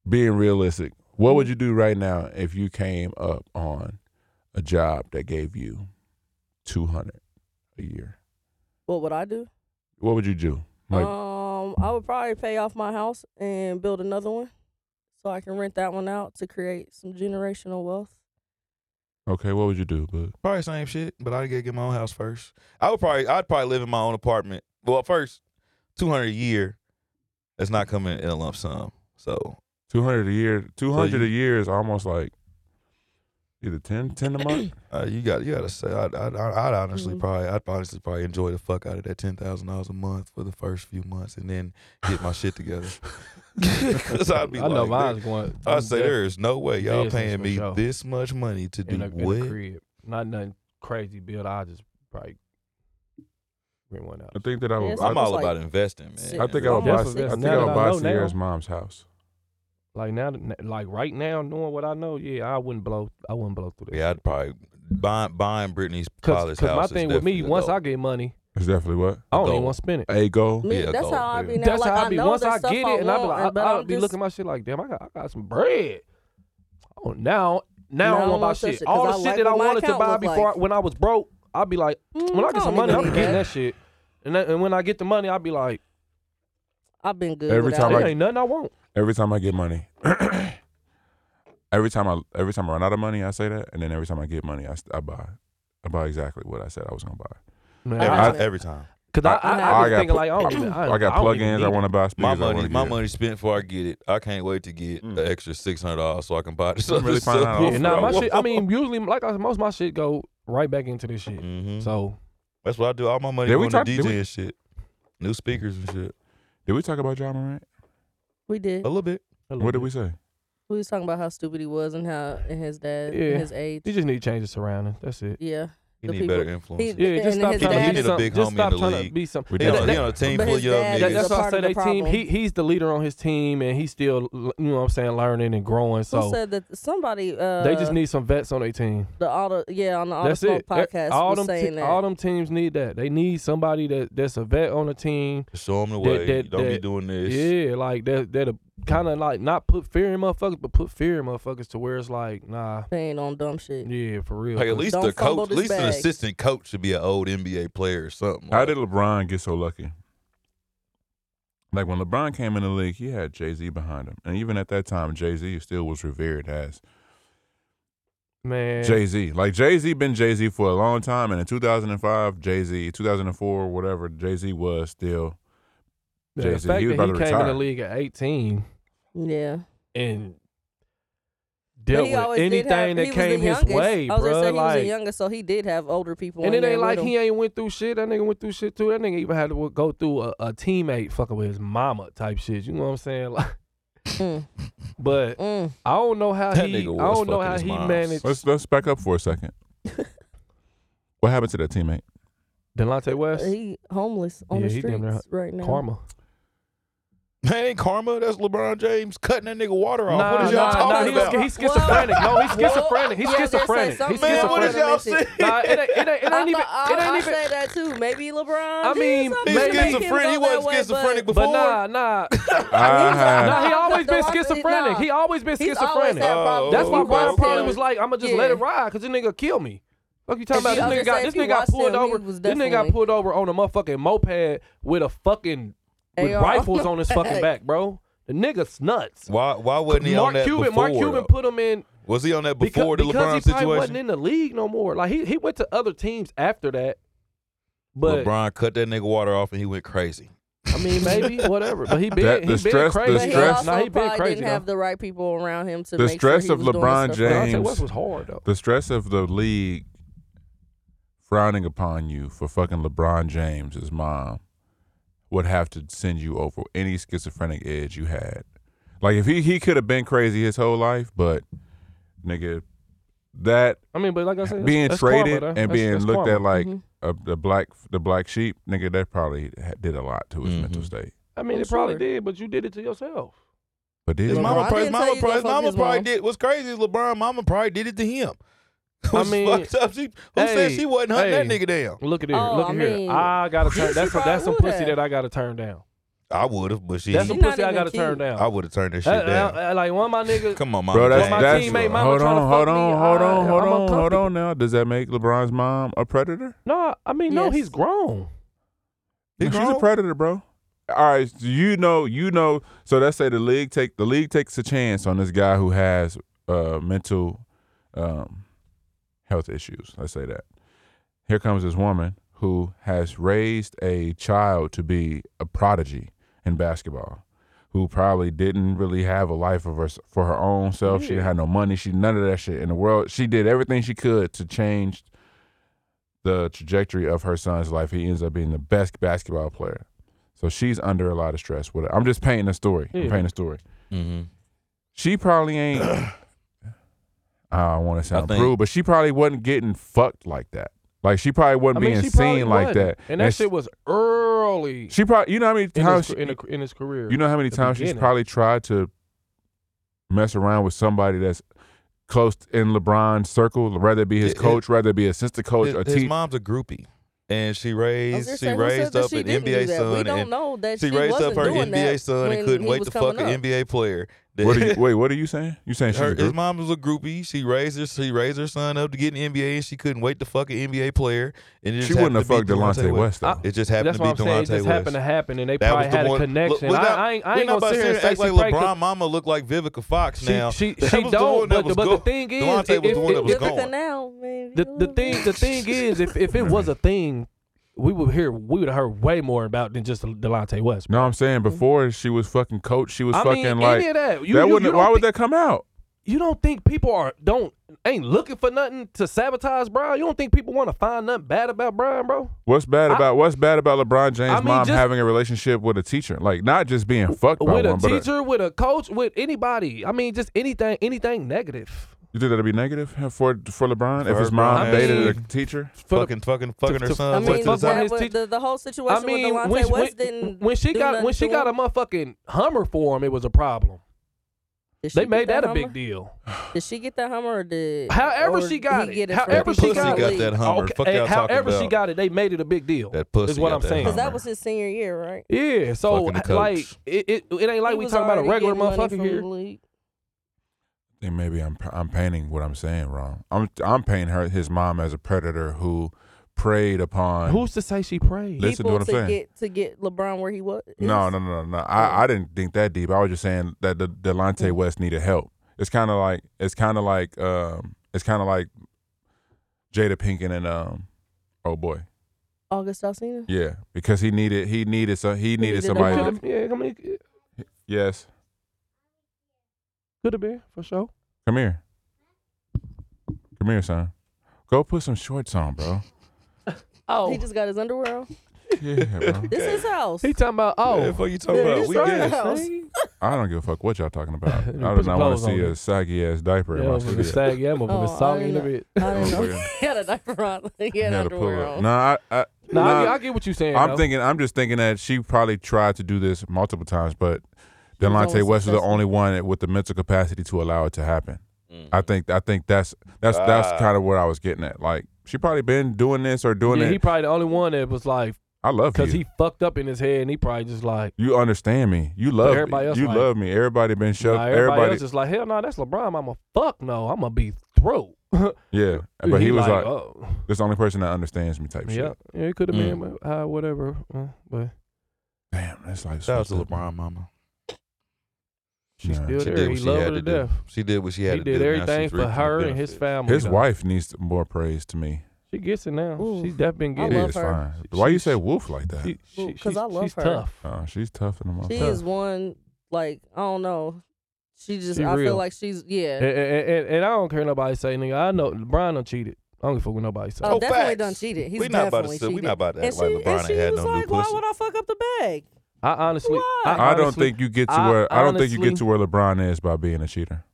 S3: being realistic? What would you do right now if you came up on a job that gave you two hundred a year?
S4: What would I do?
S3: What would you do? Like,
S4: um, I would probably pay off my house and build another one, so I can rent that one out to create some generational wealth.
S3: okay, what would you do? But
S5: Probably same shit, but I'd get get my own house first. I would probably I'd probably live in my own apartment. Well, first, two hundred a year. That's not coming in a lump sum. So
S3: Two hundred a year. Two hundred
S5: you-
S3: a year is almost like either 10, 10 a month.
S5: uh, you got you got to say I'd, I'd, I'd honestly
S4: Mhm.
S5: probably I'd honestly probably enjoy the fuck out of that ten thousand dollars a month for the first few months and then get my shit together. 'Cause I'd be
S2: I know
S5: like,
S2: mine's going.
S5: I
S2: I'm
S5: say
S2: definitely
S5: there is no way y'all
S2: business
S5: paying
S2: for
S5: me
S2: sure.
S5: this much money to do
S2: in a, in a
S5: what?
S2: crib. Not nothing crazy built. I just probably rent one out.
S3: I think that I would.
S4: Yes,
S3: I,
S5: I'm
S4: Almost
S5: all
S4: like
S5: about investing, man.
S3: I think I
S4: It's
S3: would buy. I
S2: almost
S3: think
S2: six-
S3: I would
S2: now
S3: buy
S2: that I know
S3: Sierra's
S2: now.
S3: mom's house.
S2: Like now, like right now, knowing what I know, yeah, I wouldn't blow. I wouldn't blow through that.
S5: Yeah, I'd probably buying buying Britney's
S2: Cause,
S5: father's house.
S2: my
S5: is
S2: thing with me,
S5: definitely
S2: once
S5: dope.
S2: I get money,
S3: It's definitely what
S2: I don't even
S5: Adult.
S2: want to spend it.
S3: a goal.
S4: Me,
S5: Yeah,
S4: that's
S5: gold,
S4: how I be
S5: baby.
S4: now.
S2: That's
S4: like,
S2: how I
S4: I
S2: be.
S4: know
S2: Once
S4: there's
S2: I
S4: stuff
S2: get it, and I
S4: want,
S2: be like,
S4: but
S2: I, I
S4: I'm
S2: be
S4: just-
S2: looking at my shit like, damn, I got, I got some bread. Oh, now, now I
S4: Now I
S2: want
S4: don't
S2: my
S4: want that
S2: shit.
S4: shit, 'cause
S2: All the
S4: I
S2: shit
S4: like
S2: that I
S4: what my
S2: wanted to
S4: account
S2: buy
S4: look
S2: before
S4: like.
S2: I- when I was broke, I'd be like,
S4: Mm,
S2: when I
S4: I
S2: get some
S4: don't
S2: money,
S4: even
S2: I'm
S4: need
S2: getting
S4: that.
S2: that shit. And, that, and when I get the money, I'd be like,
S4: I've been good.
S3: Every
S4: without
S3: time
S2: there
S3: I-
S4: it.
S2: ain't nothing I want.
S3: Every time I get money, every time I every time I run out of money, I say that, and then every time I get money, I, st- I buy. I buy exactly what I said I was gonna buy.
S2: Man,
S5: every,
S4: I-
S5: time- every time.
S2: Cause I, I, I, was
S3: got
S2: thinking
S3: pl-
S2: like, I don't even. I,
S3: I got
S2: I don't even
S3: plugins.
S2: need
S3: I
S2: it.
S3: want to buy.
S5: My
S3: speakers, I wanna
S5: money, my
S3: get.
S5: money spent before I get it. I can't wait to get
S3: Mm.
S5: the extra six hundred dollars so I can buy this.
S3: I'm
S5: other
S3: really finding out
S5: subwoofer
S2: Yeah, nah, my
S5: want.
S2: shit. I mean, usually, like I said, most of my shit go right back into this shit.
S5: Mhm.
S2: So
S5: that's what I do. All my money
S3: Did we
S5: going to
S3: talk- did
S5: DJ
S3: we-
S5: and shit, new speakers and shit.
S3: Did we talk about John Morant?
S4: we did.
S5: A little bit.
S3: What did we say?
S4: We was talking about how stupid he was and how and his dad
S2: Yeah.
S4: and his age.
S2: You just need to change the surroundings. That's it.
S4: Yeah.
S5: He
S4: the
S5: need
S4: people.
S5: better influence.
S4: He-
S2: Yeah, just
S4: and
S2: stop
S4: his
S2: trying
S4: dad
S2: to
S5: He
S2: be
S4: is-
S5: did a big
S2: some. Just
S5: homie in
S2: stop
S5: the
S2: trying to
S5: league.
S2: be something.
S3: We
S5: He
S3: did.
S5: on,
S3: That-
S5: he on a team
S4: but
S5: full of
S4: his
S5: young
S4: dad-
S5: niggas.
S2: That, that's
S4: a
S2: why I
S4: part
S2: say
S4: of the
S2: they team.
S4: problem.
S2: He he's the leader on his team, and he's still, you know, what I'm saying, learning and growing.
S4: who
S2: So
S4: said that somebody uh,
S2: they just need some vets on their team.
S4: the auto yeah on the auto
S2: That's it. That-
S4: podcast
S2: all
S4: was
S2: them, te-
S4: saying that
S2: all them teams need that. They need somebody that that's a vet on the team.
S5: Show him the way.
S2: that-
S5: Don't be
S2: that-
S5: doing this.
S2: Yeah, like that that kind of like not put fear in motherfuckers, but put fear in motherfuckers to where it's like, nah,
S4: saying on dumb shit.
S2: yeah, for real.
S5: Like at least
S4: Don't
S5: the coach,
S4: fumble
S5: at
S4: this
S5: least an
S4: bag.
S5: assistant coach should be an old NBA player or something.
S3: How
S5: like-
S3: did LeBron get so lucky? Like when LeBron came in the league, he had Jay Z behind him, and even at that time, Jay Z still was revered as
S2: man,
S3: Jay Z. Like Jay Z been Jay Z for a long time, and in 2005, Jay Z, 2004, whatever, Jay Z was still.
S2: the
S3: Jay-Z,
S2: fact
S3: he was
S2: that he
S3: about
S2: came
S3: to
S2: in the
S3: retire.
S2: league at 18
S4: Yeah,
S2: and
S4: But
S2: dealt
S4: he
S2: with
S4: always
S2: anything
S4: did have,
S2: that
S4: he was
S2: came
S4: the
S2: his
S4: youngest.
S2: way,
S4: I was
S2: bro.
S4: gonna say he was
S2: like,
S4: the youngest, so he did have older people.
S2: and
S4: in
S2: it
S4: there
S2: ain't
S4: with
S2: like
S4: him.
S2: he ain't went through shit. That nigga went through shit too. That nigga even had to w- go through a, a teammate fucking with his mama type shit. You know what I'm saying? Like,
S4: Mm,
S2: but
S4: mm.
S2: I don't know how
S5: That
S2: he. I
S5: nigga was
S2: don't know
S5: fucking
S2: how
S5: his
S2: he
S5: moms.
S2: managed.
S3: Let's let's back up for a second. what happened to that teammate?
S2: Delonte West,
S4: He homeless on
S2: Yeah,
S4: the
S2: he damn
S4: streets
S2: near
S4: right now.
S2: karma.
S5: Man, ain't karma. That's LeBron James cutting that nigga water off.
S2: Nah,
S5: what is y'all
S2: nah,
S5: talking
S2: nah,
S5: about?
S2: He's, he's schizophrenic. No, he's
S4: Well,
S2: schizophrenic. He's
S4: yeah, they're saying
S2: schizophrenic.
S4: something
S2: He's
S4: about
S5: Man, what
S2: schizophrenic.
S5: is y'all
S4: Schizophrenic.
S5: saying?
S2: Nah, it ain't, it ain't, it
S4: I
S2: ain't even.
S4: thought-
S2: It
S4: I, I
S2: ain't even.
S4: say that too. Maybe LeBron.
S2: I
S4: did
S2: mean,
S4: something
S5: He's
S4: to
S2: maybe-
S4: make him
S5: schizophrenic.
S4: go
S5: He wasn't
S4: that way, but-
S5: schizophrenic before.
S2: But nah, nah,
S3: I
S2: nah.
S3: had
S2: He
S4: Nah,
S2: always been
S4: nah.
S2: schizophrenic. He always been
S4: He's always
S2: schizophrenic.
S4: had problems.
S2: That's why
S5: Oh,
S2: Brian
S5: okay.
S2: probably was like, "I'm gonna just let it
S4: Yeah.
S2: ride," because this nigga kill me. Fuck you talking
S4: If you-
S2: about?
S4: I
S2: This
S4: was
S2: nigga
S4: gonna
S2: got
S4: say,
S2: this
S4: if you
S2: nigga got
S4: watched
S2: pulled
S4: him, he
S2: over.
S4: was
S2: This nigga got
S4: definitely-
S2: pulled over on a motherfucking moped with a fucking with
S4: AR.
S2: rifles on his fucking back, bro. The nigga's nuts.
S5: Why? Why wasn't he on
S2: Mark
S5: that
S2: Cuban,
S5: before?
S2: Mark Cuban
S5: though?
S2: put him in
S5: was he on that
S2: Becau-
S5: before the LeBron
S2: he probably wasn't
S5: situation?
S2: in the league no more. Like he he went to other teams after that. But
S5: LeBron cut that nigga water off and he went crazy.
S2: I mean, maybe whatever. But he been
S3: That-
S2: he
S3: the
S2: been
S3: stress- the
S2: crazy.
S4: But he
S3: stress-
S4: also
S2: Nah, he been
S4: probably
S2: crazy.
S4: didn't
S2: though.
S4: have the right people around him to
S3: The
S4: make sure
S3: stress
S4: he
S3: of
S4: was doing
S3: LeBron
S4: stuff right.
S2: Deontay
S3: James.
S2: West was hard though.
S3: the stress of the league frowning upon you for fucking LeBron James's mom would have to send you over any schizophrenic edge you had. Like if he he could have been crazy his whole life, but nigga, that
S2: I mean, but like I said, that's-
S3: being
S2: that's karma,
S3: traded
S2: though.
S3: and
S2: That's-
S3: being
S2: that's
S3: looked at
S2: karma. Mm-hmm.
S3: like a, the black the black sheep, nigga, that probably ha- did a lot to his
S2: Mm-hmm.
S5: Mhm.
S3: mental state.
S2: I mean,
S4: I'm
S2: it probably
S4: sure.
S2: did, but you did it to yourself.
S3: But did
S5: His
S3: he?
S4: mom-
S5: mama,
S4: LeBron
S5: probably,
S4: didn't
S5: his mama, probably,
S4: tell you go
S5: his
S4: fuck
S5: mama
S4: his
S5: probably
S4: mom.
S5: did. What's crazy is LeBron mama probably did it to him. What's
S2: mean,
S5: fucked up? She, who said
S2: hey,
S5: she wasn't hunting
S2: hey.
S5: that nigga down?
S2: Look at here,
S4: Oh,
S2: look
S4: I
S2: at here.
S4: mean,
S2: I gotta turn.
S4: she
S2: That's a,
S4: probably
S2: that's some
S4: would
S2: pussy
S4: have.
S2: that I gotta turn down.
S5: I would have, but she.
S2: That's some
S4: She not
S2: pussy I
S4: even
S2: gotta turn
S4: cute.
S2: down.
S5: I would have turned that shit
S2: Uh,
S5: down.
S2: uh, uh, like one of my niggas.
S5: Come on, mama.
S3: Bro, that's
S2: my
S3: that's
S2: teammate mama
S3: hold
S2: tryna
S3: on, hold
S2: fuck me,
S3: on, hold
S2: I-
S3: on, hold
S2: I'm
S3: on, hold
S2: uncomfortable.
S3: on. Now, does that make LeBron's mom a predator?
S2: No, I mean, no,
S4: Yes.
S2: he's grown.
S5: He
S3: No, she's a
S5: grown?
S3: predator, bro. All right, so you know, you know. So let's say the league take the league takes a chance on this guy who has uh, mental um, health issues. Let's say that. Here comes this woman who has raised a child to be a prodigy in basketball, who probably didn't really have a life of her for her own self. She
S2: Yeah.
S3: had no money. She none of that shit in the world. She did everything she could to change the trajectory of her son's life. He ends up being the best basketball player. So she's under a lot of stress with it. I'm just painting a story. I'm
S2: Yeah.
S3: painting a story.
S5: Mm-hmm.
S3: She probably ain't. I don't want to sound
S5: think-
S3: rude, but she probably wasn't getting fucked like that. Like she probably wasn't
S2: I mean,
S3: being
S2: she probably
S3: seen like
S2: wasn't.
S3: that.
S2: And that
S3: she,
S2: shit was early
S3: she probably, you know how many
S2: in
S3: times,
S2: his,
S3: she,
S2: in, a, in his career.
S3: you know how many
S2: the
S3: times she's
S2: beginning.
S3: probably tried to mess around with somebody that's close in LeBron's circle, rather it be his
S5: It- it-
S3: coach, rather it be assistant coach,
S5: His,
S3: or
S5: his
S3: teacher.
S5: mom's a groupie, and she
S4: I was gonna
S5: raised she
S4: say, who said
S5: raised
S4: that
S5: up
S4: she
S5: an
S4: didn't do
S5: NBA
S4: that? We
S5: son.
S4: don't
S5: and
S4: know that
S5: she
S4: she
S5: raised up
S4: wasn't
S5: her
S4: doing
S5: NBA
S4: that
S5: son and
S4: when
S5: couldn't
S4: he
S5: wait
S4: was
S5: to fuck
S4: coming
S5: an
S4: up.
S5: NBA player.
S3: What are you, wait, what are you saying? You saying she's
S5: her,
S3: a
S5: his
S3: group?
S5: mom was a groupie. She raised her. She raised her son up to get an NBA, and she couldn't wait to fuck an NBA player. And it just
S3: She wouldn't have fucked
S5: happened to be
S3: Delonte West though.
S2: I-
S5: It just happened
S2: That's
S5: to
S2: what
S5: be
S2: I'm saying. It
S5: Delonte
S2: just
S5: West.
S2: happened to happen, and they
S5: That
S2: probably
S5: was the
S2: had a
S5: one.
S2: connection.
S5: Look, we're
S2: I,
S5: not-
S2: I ain't, I
S5: we're
S2: ain't
S5: not
S2: gonna
S5: about
S2: sit here and
S5: to
S2: say
S5: act
S2: she
S5: like
S2: probably
S5: LeBron
S2: could-
S5: mama looked like Vivica Fox
S2: She-
S5: now.
S2: she-
S5: That
S2: she
S5: was the
S2: don't,
S5: one that
S2: but the-
S5: was
S2: but the
S5: go-
S2: thing is,
S5: Delonte was
S2: if-
S5: the one that
S2: if-
S5: was
S2: if-
S5: going.
S4: now, maybe.
S2: the the thing the thing is, if if it was a thing, we would hear we would have heard way more about than just Delonte West.
S3: No, I'm saying before she was fucking coach, she was
S2: Mm-hmm. I
S3: fucking
S2: mean, any
S3: like
S2: of that. You- you-
S3: wouldn't.
S2: you don't
S3: why would
S2: thi-
S3: that come out?
S2: You don't think people are don't ain't looking for nothing to sabotage Brian? You don't think people want to find nothing bad about Brian, bro?
S3: What's bad about What's bad about LeBron James'
S2: I mean,
S3: mom
S2: just-
S3: having a relationship with a teacher? Like not just being fucked by
S2: with a
S5: uh,
S3: one, but uh, a-
S2: teacher, with a coach, with anybody. I mean, just anything, anything negative.
S3: You think that'd be negative for for LeBron if
S5: For
S3: his mom
S5: LeBron,
S3: dated a
S2: actually-
S3: teacher?
S2: For the-
S5: fucking, fucking, fucking her
S2: to-
S5: son.
S2: I
S4: I
S2: What's
S4: mean,
S2: the
S4: that,
S2: design?
S4: was-
S2: His
S4: the, the whole situation
S2: I mean,
S4: with Delonte
S2: when,
S4: West
S2: when,
S4: didn't.
S2: when she
S4: do
S2: got
S4: nothing
S2: when she
S4: to
S2: got a
S4: him.
S2: motherfucking Hummer for him, it was a problem.
S4: Did she
S2: They
S4: get
S2: made that a
S4: Hummer?
S2: big deal.
S4: Did she get that Hummer or did?
S2: However
S4: or
S2: she got
S4: he
S2: it.
S4: Get it
S2: However
S4: from
S2: she
S5: pussy
S4: the
S2: got
S5: got,
S2: it.
S4: league?
S5: that hummer.
S2: Okay, eh,
S5: Fuck y'all talking
S2: however
S5: about.
S2: she got it, they made it a big deal.
S5: that pussy.
S2: is what
S5: got
S2: I'm
S5: that
S2: saying.
S4: Cause
S5: Hummer.
S4: that was his senior year, right?
S2: Yeah, so
S5: Fucking the coach.
S2: like it, it, it ain't like
S4: He
S2: we
S4: was
S2: talking about a
S4: already
S2: regular
S4: getting money
S2: motherfucker
S4: from
S2: here.
S4: the league.
S3: think maybe I'm I'm painting what I'm saying wrong. I'm I'm painting her his mom as a predator who preyed upon.
S2: Who's to say she prayed?
S3: Listen to
S4: People
S3: what I'm
S4: to
S3: saying.
S4: get to get LeBron where he was.
S3: no, no, no, no, no. I, I didn't think that deep. I was just saying that the Delonte West needed help. It's kind of like it's kind of like um it's kind of like Jada Pinkett and um oh boy
S4: August Alsina.
S3: yeah because he needed he needed so he needed
S4: needed a
S3: somebody to,
S4: mom.
S2: yeah, I mean, it
S3: yes
S2: could have been for sure.
S3: come here come here son go put some shorts on bro
S2: Oh,
S4: He just got his underwear on.
S3: yeah bro
S4: This is his house.
S2: he talking about oh,
S5: Yeah, fuck you talking
S2: Yeah,
S5: about?
S2: he's
S5: We
S2: right.
S5: did.
S2: See?
S3: I don't give a fuck what y'all talking about. I
S2: Put some
S3: do not want
S2: clothes
S3: to see
S2: on.
S3: a saggy ass diaper
S2: Yeah,
S3: in my
S2: I'm gonna
S3: studio.
S2: sag. Yeah, I'm gonna
S4: Oh, I
S2: song in a
S4: didn't know.
S2: bit.
S4: I didn't know.
S3: Motherfucker.
S4: he had a diaper on. He had
S3: Had to
S4: underwear
S3: pull up.
S4: on.
S3: Nah, I, I,
S2: Nah, I, get-
S3: nah,
S2: I get what you're saying.
S3: I'm
S2: though.
S3: thinking. I'm just thinking that she probably tried to do this multiple times, but
S4: was
S3: Delonte
S4: always
S3: West is the
S4: successful.
S3: only one with the mental capacity to allow it to happen. I think. I think that's that's
S5: Ah.
S3: that's kind of what I was getting at. Like she probably been doing this or doing
S2: yeah,
S3: it.
S2: he probably the only one that was like,
S3: I love you.
S2: cause he fucked up in his head, and he probably just like.
S3: you understand me. You love
S2: everybody
S3: me.
S2: else
S3: You
S2: like-
S3: love me. Everybody been shut.
S2: nah, everybody,
S3: everybody.
S2: else is like, hell no, that's LeBron. I'm a fuck no, I'm gonna be throat. but
S3: yeah, but he, was like,
S2: oh,
S3: "This is the only person that understands me." Type
S2: yeah,
S3: shit.
S2: yeah, it could have
S5: Mm.
S2: been, uh, whatever. Uh, but
S3: Damn, that's like
S5: Shout out to
S3: so stupid.
S5: LeBron, mama.
S2: she's
S3: Nah.
S2: still
S5: She
S2: there.
S5: did
S2: he
S5: what she
S2: loved
S5: had
S2: her
S5: to
S2: to
S5: do.
S2: death.
S5: She did what she had
S2: He
S5: to
S2: did
S5: do. Now
S2: everything
S5: she's
S2: for
S5: reaping the
S2: her and his
S5: benefits.
S2: family.
S3: His
S2: though.
S3: wife needs more praise to me.
S2: She gets it now.
S4: Ooh,
S2: She's definitely
S4: I
S3: It
S2: getting
S4: love
S3: is
S4: her.
S3: fine.
S2: She-
S3: Why you
S2: she-
S3: say wolf like that?
S2: it.
S4: Ooh, 'cause
S2: she's-
S4: I love
S2: she's
S4: her.
S2: tough.
S3: Uh, she's tough in the
S4: She
S3: motherfucker.
S4: is one like I don't know. She just
S2: She
S4: I
S2: real.
S4: feel like she's
S2: And,
S4: yeah.
S2: and, and- and I don't care nobody say, nigga. I know LeBron done cheated. I don't give a fuck what nobody say.
S4: Oh,
S5: No
S4: definitely
S5: facts.
S4: done cheated. He's
S5: we not about to
S4: definitely
S5: sit- We
S4: cheated.
S5: not about to
S4: And
S5: act
S4: she,
S5: like LeBron
S4: and she
S5: ain't had
S4: was
S5: no new
S4: like,
S5: pussy.
S4: why would I fuck up the bag?
S2: I honestly,
S4: Why?
S2: I,
S3: I don't
S2: honestly-
S3: think you get to
S2: I-
S3: where I don't think you get
S2: honestly-
S3: to where LeBron is by being a cheater.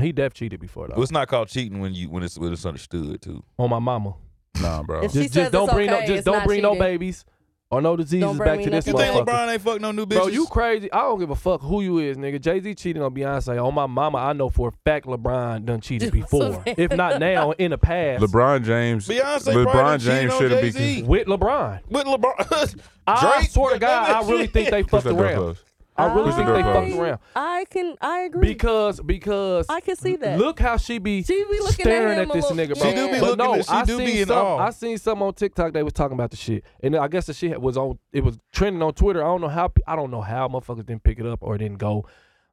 S2: he def cheated before
S5: Well,
S2: though.
S5: it's not called cheating when you when it's when it's understood too.
S2: On my mama.
S3: Nah, bro.
S4: If
S2: Just,
S4: She says
S2: just
S4: it's
S2: don't bring no,
S4: okay,
S2: just
S4: it's
S2: don't
S4: not
S2: bring no
S4: cheating.
S2: babies or no diseases
S4: bring
S2: back
S4: me
S2: to this
S4: nothing
S5: You
S4: Well,
S5: think
S4: fuck
S2: motherfucker.
S5: LeBron ain't fuck no new bitches?
S2: Bro, you crazy? I don't give a fuck who you is, nigga. Jay Z cheating on Beyonce. On my mama, I know for a fact LeBron done cheated
S4: Dude, I'm so
S2: before,
S4: mad.
S2: if not now, in the past.
S3: LeBron James,
S5: Beyonce
S3: LeBron
S5: probably
S3: James
S5: cheated
S3: shouldn't
S5: on
S3: be.
S5: Jay-Z.
S3: Keep
S2: with LeBron.
S5: with LeBron.
S2: I
S5: Drake,
S2: swear to God,
S5: goddamn
S2: I really
S5: shit.
S2: think they
S3: that
S2: fucked
S3: door
S2: around.
S3: closed.
S2: I really
S3: Push the
S2: think
S3: door
S2: they
S3: closed.
S2: fucked around
S4: I can I agree.
S2: because because
S4: I can see that.
S2: Look how she be,
S4: She be looking at
S2: staring at,
S4: him a
S2: this
S4: little-
S2: nigga,
S4: She
S2: bro.
S4: do be
S2: but
S5: looking
S2: no,
S5: at- she
S2: I
S5: do
S2: seen
S5: be in
S2: some.
S5: awe.
S2: I seen some on TikTok. They was talking about the shit, and I guess the shit was on. It was trending on Twitter. I don't know how. pe- I don't know how motherfuckers didn't pick it up or didn't go,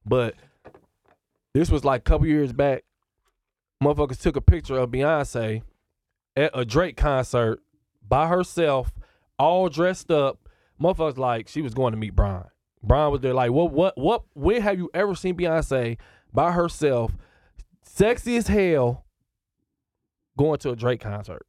S2: but this was like a couple years back. Motherfuckers took a picture of Beyonce at a Drake concert by herself, all dressed up. Motherfuckers like she was going to meet Brian. Brian was there. Like what? What? What? When have you ever seen Beyonce by herself, sexy as hell, going to a Drake concert?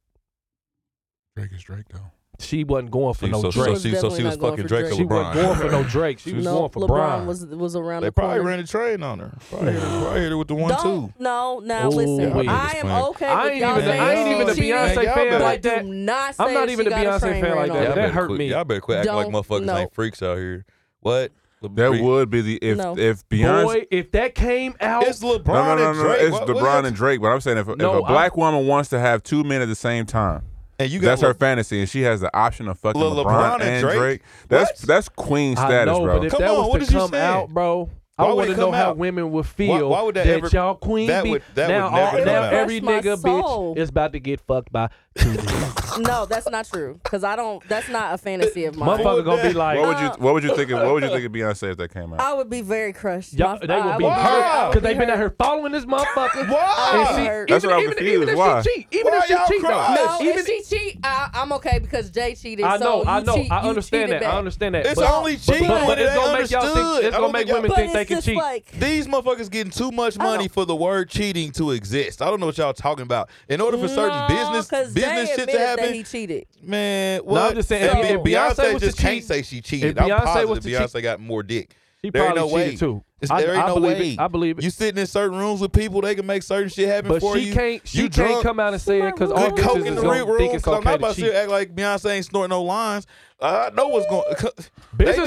S3: Drake is Drake though.
S2: She wasn't going for
S5: She-
S2: no
S5: so, so
S2: Drake.
S4: was
S5: she, so she
S4: definitely
S5: was
S4: not going
S5: fucking
S4: for
S5: Drake or
S4: Drake.
S2: she
S5: LeBron.
S2: wasn't going for no Drake. She was
S4: no,
S2: going for
S4: LeBron
S2: Brian.
S4: was was around
S5: They
S4: the
S5: probably
S4: corner.
S5: ran a trade on her. Probably, probably hit her with the one
S4: Don't,
S5: two.
S4: no, now
S2: Ooh,
S4: listen.
S2: wait.
S4: I am
S5: Explain.
S4: okay
S2: I
S4: with
S2: ain't
S4: y'all
S2: even.
S4: saying
S2: I ain't
S4: she
S2: even a
S4: cheated,
S2: Beyonce
S5: Y'all
S2: fan
S5: better-
S2: like
S4: but
S2: that.
S4: do not say
S2: I'm not
S4: she
S2: even a
S4: got
S2: Beyonce
S4: train
S2: fan
S4: ran
S2: like
S4: on
S2: that.
S4: her.
S5: Y'all better
S2: hurt
S5: quit-
S2: me.
S5: Y'all better quit acting like
S4: Don't-
S5: motherfuckers
S4: no.
S5: ain't freaks out here. What?
S3: That
S5: Freak-
S3: would be the if
S4: No.
S3: if Beyonce.
S2: Boy, if that came out,
S5: It's LeBron
S3: no, no, no,
S5: and
S3: no,
S5: Drake.
S3: It's
S5: What- what
S3: LeBron
S5: y'all-
S3: and Drake. But I'm saying if,
S2: No,
S3: if a
S2: I-
S3: black woman wants to have two men at the same time,
S5: and you got
S3: that's
S5: Le-
S3: her fantasy, and she has the option of fucking
S5: Le-
S3: LeBron,
S5: LeBron and
S3: and
S5: Drake?
S3: Drake. That's
S5: What?
S3: that's queen status,
S2: I know,
S3: bro.
S2: But if
S5: Come
S2: that
S5: on,
S2: was
S5: what
S2: to
S5: is you
S2: come
S5: saying?
S2: out, bro,
S5: Why
S2: I
S5: would
S2: want
S5: it
S2: to know
S5: come
S2: how
S5: out?
S2: women would feel
S5: why would that ever-
S2: y'all queen
S5: that
S2: be-
S5: would- that
S2: now,
S5: would never
S2: all-
S5: come
S2: now
S5: out.
S2: every
S4: That's my
S2: nigga
S4: soul.
S2: bitch is about to get fucked by two niggas.
S4: No, that's not true. Because I don't. That's not a fantasy of mine.
S2: Motherfucker gonna be
S5: that-
S2: like,
S3: what would you What would you think? Of, what would you think of Beyonce if that came out?
S4: I would be very crushed.
S2: y'all,
S4: My-
S2: they
S4: I
S2: would be
S5: Why?
S2: hurt because
S4: be
S2: they been out
S4: hurt.
S2: here following this motherfucker.
S5: Why?
S2: And she-
S4: That's
S2: even,
S3: what I'm
S2: even,
S3: confused.
S2: Even if
S3: Why?
S2: she cheat, even
S5: Why
S2: if she
S5: y'all
S2: cheat, though.
S5: crying?
S4: No,
S2: even,
S4: if she cheat, I, I'm okay because Jay cheated.
S2: I know,
S4: so
S2: I
S4: you
S2: know,
S4: cheat-
S2: I
S4: you
S2: understand
S4: cheated
S2: that. I
S4: back.
S2: understand that.
S5: It's
S2: but,
S5: only
S2: but- but-
S5: cheating
S2: but,
S5: when it
S2: it's
S5: ain't
S2: gonna make y'all think.
S5: understood.
S2: It's
S5: I
S2: gonna
S5: don't
S2: make
S5: think
S2: women
S4: But
S2: think they
S4: it's
S2: can
S4: just
S2: cheat.
S4: like
S5: These motherfuckers getting too much
S4: I
S5: money
S4: don't-
S5: for the word cheating to exist. I don't know what y'all talking about. In order for certain
S4: No,
S5: business
S4: 'cause
S5: business
S4: Jay
S5: shit to
S4: admitted that
S5: happen,
S4: he cheated.
S5: man. What?
S2: I'm just saying, if-
S5: I mean,
S2: if Beyonce was
S5: just
S2: to
S5: can't
S2: cheat-
S5: say she cheated.
S2: if Beyonce
S5: I'm
S2: was
S5: positive
S2: to
S5: Beyonce got more dick.
S2: She
S5: There ain't
S2: probably
S5: no way.
S2: cheated too.
S5: It's,
S2: I-
S5: there ain't
S2: I
S5: no
S2: believe
S5: way.
S2: it. I believe it.
S5: You sitting in certain rooms with people, they can make certain shit happen
S2: But
S5: for
S2: she
S5: you.
S2: can't. She
S5: you
S2: can't
S5: drunk,
S2: come out and say it because all
S5: good coke
S2: bitches
S5: in
S2: is
S5: the red
S2: gonna
S5: room.
S2: think it's
S5: 'cause I'm not
S2: okay to
S5: about
S2: cheat.
S5: to act like Beyonce ain't snorting no lines. I know what's going.
S2: Bitches-
S5: They do-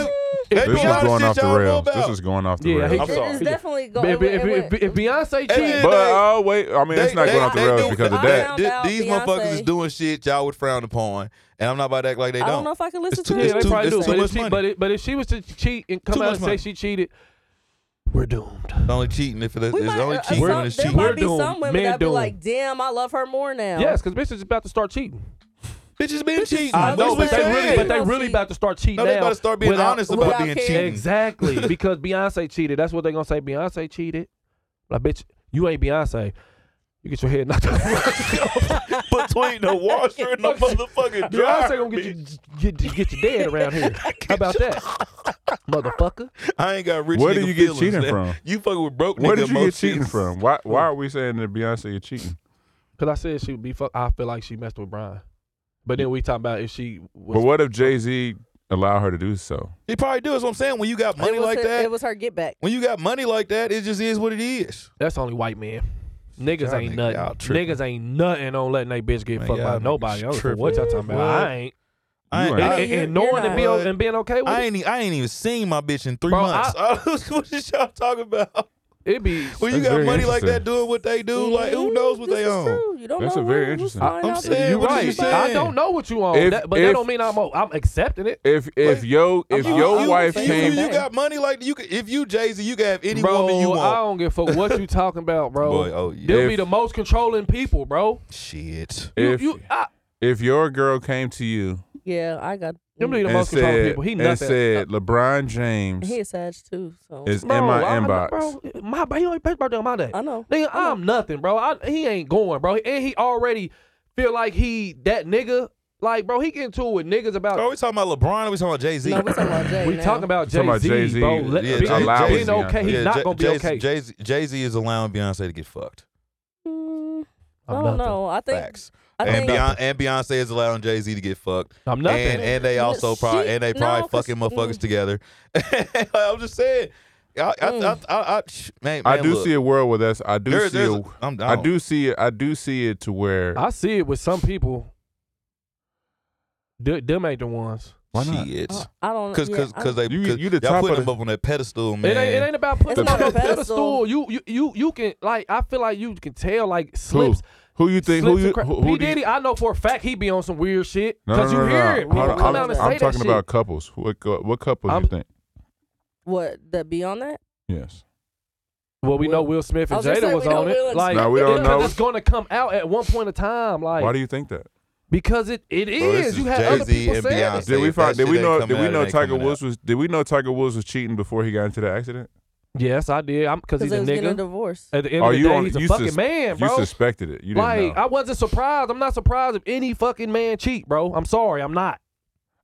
S2: if
S5: they
S2: Beyonce-
S3: This
S5: be
S3: is
S5: honest,
S3: going
S5: shit
S3: off the
S5: y'all know
S3: rails. This
S5: about.
S3: is going off the
S2: Yeah, I
S3: rails.
S2: hate-
S4: It is
S2: Yeah.
S4: definitely
S2: If,
S4: going.
S2: if, if, if, if Beyonce cheats,
S5: Hey,
S3: But oh wait, I mean it's
S5: They-
S3: not
S5: they-
S3: going off the
S5: they
S3: rails
S5: do-
S3: because of
S4: I
S3: that.
S4: found out
S5: Th- These
S4: Beyonce-
S5: motherfuckers is doing shit y'all would frown upon, and I'm not about to act like they
S4: I
S5: don't.
S4: don't know if I can listen
S5: It's
S4: to
S5: too-
S4: this.
S2: yeah, they
S5: it's
S2: probably do.
S5: it's
S2: But
S5: too
S2: if,
S5: much
S2: she,
S5: money.
S2: but, it, but if she was to cheat and come
S5: Too
S2: out
S5: much
S2: and
S5: money.
S2: say she cheated, we're doomed.
S5: It's only cheating if it is.
S4: We
S5: It's
S4: might,
S5: only
S4: uh,
S5: cheating
S4: some,
S5: when it's
S4: there
S5: cheating.
S2: We're
S4: might be
S2: doomed.
S4: some women
S2: Men
S4: that be
S2: doomed.
S4: like, "Damn, I love her more now."
S2: Yes, because bitches is about to start cheating.
S5: Bitches been cheating.
S2: I
S4: I
S2: know, but
S4: was
S2: they
S4: saying.
S2: really, but they
S4: No,
S2: really
S4: see-
S2: about to start cheating
S5: No, they
S2: now.
S5: about to start being
S2: without-
S5: honest
S4: without
S5: about being
S4: caring.
S5: cheating.
S2: Exactly, because Beyonce cheated. That's what they're gonna say. Beyonce cheated. Like, bitch, you ain't Beyonce. You get your head knocked off.
S5: Between the washer and the
S2: Beyonce
S5: motherfucking dryer.
S2: gonna get you get, get you dead around here. How about that, motherfucker?
S5: I ain't got rich.
S3: Where do
S5: nigga
S3: you get
S5: feelings,
S3: cheating
S5: man.
S3: from?
S5: You fucking with broke.
S3: Where
S5: nigga
S3: did you get
S5: emotions.
S3: cheating from? Why why are we saying that Beyonce is cheating?
S2: Because I said she would be fuck. I feel like she messed with Brian. But then we talk about if she was.
S3: But what if Jay Z allowed her to do so?
S5: He probably do. That's what I'm saying. When you got
S4: it
S5: money
S4: was
S5: like
S4: her, It
S5: that,
S4: was her get back.
S5: when you got money like that, it just is what it is.
S2: That's only white men. Niggas
S5: Y'all
S2: ain't
S5: niggas-
S2: nothing.
S5: y'all tripping.
S2: Niggas ain't nothing on letting they bitch get
S5: Man,
S2: fucked
S5: y'all
S2: by
S5: niggas
S2: nobody. I don't care
S5: tripping.
S2: what y'all talking about. I ain't.
S5: I
S3: You
S5: ain't,
S3: ain't-
S5: I,
S2: And,
S5: ain't,
S4: you're-
S2: and knowing
S4: you're
S2: and, being,
S5: not.
S2: and being okay with
S5: I
S2: it,
S5: ain't e- I ain't even seen my bitch in three
S2: Bro,
S5: months. what is y'all talking about?
S2: it be.
S5: When you
S3: That's
S5: got
S3: very
S5: money like that,
S3: interesting.
S5: doing what they do, like who knows what
S4: This
S5: they
S4: is
S5: own?
S4: true. You don't
S3: That's
S4: know
S3: a very
S4: who- who's
S3: interesting-
S4: lying
S5: I'm
S4: out
S5: saying,
S4: there.
S2: you
S5: what
S2: right.
S5: you saying?
S2: I don't know what you on,
S3: If-
S2: that, but that
S3: if-
S2: don't mean I'm o- I'm accepting it.
S3: If if yo if
S4: I'm-
S3: your
S4: I'm-
S3: wife
S4: I'm-
S5: you,
S3: came
S5: you got money like you could if you Jay Z, you can have any
S2: Bro,
S5: woman you
S2: I
S5: want.
S2: don't give a fuck what you talking about, bro.
S5: Boy, oh, yeah.
S2: They'll be
S3: uh, If-
S2: the most controlling people, bro.
S5: Shit.
S2: You,
S3: if
S2: you, I,
S3: if your girl came to you
S4: Yeah, I got.
S2: them be the
S3: and
S2: most controlling
S3: said
S2: people. He
S3: and
S2: nothing. Uh,
S3: said LeBron James
S4: He is Sag too, so
S3: is in
S2: Bro,
S3: my
S2: I-
S3: inbox.
S2: Bro, my he only paid birthday on my day.
S4: I know.
S2: Nigga,
S4: I know.
S2: I'm nothing, bro. I, he ain't going, bro. And he already feel like he that nigga. Like, bro, he getting to it with niggas about.
S5: Are we talking about LeBron? Or are we talking about Jay Z?
S4: No, we talking about Jay
S2: we
S4: now.
S2: talking about
S3: Oh,
S2: Jay
S3: Talking about
S2: Z,
S3: Jay-Z.
S2: bro. Let,
S3: Yeah,
S2: being,
S3: Jay-
S2: being
S3: Jay-Z,
S2: okay,
S3: yeah.
S2: he's not gonna be okay.
S5: Jay Jay Z is allowing Beyonce to get fucked.
S4: Mm, I
S2: I'm
S4: don't
S2: nothing.
S4: know. I think.
S5: Facts.
S4: I
S5: and,
S4: think.
S5: Beyonce, and Beyonce is allowing Jay Z to get fucked.
S2: I'm nothing.
S5: And and they also
S4: She-
S5: probably and they probably
S4: no, 'cause-
S5: fucking motherfuckers
S4: mm.
S5: together. I'm just saying. I, I, I,
S4: Mm.
S5: I, I- sh- man,
S3: I
S5: man,
S3: do
S5: look.
S3: see a world where that's I do
S5: There's-
S3: see
S5: there's
S3: a-
S5: a- I'm-
S3: I
S5: I
S3: do see it I do see it to where
S2: I see it with some people. Th- them ain't the ones.
S3: Why not?
S5: Shit.
S4: uh, I don't.
S5: Cause,
S4: yeah,
S5: cause,
S4: I-
S5: cause they,
S3: You-
S5: cause
S3: you the
S5: y'all
S3: top
S5: putting
S3: of the-
S5: them up on that pedestal, man.
S2: It ain't, it ain't about putting
S4: It's
S2: them
S4: not
S2: on
S4: a
S2: the pedestal.
S4: pedestal.
S2: You, you you you can like I feel like you can tell like slips.
S3: who you think who
S2: slips
S3: you
S2: and cra-
S3: who, who
S2: P
S3: do you-
S2: Diddy, I know for a fact he be on some weird shit
S3: No, no,
S2: because
S3: no,
S2: you
S3: no,
S2: hear
S3: no.
S2: it. People
S3: Hold on,
S2: come
S3: I'm,
S2: out and say
S3: I'm
S2: that
S3: talking
S2: shit.
S3: about couples. What co- what couples
S2: I'm-
S3: you think?
S4: what that be on that?
S3: Yes.
S2: Well, we know
S4: Will-
S2: Will Smith
S4: I
S2: and
S4: was gonna
S2: Jada
S4: say,
S2: was
S4: we know
S2: on
S4: Will
S2: it.
S4: and
S2: Like,
S3: No, we don't
S2: because
S3: know.
S2: It's gonna come out at one point in time, like
S3: Why do you think that?
S2: because it it is.
S5: Bro, this is
S2: you had other
S5: Jay-Z
S2: people
S5: and
S2: saying
S5: Beyonce.
S2: it.
S3: Did
S5: Say
S3: we
S5: if
S3: find?
S5: that
S3: Did
S5: shit
S3: we
S5: ain't
S3: know?
S5: coming
S3: Did we
S5: out, it
S3: know
S5: ain't
S3: Tiger
S5: coming
S3: Woods was? Did we know Tiger Woods was cheating before he got into the accident?
S2: Yes, I did. I'm because
S4: Because
S2: he's
S4: they
S2: a
S4: was getting a
S2: nigga.
S4: divorce.
S2: At the end
S3: Are
S2: of the
S3: you
S2: day,
S3: on-
S2: he's a
S3: you
S2: fucking
S3: sus-
S2: man,
S3: You
S2: bro.
S3: suspected it. You didn't
S2: like
S3: know.
S2: I wasn't surprised. I'm not surprised if any fucking man cheat, bro. I'm sorry, I'm not.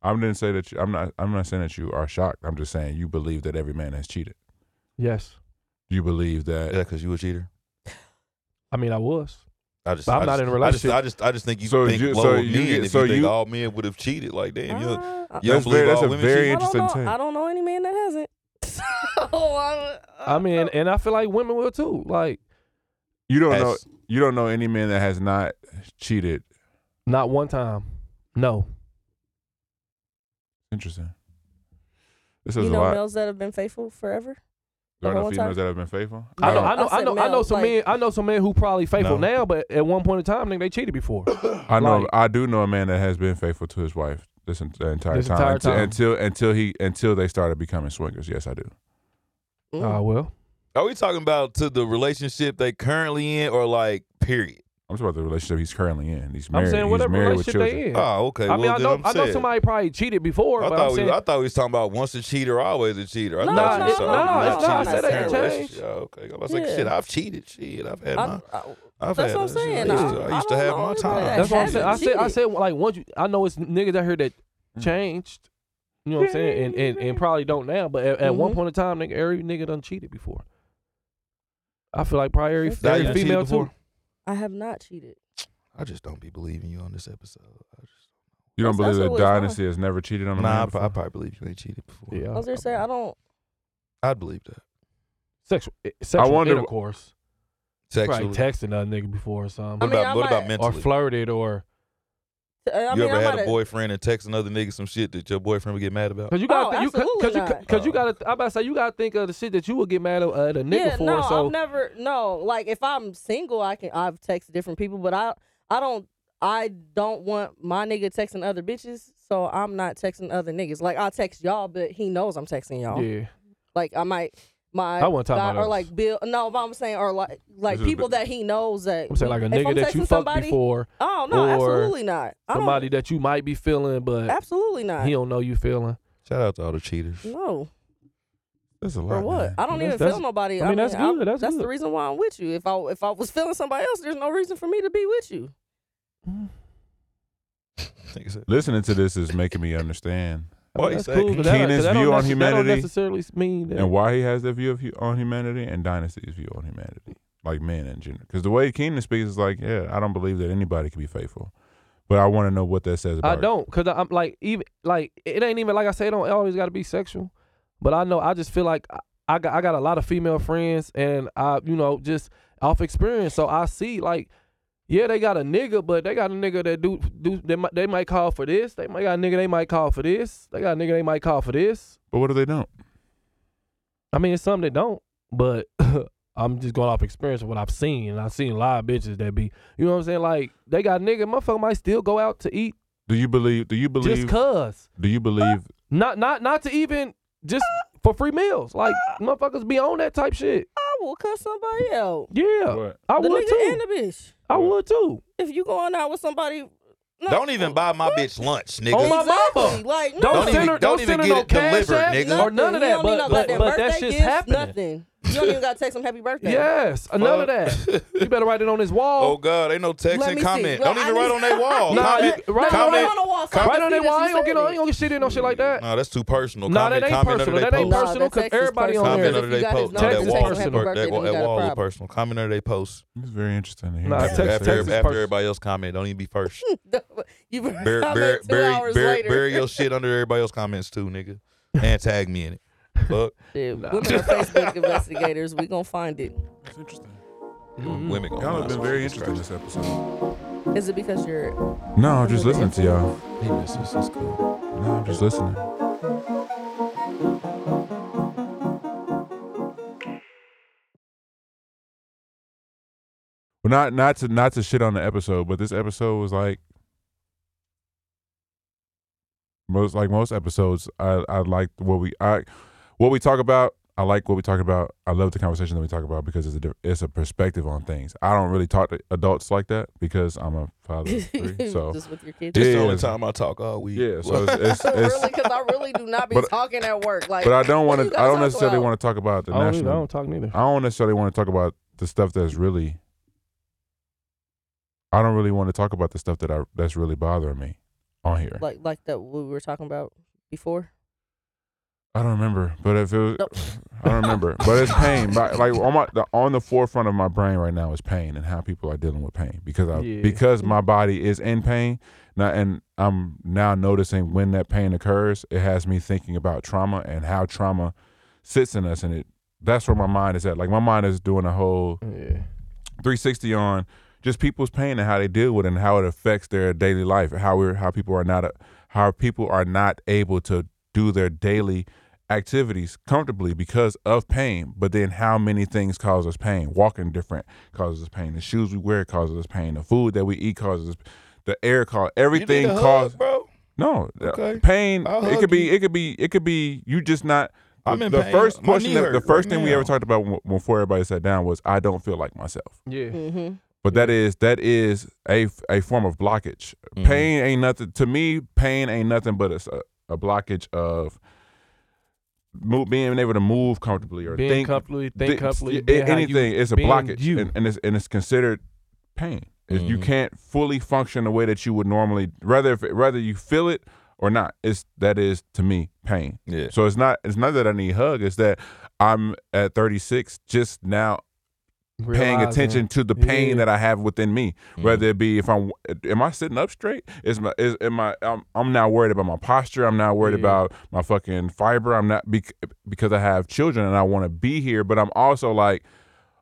S3: I didn't say that. You, I'm not. I'm not saying that you are shocked. I'm just saying you believe that every man has cheated.
S2: Yes,
S3: You believe that.
S5: Yeah, cause you a cheater.
S2: I mean I was.
S5: I just,
S2: But I'm
S5: I
S2: not
S5: just-
S2: in a
S5: I just, I just, I just think you
S3: So
S5: think
S3: you-
S5: low
S3: so
S5: of
S3: you
S5: men
S3: get-
S5: if
S3: so
S5: you think
S3: you-
S5: all men would have cheated. Like damn, you, you
S4: Ah, I-
S5: don't
S3: That's
S5: believe
S3: very- that's
S5: all
S3: a
S5: women
S3: very-
S5: cheat.
S4: I don't
S3: interesting
S4: know.
S3: take.
S4: I don't know any man that hasn't. So, I,
S5: Uh,
S2: I mean, and I feel like women will too. Like
S3: You don't
S5: As-
S3: know. You don't know any man that has not cheated.
S2: not one time. No.
S3: Interesting. This is
S4: you
S3: a
S4: know
S3: lot.
S4: males that have been faithful forever.
S3: there are
S4: the
S3: no
S4: whole
S3: females
S4: time?
S3: that have been faithful.
S2: I know,
S4: No.
S2: I know,
S4: I
S2: I,
S4: said
S2: know, I know
S4: male,
S2: some
S4: like-
S2: men, I know some men who probably faithful
S5: No.
S2: now, but at one point in time, nigga, they cheated before.
S3: I know.
S2: Like-
S3: I do know a man that has been faithful to his wife this en- the entire,
S2: This
S3: time,
S2: entire
S3: until-
S2: time.
S3: until until he until they started becoming swingers. Yes, I do.
S2: Ah,
S5: Oh,
S4: Mm.
S2: well,
S5: Are we talking about to the relationship they currently in, or like period?
S3: I'm talking about the relationship he's currently in. He's married.
S2: I'm saying
S3: he's
S2: whatever
S3: married
S2: relationship
S3: with children.
S2: they in.
S5: Oh, okay.
S2: I mean,
S5: well,
S2: I
S5: then
S2: know,
S5: I'm
S2: I know
S5: saying-
S2: somebody probably cheated before,
S5: I
S2: but I'm
S5: thought,
S2: saying
S5: we, I thought we was talking about once a cheater, always a cheater. I
S4: No,
S5: thought
S4: no,
S5: you was talking
S4: no,
S5: about
S4: no, it's not. I
S5: cheating
S4: said that
S5: in
S4: changed.
S5: relationship. Oh, okay. I was like,
S4: Yeah.
S5: shit, I've cheated. Shit, I've had my.
S4: I- I-
S5: I've had
S4: That's what I'm
S5: this. I
S4: saying.
S5: used
S4: I-
S5: to-
S4: I
S5: I used to
S4: don't
S5: have
S4: know
S5: my
S4: anybody
S5: time.
S4: that
S2: that's what I'm saying. I
S4: haven't
S2: said, I
S4: cheated.
S2: said, like once you, I know it's niggas out here that
S5: Mm.
S2: changed. You know what I'm saying, and and, and probably don't now, but at, at one
S4: Mhm.
S2: point in time, nigga, every nigga done cheated before. I feel like probably every,
S4: Now
S5: Now
S2: every
S5: you done cheated
S2: female
S5: before?
S2: too.
S4: I have not cheated.
S5: I just don't be believing you on this episode. I just,
S3: You don't
S4: That's-
S3: believe
S4: that's
S3: that
S4: what it's on.
S3: Dynasty has never
S2: Mm-hmm.
S3: cheated on a
S5: nah, I,
S3: man?
S5: pro-
S3: before?
S5: Oh, I probably believe you ain't cheated before.
S2: Yeah.
S4: I was just saying, I don't.
S5: I'd believe that.
S2: Sexual, eh, sexual
S3: wonder-
S2: intercourse.
S5: Sexually.
S2: Probably texted a nigga before or something,
S5: What
S4: I mean,
S5: about what
S4: I
S5: about
S4: might-
S2: or
S5: mentally?
S2: flirted, or
S4: I
S5: you
S4: mean,
S5: ever
S4: I
S5: had
S4: might
S5: a
S4: have-
S5: boyfriend and text another nigga some shit that your boyfriend would get mad about?
S2: because you got
S4: Oh,
S2: to you
S4: absolutely
S2: because you
S4: not.
S2: because you
S5: Oh.
S2: got to. I'm about to say you got to think of the shit that you would get mad at uh, the nigga
S4: yeah,
S2: for.
S4: no,
S2: so
S4: I've never no. Like if I'm single, I can I've texted different people, but I I don't I don't want my nigga texting other bitches, so I'm not texting other niggas. Like I'll text y'all, but he knows I'm texting y'all.
S2: yeah,
S4: Like I might my
S2: I wasn't talking
S4: guy-
S2: about
S4: or
S2: us.
S4: like Bill. No, but I'm saying or like like
S3: This is
S4: people
S3: ba-
S4: that he knows that
S2: I'm saying
S4: we-
S2: like a
S4: if
S2: nigga
S4: I'm
S2: that you
S4: texting
S2: fucked
S4: somebody,
S2: before,
S4: Oh no,
S2: or
S4: absolutely not. I don't-
S2: somebody that you might be feeling, but
S4: absolutely not.
S2: he don't know you feeling.
S5: Shout out to all the cheaters.
S4: no,
S3: That's a lot.
S4: for what?
S3: man.
S4: I don't
S2: That's-
S4: even
S2: that's-
S4: feel nobody.
S2: I mean, that's
S4: I'm-
S2: good, that's
S4: the
S2: good.
S4: reason why I'm with you. If I if I was feeling somebody else, there's no reason for me to be with you.
S2: Mm.
S5: Nigga said,
S3: Listening to this is making me understand
S2: I mean,
S5: Why you
S2: that's
S5: say-
S2: cool, but that, 'cause
S3: Keenan's
S2: that don't
S3: view on
S2: necess- That
S3: humanity
S2: don't necessarily mean that.
S3: and why he has that view of hu- on humanity and Dynasty's view on humanity, like men in general. Because the way Keenan speaks is like, yeah, I don't believe that anybody can be faithful, but I want to know what that says
S2: I
S3: about.
S2: don't, cause I'm like even like it ain't even like I say it don't always got to be sexual, but I know I just feel like I, I got I got a lot of female friends and I you know just off experience, so I see like yeah they got a nigga, but they got a nigga that do do they might, they might call for this, they might got a nigga they might call for this, they got a nigga they might call for this.
S3: But what if they don't?
S2: I mean it's some that don't, but I'm just going off experience of what I've seen. and I've seen a lot of bitches that be you know what I'm saying like they got a nigga, motherfucker might still go out to eat
S3: Do you believe? Do you
S2: just
S3: believe?
S2: cause.
S3: Do you believe?
S2: Not not not to even just for free meals. Like motherfuckers be on that type shit.
S4: I will cut somebody out.
S2: Yeah.
S3: What?
S2: I
S4: the
S2: would
S4: nigga
S2: too.
S4: and the bitch.
S2: I would too.
S4: If you going out with somebody, no,
S5: Don't even buy my bitch lunch, nigga.
S2: Oh my
S4: Exactly.
S2: mama.
S4: Like no,
S2: Don't,
S5: Don't
S2: send
S5: even-
S2: her
S5: don't
S2: don't,
S5: even
S2: send her
S5: get
S2: no
S5: it delivered,
S2: cash app
S5: nigga.
S2: or none of that.
S4: You don't need
S2: But
S4: no
S2: but,
S4: goddamn
S2: but that
S4: birthday
S2: shit's
S4: gifts,
S2: happening.
S4: Nothing. You don't even gotta take some happy birthday.
S2: Yes, none of
S5: Fuck.
S2: that. You better write it on his
S5: Oh
S2: wall.
S5: God, ain't no text
S4: Let
S5: and
S4: me see.
S5: comment.
S4: Well,
S5: Don't even
S4: I
S5: write
S4: need-
S5: on their wall.
S2: Nah,
S5: Oh, comment,
S2: you- right-
S4: No,
S5: comment.
S4: right on the wall. so I
S2: right
S4: can
S2: on
S4: see
S2: their
S4: that
S2: wall.
S4: you
S2: I ain't gonna get on. I
S4: said it.
S2: ain't gonna get shit in on shit like that.
S5: No, that's too personal.
S2: Nah,
S5: comment,
S2: that ain't
S5: comment
S2: personal.
S5: under
S2: That
S5: their
S2: ain't
S5: post.
S2: personal
S4: Nah, that
S2: 'cause
S4: text is
S2: everybody
S4: personal.
S2: on
S5: Comment
S2: there.
S4: If
S5: under their
S4: you got his
S5: post. No,
S4: number,
S5: that
S2: text is
S5: wall, is
S2: personal.
S5: per- that,
S4: Birthday,
S5: wall-
S4: then you
S5: that
S4: got a
S5: wall is
S4: problem.
S5: personal. Comment under their post.
S3: It's very interesting to hear.
S2: Nah,
S5: After,
S2: Uh, text-
S5: after,
S2: text is
S5: after
S2: personal.
S5: everybody else comment, don't even be first.
S4: you better
S5: bury,
S4: comment
S5: bury,
S4: two
S5: bury,
S4: hours
S5: bury,
S4: later.
S5: bury your shit under everybody else's comments too, nigga, and tag me in it. Fuck,
S2: Mm-hmm.
S4: Shit, Women are Facebook investigators. We gonna find it.
S3: It's interesting.
S2: Mm-hmm.
S5: women gonna
S3: Y'all have
S5: find
S3: been
S5: some
S3: very
S5: shit that's
S3: interesting this episode.
S4: Is it because you're?
S3: No, I'm just listening to y'all.
S5: crazy.
S3: No, I'm just listening. Well, not not to not to shit on the episode, but this episode was like most like most episodes. I I like what we I what we talk about. I like what we talk about. I love the conversation that we talk about because it's a di- it's a perspective on things. I don't really talk to adults like that because I'm a father. Of three, so
S4: just with your kids.
S5: This the
S3: Yeah.
S5: only time I talk all week.
S3: yeah, so it's, it's, it's
S4: really, because I really do not be
S3: But-
S4: talking at work. Like,
S3: but I don't
S4: what
S3: want
S4: you
S3: to.
S4: gotta
S3: I don't
S4: talk
S3: necessarily
S4: about?
S3: want to talk about the
S2: I don't, either. I
S3: national.
S2: don't talk neither.
S3: I don't necessarily want to talk about the stuff that's really. I don't really want to talk about the stuff that I that's really bothering me on here.
S4: like like that we were talking about before.
S3: I don't remember, but if it was,
S4: Nope.
S3: I don't remember, but it's pain. But like on my the, on the forefront of my brain right now is pain and how people are dealing with pain because I
S2: Yeah.
S3: because my body is in pain now, and I'm now noticing when that pain occurs, it has me thinking about trauma and how trauma sits in us, and it that's where my mind is at. Like my mind is doing a whole
S2: Yeah.
S3: 360 on just people's pain and how they deal with it and how it affects their daily life and how we're how people are not how people are not able to do their daily activities comfortably because of pain but then how many things cause us pain walking different causes us pain the shoes we wear causes us pain the food that we eat causes us the air cause everything causes
S5: bro.
S3: no uh,
S5: Okay.
S3: pain
S5: I'll
S3: it
S5: hug
S3: could be
S5: you.
S3: it could be it could be you just not
S5: I'm
S3: the,
S5: in
S3: the
S5: pain.
S3: first
S5: My
S3: question
S5: knee
S3: that, the
S5: hurt
S3: first
S5: right
S3: thing we
S5: now.
S3: ever talked about w- before everybody sat down was i don't feel like myself
S2: Yeah. Mm.
S4: Mm-hmm.
S3: but that is that is a a form of blockage. Pain ain't nothing to me. Pain ain't nothing but it's a, a blockage of move, being able to move comfortably or
S2: Being
S3: think
S2: comfortably, think
S3: thi-
S2: comfortably.
S3: a-
S2: being how you-
S3: anything. it's a
S2: being
S3: blockage,
S2: you. Mm.
S3: and, and it's and it's considered pain. If You
S5: Mhm.
S3: can't fully function the way that you would normally, rather if rather you feel it or not. It's that is to me pain.
S5: Yeah.
S3: So it's not it's not that I need a hug. It's that I'm at 36, just now paying
S2: Realizing.
S3: attention to the pain
S2: Yeah. Mm.
S3: that I have within me. Whether it be if I'm am I sitting up straight? Is my is am I I'm, I'm not worried about my posture. I'm not worried
S2: Yeah.
S3: about my fucking fiber. I'm not bec- because I have children and I want to be here, but I'm also like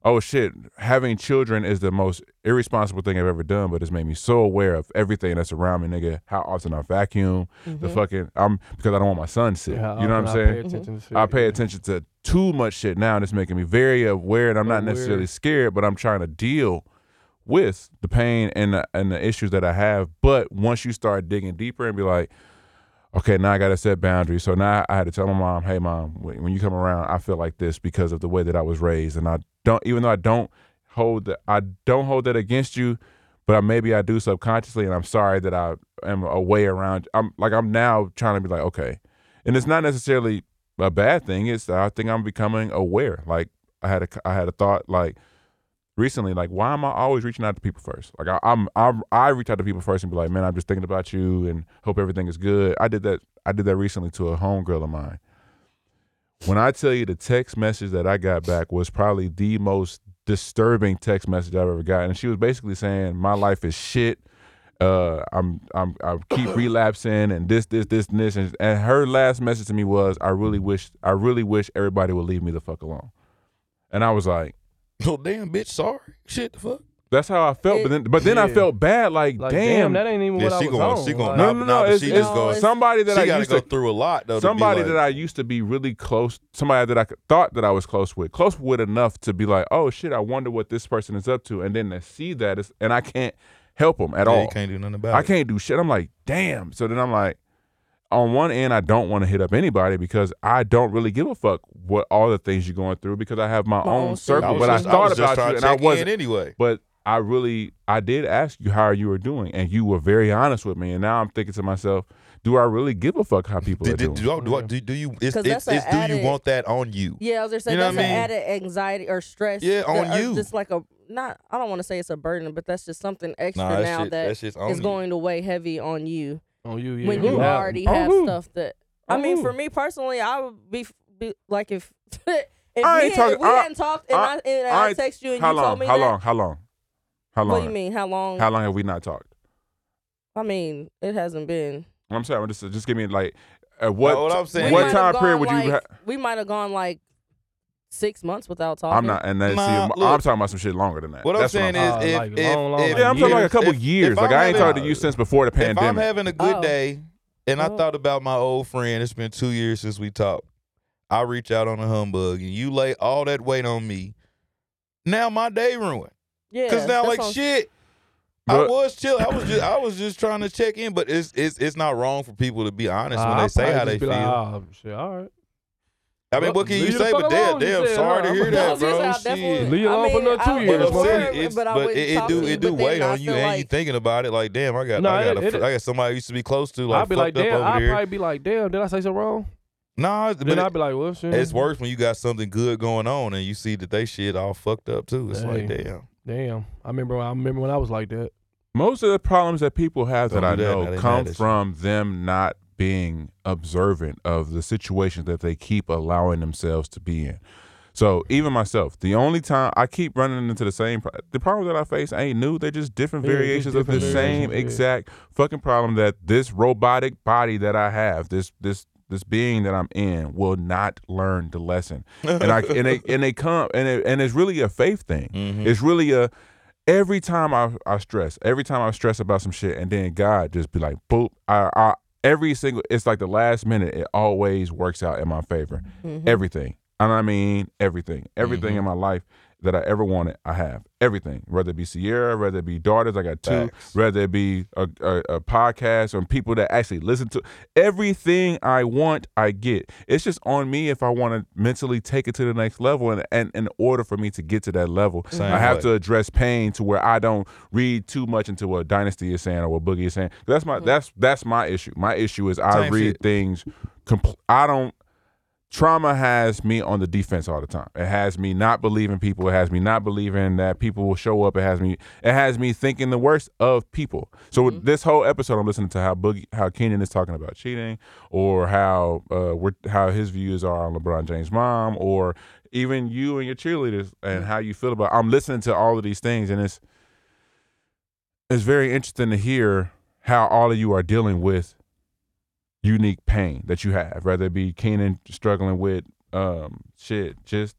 S3: oh shit, having children is the most irresponsible thing I've ever done, but it's made me so aware of everything that's around me, nigga. How often I vacuum, the fucking I'm because I don't want my son sick.
S2: Mm-hmm. Yeah,
S3: you know
S2: I'll-
S3: what I'm
S2: I'll
S3: saying?
S2: Pay attention to shit,
S3: I pay
S2: yeah.
S3: attention to too much shit now, and it's making me very aware. And I'm not necessarily
S2: Aware.
S3: scared, but I'm trying to deal with the pain and the, and the issues that I have. But once you start digging deeper and be like, okay, now I got to set boundaries. So now I had to tell my mom, hey, mom, when when you come around, I feel like this because of the way that I was raised, and I don't, even though I don't hold that, I don't hold that against you. But I- maybe I do subconsciously, and I'm sorry that I am away around. I'm like I'm now trying to be like, okay, and it's not necessarily a bad thing is that I think I'm becoming aware. Like I had a I had a thought like recently, like why am I always reaching out to people first? Like I, I'm I'm I reach out to people first and be like, man, I'm just thinking about you and hope everything is good. I did that I did that recently to a homegirl of mine. When I tell you the text message that I got back was probably the most disturbing text message I've ever gotten. And she was basically saying, My life is shit. Uh, I'm I'm I keep relapsing and this this this and this and, and her last message to me was I really wish I really wish everybody would leave me the fuck alone, and I was like
S5: Oh damn, bitch, sorry. Shit, the fuck.
S3: that's how I felt, but then but then I
S2: Yeah.
S3: felt bad like,
S2: Like, damn,
S3: damn,
S2: that ain't even
S5: Yeah,
S2: what
S5: she
S2: I was
S5: gonna-
S2: on.
S5: she gonna
S2: Like,
S3: no
S5: Nah,
S3: no
S5: nah,
S3: no
S5: but
S3: it's,
S5: she
S3: it's
S5: just goes-
S3: somebody that
S5: she
S3: I
S5: gotta
S3: used
S5: go
S3: to
S5: through a lot though. to be
S3: somebody
S5: like-
S3: that I used to be really close, somebody that I c- thought that I was close with, close with enough to be like, oh shit, I wonder what this person is up to, and then to see that is, and I can't help them at
S5: Yeah,
S3: all.
S5: you can't do nothing about.
S3: I
S5: it.
S3: can't do shit. I'm like, damn. So then I'm like, on one end, I don't want to hit up anybody because I don't really give a fuck what all the things you're going through because I have my, own,
S4: own circle.
S3: circle.
S5: I was
S3: but
S5: just-
S3: I thought
S5: was just
S3: about
S5: trying
S3: you and
S5: to
S3: I
S5: check in
S3: wasn't.
S5: anyway.
S3: But I really, I did ask you how you were doing, and you were very honest with me. And now I'm thinking to myself, do I really give a fuck how people
S5: Do,
S3: are
S5: do,
S3: doing?
S5: do, do, do, do you? It's,
S4: 'Cause
S5: it's,
S4: that's a
S5: it's do you
S4: added-
S5: want that on you?
S4: Yeah, I was just saying
S5: You know
S4: that's
S5: what I
S4: an
S5: mean?
S4: added anxiety or stress.
S5: Yeah,
S4: that-
S5: on
S4: or
S5: you.
S4: Just like a not. I don't want to say it's a burden, but that's just something extra
S5: Nah, that
S4: now
S5: shit- that
S4: that
S5: shit's on
S4: is
S5: you.
S4: going to weigh heavy on you
S2: on you, yeah, Oh,
S4: when you
S2: out.
S4: already
S3: On
S4: have
S3: who?
S4: stuff that. I
S2: On
S4: mean,
S2: who?
S4: for me personally, I would be, be like if. If
S3: I
S4: we,
S3: ain't
S4: had,
S3: talking-
S4: if we
S3: I-
S4: hadn't talked and I, and
S3: I
S4: I,
S3: ain't-
S4: text you and
S3: how
S4: you
S3: long?
S4: told me
S3: how
S4: that,
S3: long? How long? How long?
S4: what do you mean? How long?
S3: How long have we not talked?
S4: I mean, it hasn't been.
S3: I'm sorry. I'm just just give me like at what
S5: No, what I'm saying
S4: We
S3: what
S4: might have
S3: time period
S4: gone,
S3: would you?
S4: like-
S3: ha-
S4: We might have gone like six months without talking.
S3: I'm not, and then see,
S5: Nah,
S3: I'm-
S5: look.
S3: I'm talking about some shit longer than that.
S5: What I'm
S3: That's
S5: saying
S2: I'm
S5: is,
S2: talking
S5: if,
S2: about. Like,
S5: if,
S2: long,
S5: if-
S2: long
S3: yeah, I'm talking about a
S5: if-
S3: couple
S5: if-
S3: years.
S5: if
S3: like
S5: I'm
S3: I ain't
S5: having-
S3: talked to you since before the
S5: If I'm
S3: pandemic.
S5: having a good
S4: Oh.
S5: day and I
S4: Oh.
S5: thought about my old friend, it's been two years since we talked. I reach out on a humbug and you lay all that weight on me. Now my day ruined.
S4: Yeah,
S5: Cause now
S4: that's
S5: like
S4: on-
S5: shit. I
S3: But-
S5: was chill. I was just I was just trying to check in, but it's it's it's not wrong for people to be honest
S2: Uh,
S5: when they
S2: I'll
S5: say
S2: probably
S5: how they
S2: just be
S5: feel.
S2: like, oh, shit, all right.
S5: I mean,
S2: well,
S5: what can
S2: leave
S5: you
S2: the
S5: say? But
S2: fuck
S5: damn,
S2: alone, you
S5: damn,
S2: said, huh?
S5: sorry to hear
S2: No,
S4: No,
S5: that,
S4: seriously,
S5: bro.
S4: I
S5: Shit.
S4: definitely-
S2: Leave it
S4: I
S2: alone for
S4: mean,
S2: another two
S4: I
S2: years,
S4: would
S2: motherfucker.
S4: observe
S5: But it's-
S4: but I
S5: but
S4: wouldn't
S5: it, it
S4: talk
S5: do
S4: to you,
S5: it do
S4: but then
S5: weigh
S4: I
S5: on you,
S4: feel
S5: and you
S4: like-
S5: thinking about it like, damn, I got
S2: No,
S5: I
S2: it-
S5: got a
S2: it-
S5: fr- I got somebody I used to be close to like
S2: I'll be like,
S5: fucked up
S2: damn.
S5: over
S2: I'll
S5: here.
S2: probably be like, damn, did I say something wrong?
S5: nah, but
S2: Then
S5: it-
S2: I'll be like, "Mm." well, shit.
S5: it's worse when you got something good going on and you see that they shit all fucked up too. It's like,
S2: Hey.
S5: damn,
S2: Damn. I remember. I remember when I was like that.
S3: Most of the problems that people have that
S5: Don't
S3: I
S5: do that. Now
S3: know
S5: they
S3: come
S5: mad at you.
S3: from them not being observant of the situations that they keep allowing themselves to be in. So even myself, the only time I keep running into the same pro- the problem that I face ain't new. They're just different
S2: Yeah, just
S3: variations of
S2: different
S3: the
S2: variations,
S3: same
S2: yeah.
S3: exact fucking problem that this robotic body that I have, this this this being that I'm in, will not learn the lesson. And I and they and they come and it, and it's really a faith thing.
S5: Mm-hmm.
S3: It's really a every time I, I stress, every time I stress about some shit, and then God just be like, boop. I, I every single it's like the last minute. It always works out in my favor.
S5: Mm-hmm.
S3: Everything, and I mean everything, everything in my life that I ever wanted, I have everything. Whether it be Sierra, whether it be daughters, I got two.
S5: Facts.
S3: Whether it be a, a, a podcast or people that actually listen to everything I want, I get. It's just on me if I want to mentally take it to the next level, and and in order for me to get to that level,
S5: Same
S3: I have
S5: way.
S3: to address pain to where I don't read too much into what Dynasty is saying or what Boogie is saying. That's my that's that's my issue. My issue is I
S5: Same
S3: read
S5: shit.
S3: things. Compl- I don't trauma has me on the defense all the time. It has me not believing people. It has me not believing that people will show up. It has me. It has me thinking the worst of people. So with this whole episode, I'm listening to how Boogie, how Kenan is talking about cheating, or how uh, we're, how his views are on LeBron James' mom, or even you and your cheerleaders and how you feel about. I'm listening to all of these things, and it's it's very interesting to hear how all of you are dealing with unique pain that you have, whether it be Kenan struggling with um, shit, just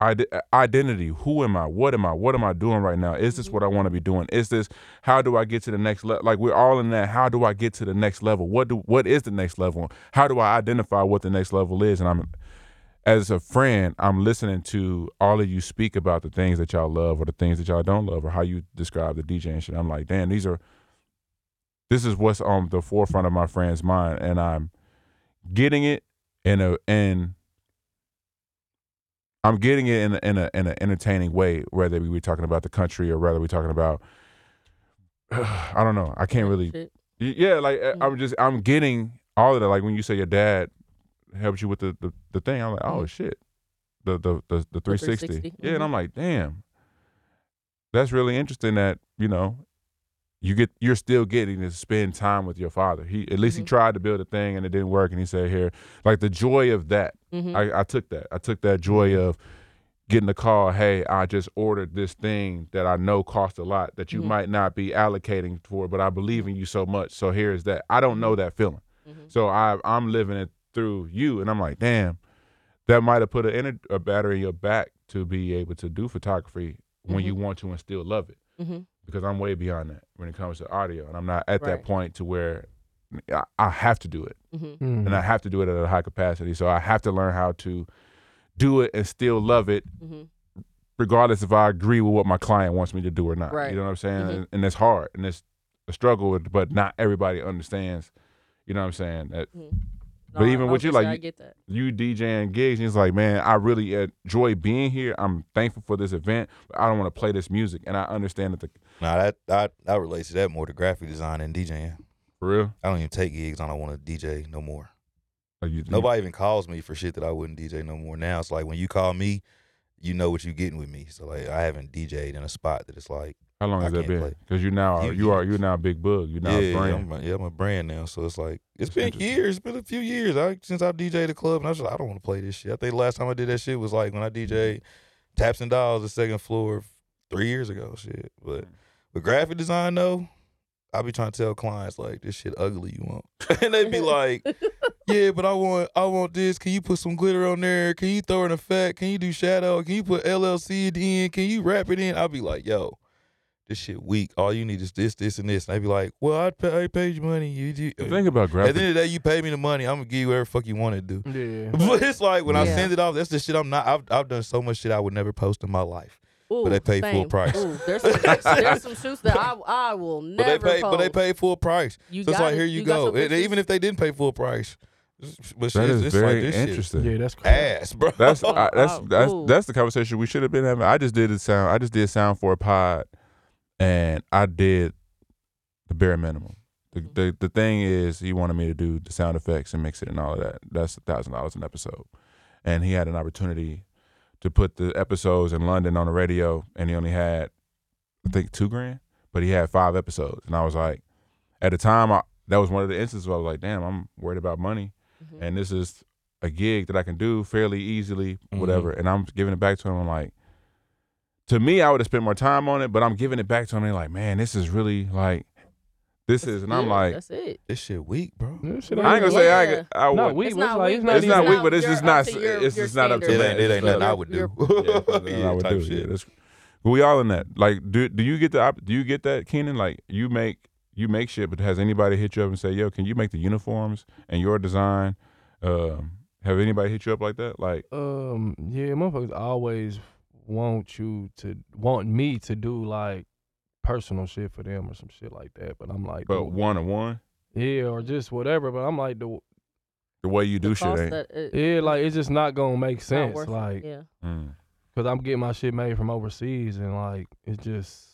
S3: ide- identity. Who am I? What am I? What am I doing right now? Is this what I want to be doing? Is this how do I get to the next level? Like we're all in that. How do I get to the next level? What do what is the next level? How do I identify what the next level is? And I'm as a friend, I'm listening to all of you speak about the things that y'all love or the things that y'all don't love or how you describe the DJ and shit. I'm like, damn, these are this is what's on the forefront of my friend's mind, and I'm getting it in a and I'm getting it in a, in a in a entertaining way, whether we were talking about the country or whether we're talking about I don't know. I can't really
S4: Shit.
S3: Y- Yeah, like I- I'm just I'm getting all of that. Like when you say your dad helped you with the the, the thing, I'm like, oh shit, the the the, the 360.
S4: 360,
S3: Yeah, and
S4: mhm.
S3: I'm like, damn, that's really interesting. That you know, you get you're still getting to spend time with your father. He at least he tried to build a thing and it didn't work, and he said here, like the joy of that.
S4: Mhm.
S3: I, I took that. I took that joy of getting a call. Hey, I just ordered this thing that I know costs a lot that you might not be allocating for, but I believe in you so much. So here's that. I don't know that feeling. So I, I'm living it through you, and I'm like, damn, that might have put a, ener- a battery in your back to be able to do photography when you want to and still love it.
S4: Mhm.
S3: Because I'm way beyond that when it comes to audio, and I'm not at that
S4: Right.
S3: point to where I, I have to do it
S2: Mm.
S3: and I have to do it at a high capacity. So I have to learn how to do it and still love it,
S4: Mhm.
S3: regardless if I agree with what my client wants me to do or not.
S4: Right.
S3: You know what I'm saying?
S4: Mhm.
S3: And, and it's hard and it's a struggle, with- but not everybody understands. You know what I'm saying? That But
S4: No, I-
S3: even
S4: I
S3: with you,
S4: understand,
S3: like,
S4: I get that.
S3: you DJing gigs, and it's like, man, I really enjoy being here. I'm thankful for this event. But I don't want to play this music, and I understand that the
S5: Nah, that I I relate to that more to graphic design and DJing.
S3: for real.
S5: I don't even take gigs. I don't want to DJ no more.
S3: Like you,
S5: Nobody even calls me for shit that I wouldn't DJ no more. Now it's like when you call me, you know what you getting with me. So like I haven't DJ'd in a spot that it's like
S3: How long
S5: I
S3: has that
S5: can't
S3: been?
S5: play.
S3: Because you now are,
S5: Few
S3: you are
S5: years.
S3: you now big bug. You now
S5: yeah,
S3: a
S5: yeah,
S3: brand.
S5: I'm, a- yeah, I'm a brand now. So it's like it's
S3: That's
S5: been
S3: interesting.
S5: years. It's been a few years I, since I DJ'd a club, and I was like, I don't want to play this shit. I think the last time I did that shit was like when I DJ'd
S3: Mm-hmm.
S5: Taps and Dolls, the second floor, three years ago. Shit, but
S3: Mm.
S5: with graphic design though. I be trying to tell clients like this shit ugly you want, and they be like, "Yeah, but I want I want this. Can you put some glitter on there? Can you throw an effect? Can you do shadow? Can you put LLC at the end? Can you wrap it in?" I be like, "Yo, this shit weak. All you need is this, this, and this." And they be like, "Well, I pay, I paid you money. You, you
S3: The thing about
S5: at
S3: graphic
S5: the end of the day, you pay me the money. I'm gonna give you whatever fuck you want to do."
S2: Yeah.
S5: But it's like when I
S4: Yeah.
S5: send it off, that's the shit I'm not. I've, I've done so much shit I would never post in my life.
S4: Ooh,
S5: they pay full
S4: same.
S5: price.
S4: Ooh, there's, some, there's, there's some shoots that I, I will
S5: But
S4: never
S5: they pay, but they
S4: post.
S5: pay full price.
S4: You
S5: so it's
S4: got
S5: like
S4: it.
S5: here you,
S4: You got
S5: go.
S4: some
S5: And
S4: pictures?
S5: even if they didn't pay full price, but shit,
S3: that is
S5: it's
S3: very
S5: like this shit
S3: interesting.
S2: Yeah, that's cool.
S5: ass, bro.
S3: That's
S4: Oh,
S3: I, that's
S4: wow.
S3: that's
S4: Ooh.
S3: that's the conversation we should have been having. I just did a sound. I just did sound for a pod, and I did the bare minimum. The,
S4: Mm-hmm.
S3: the the thing is, he wanted me to do the sound effects and mix it and all of that. That's a thousand dollars an episode, and he had an opportunity to put the episodes in London on the radio, and he only had I think two grand, but he had five episodes, and I was like, at the time, I, that was one of the instances where I was like, damn, I'm worried about money,
S4: Mm-hmm.
S3: and this is a gig that I can do fairly easily, whatever. And I'm giving it back to him. I'm like, to me, I would have spent more time on it, but I'm giving it back to him. And like, man, this is really like, this is. And I'm
S4: Yeah,
S3: like,
S4: that's it.
S5: This shit weak, bro.
S2: Yeah, shit
S3: I ain't gonna say I. could- I
S2: No,
S3: would.
S2: we-
S4: It's
S2: was
S4: not
S2: like-
S4: weak,
S2: it's
S4: but
S2: not
S3: it's
S2: even-
S3: not weak, but it's
S4: your-
S3: just not.
S4: up to your-
S3: It's
S4: your
S3: just not up to
S5: It
S4: standard.
S3: me.
S5: ain't, it ain't nothing I would do.
S4: Your-
S3: Yeah, it's not nothing I would
S5: type
S3: do.
S5: shit.
S3: Yeah, that's- but we all in that. Like, do do you get the? op- Do you get that, Kenan? Like, you make you make shit, but has anybody hit you up and say, "Yo, can you make the uniforms and your design?" Um, have anybody hit you up like that? Like,
S2: Um, yeah, motherfuckers always want you to want me to do like personal shit for them or some shit like that. But I'm like,
S3: but
S2: dude,
S3: one on one,
S2: yeah, or just whatever. But I'm like, the
S3: the way you
S4: The
S3: do shit
S4: cost
S3: ain't.
S4: that it-
S2: yeah, like it's just not gonna make
S4: it's not
S2: sense.
S4: worth it.
S2: Like,
S4: yeah.
S3: Mm.
S2: cause I'm getting my shit made from overseas, and like it just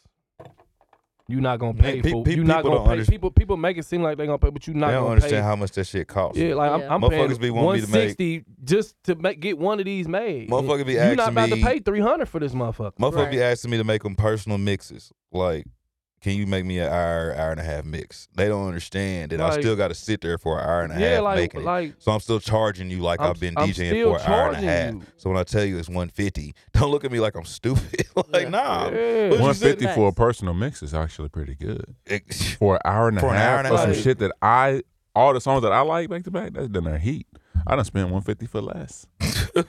S2: You're not gonna pay
S5: Man, pe-
S2: for.
S5: pe-
S2: you're not
S5: people
S2: gonna
S5: don't
S2: pay.
S5: underst-
S2: People people make it seem like they're gonna pay, but you're not
S5: they don't
S2: gonna
S5: understand
S2: pay.
S5: how much that shit costs.
S2: yeah, like
S4: Yeah.
S2: I'm, I'm paying
S5: Motherfuckers be wanting me to make-
S2: 160 just to make get one of these made.
S5: Motherfucker be
S2: You're not
S5: asking
S2: about to
S5: me-
S2: pay 300 for this motherfucker.
S5: Motherfucker be asking me to make them personal mixes. Like, can you make me an hour, hour and a half mix? They don't understand that I
S2: Like-
S5: still got to sit there for an hour and a
S2: yeah,
S5: half
S2: like
S5: making it.
S2: like
S5: So I'm still charging you like i
S2: I'm-
S5: have been
S2: I'm
S5: DJing
S2: still
S5: for an hour and
S2: charging
S5: a half.
S2: you.
S5: So when I tell you it's 150, don't look at me like I'm stupid. like,
S4: Yeah.
S5: nah.
S2: yeah.
S5: What you
S3: One
S5: said
S3: fifty for a personal mix is actually pretty good
S5: It-
S3: for an hour and a
S5: For an
S3: half
S5: hour and a
S3: for some
S2: half.
S3: shit that I all the songs that I like back to back. That's done their heat. I done spent one fifty for less.
S5: by,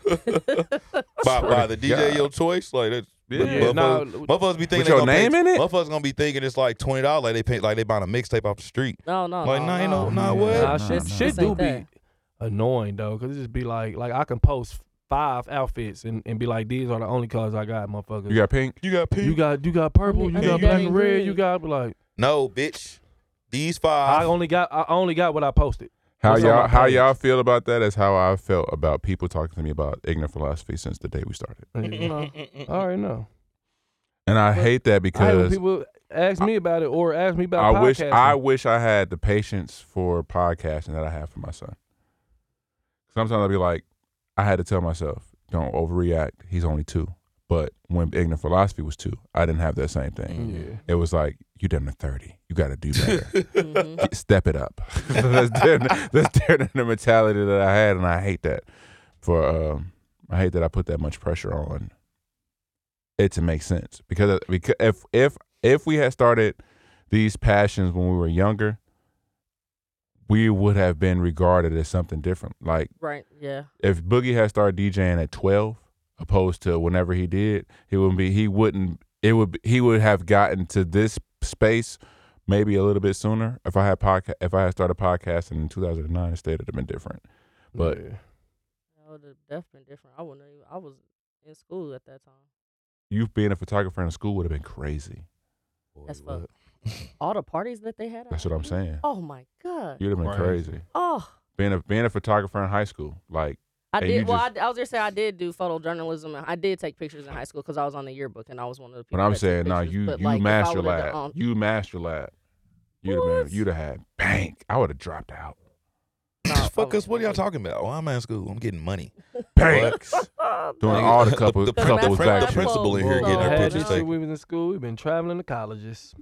S3: Swear
S5: by
S3: to
S5: the DJ
S3: God.
S5: your choice, like that's
S3: Yeah.
S2: Yeah, nah,
S5: motherfuckers, motherfuckers be thinking
S3: your
S5: they gonna
S3: name
S5: pay,
S3: in it?
S5: Motherfuckers gonna be thinking it's like twenty dollars, like they pay, like they buying a mixtape off the street.
S4: No, no,
S5: Like,
S4: no,
S5: nah, ain't no-
S4: no.
S5: nah, what?
S2: Nah,
S3: Nah,
S2: shit,
S3: nah.
S2: shit
S4: This ain't
S2: do be
S4: that.
S2: annoying though, cause it just be like, like I can post five outfits and, and be like, these are the only colors I got, motherfuckers.
S3: You got pink.
S5: You got
S2: you got, you got purple, you got
S4: I need
S2: black
S4: that
S2: and red,
S4: green.
S2: you got like,
S5: No, bitch. These
S2: I
S5: five.
S2: only got, I only got what I posted.
S3: How
S2: What's on my
S3: y'all how
S2: page?
S3: y'all feel about that is how I felt about people talking to me about ignorant philosophy since the day we started.
S2: I already know.
S3: And I
S2: But
S3: hate that
S2: I hate when
S3: because
S2: people ask me about it or ask me about.
S3: I wish I
S2: podcasting.
S3: wish I had the patience for podcasting that I have for my son. Sometimes I'll be like, I had to tell myself, don't overreact. He's only two. But when ignorant philosophy was two, I didn't have that same
S2: Mm.
S3: thing. It was like, you damn near thirty. You got to do better. Get- Step it up. that's damn, that's damn near the mentality that I had, and I hate that. For um, I hate that I put that much pressure on it to make sense because uh, because if if if we had started these passions when we were younger, we would have been regarded as something different. Like
S4: Right. Yeah.
S3: if Boogie had started DJing at twelve, opposed to whenever he did, he wouldn't be. He wouldn't. It would. be- He would have gotten to this space maybe a little bit sooner. If I had podcast, if I had started podcasting in two thousand and nine, instead, it'd have been different. But
S2: Yeah.
S4: That would have definitely been different. I wouldn't. Even, I was in school at that time.
S3: you being a photographer in school would have been crazy.
S4: That's fuck. All the parties that they had. out
S3: That's what I'm
S4: there.
S3: saying.
S4: Oh my god.
S3: You'd have been
S5: Crazy.
S3: crazy.
S4: Oh,
S3: Being a being a photographer in high school, like
S4: I
S3: Hey, you
S4: did. Well,
S3: just-
S4: I, I was just saying I did do photojournalism. And I did take pictures in high school because I was on the yearbook and I was one of the people.
S3: But I'm
S4: that took
S3: saying, nah,
S4: pictures,
S3: you
S4: but,
S3: you
S4: like, if I
S3: master
S4: would've
S3: lab,
S4: done-
S3: you master lab. You'd have
S4: What?
S3: been, you'd have had bank. I would have dropped out.
S4: no, I
S5: Fuck us.
S4: wouldn't
S5: What are
S4: have
S5: y'all
S4: done
S5: talking about? Oh, I'm in school. I'm getting money.
S3: Banks
S4: that.
S3: doing all the
S5: The-
S3: couple
S5: the- the
S3: couples
S4: principal-
S3: back.
S4: the
S3: shit.
S4: principal in here
S2: Bro,
S4: getting our
S2: had
S4: pictures
S2: this shit
S5: taken.
S2: We was in school. We've been traveling to colleges.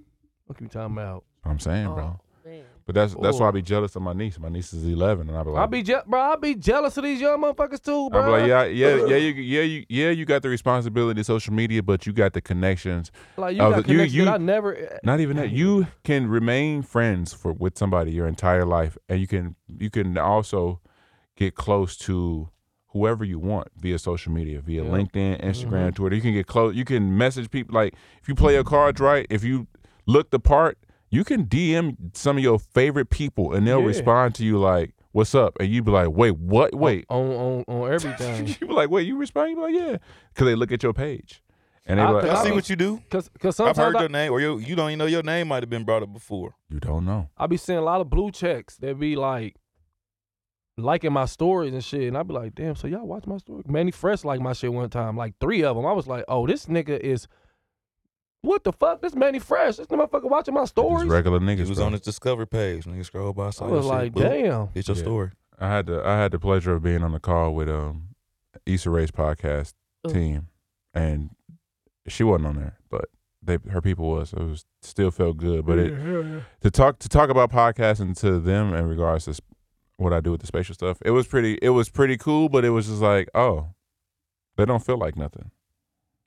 S2: What you talking about?
S3: I'm saying, bro.
S4: Oh, man.
S3: But that's that's why I
S2: Ooh.
S3: be jealous of my niece. My niece is 11, and I be like,
S2: I be je- bro. I be jealous of these young motherfuckers too,
S3: I
S2: bro.
S3: be like, yeah, yeah, yeah, you, yeah, you, yeah, you got the responsibility of social media, but you got the connections.
S2: Like, you
S3: Oh,
S2: got
S3: the- you-
S2: connections that
S3: you-
S2: I never. eh,
S3: Not even that. You can remain friends for with somebody your entire life, and you can you can also get close to whoever you want via social media, via
S2: Yeah.
S3: LinkedIn, Instagram, Twitter. You can get close. You can message people. Like if you play your cards right, if you look the part, you can DM some of your favorite people, and they'll
S2: Yeah. Oh
S3: respond to you like, "What's up?" And you be like, "Wait, what? Wait."
S2: on on on everything.
S3: you be like, "Wait, you respond?" You be like, "Yeah," because they look at your page, and they
S2: I-
S3: be like,
S2: I
S5: I see
S3: "Oh,
S2: mean-
S5: what you do.
S2: Cause, cause
S5: I've
S2: sometimes
S5: heard
S2: I,
S5: your name, or your, you don't even know your name might have been brought up before.
S3: "You don't know."
S2: I be seeing a lot of blue checks that be like liking my stories and shit, and I be like, damn. So y'all watch my story? Manny Fresh liked my shit one time, like three of them. I was like, oh, this nigga is. What the fuck? This Manny Fresh. This motherfucker watching my
S3: Just
S2: stories.
S3: regular niggas.
S5: It was
S3: bro.
S5: on his Discover page. Nigga, scroll by.
S2: I was like, damn.
S5: It's your
S3: Yeah.
S5: story.
S3: I had the I had the pleasure of being on the call with um Issa Rae's podcast
S4: Ooh.
S3: team, and she wasn't on there, but they her people was. So it was still felt good, but it to talk to talk about podcasting to them in regards to sp- what I do with the spatial stuff. It was pretty. It was pretty cool, but it was just like, oh, they don't feel like nothing.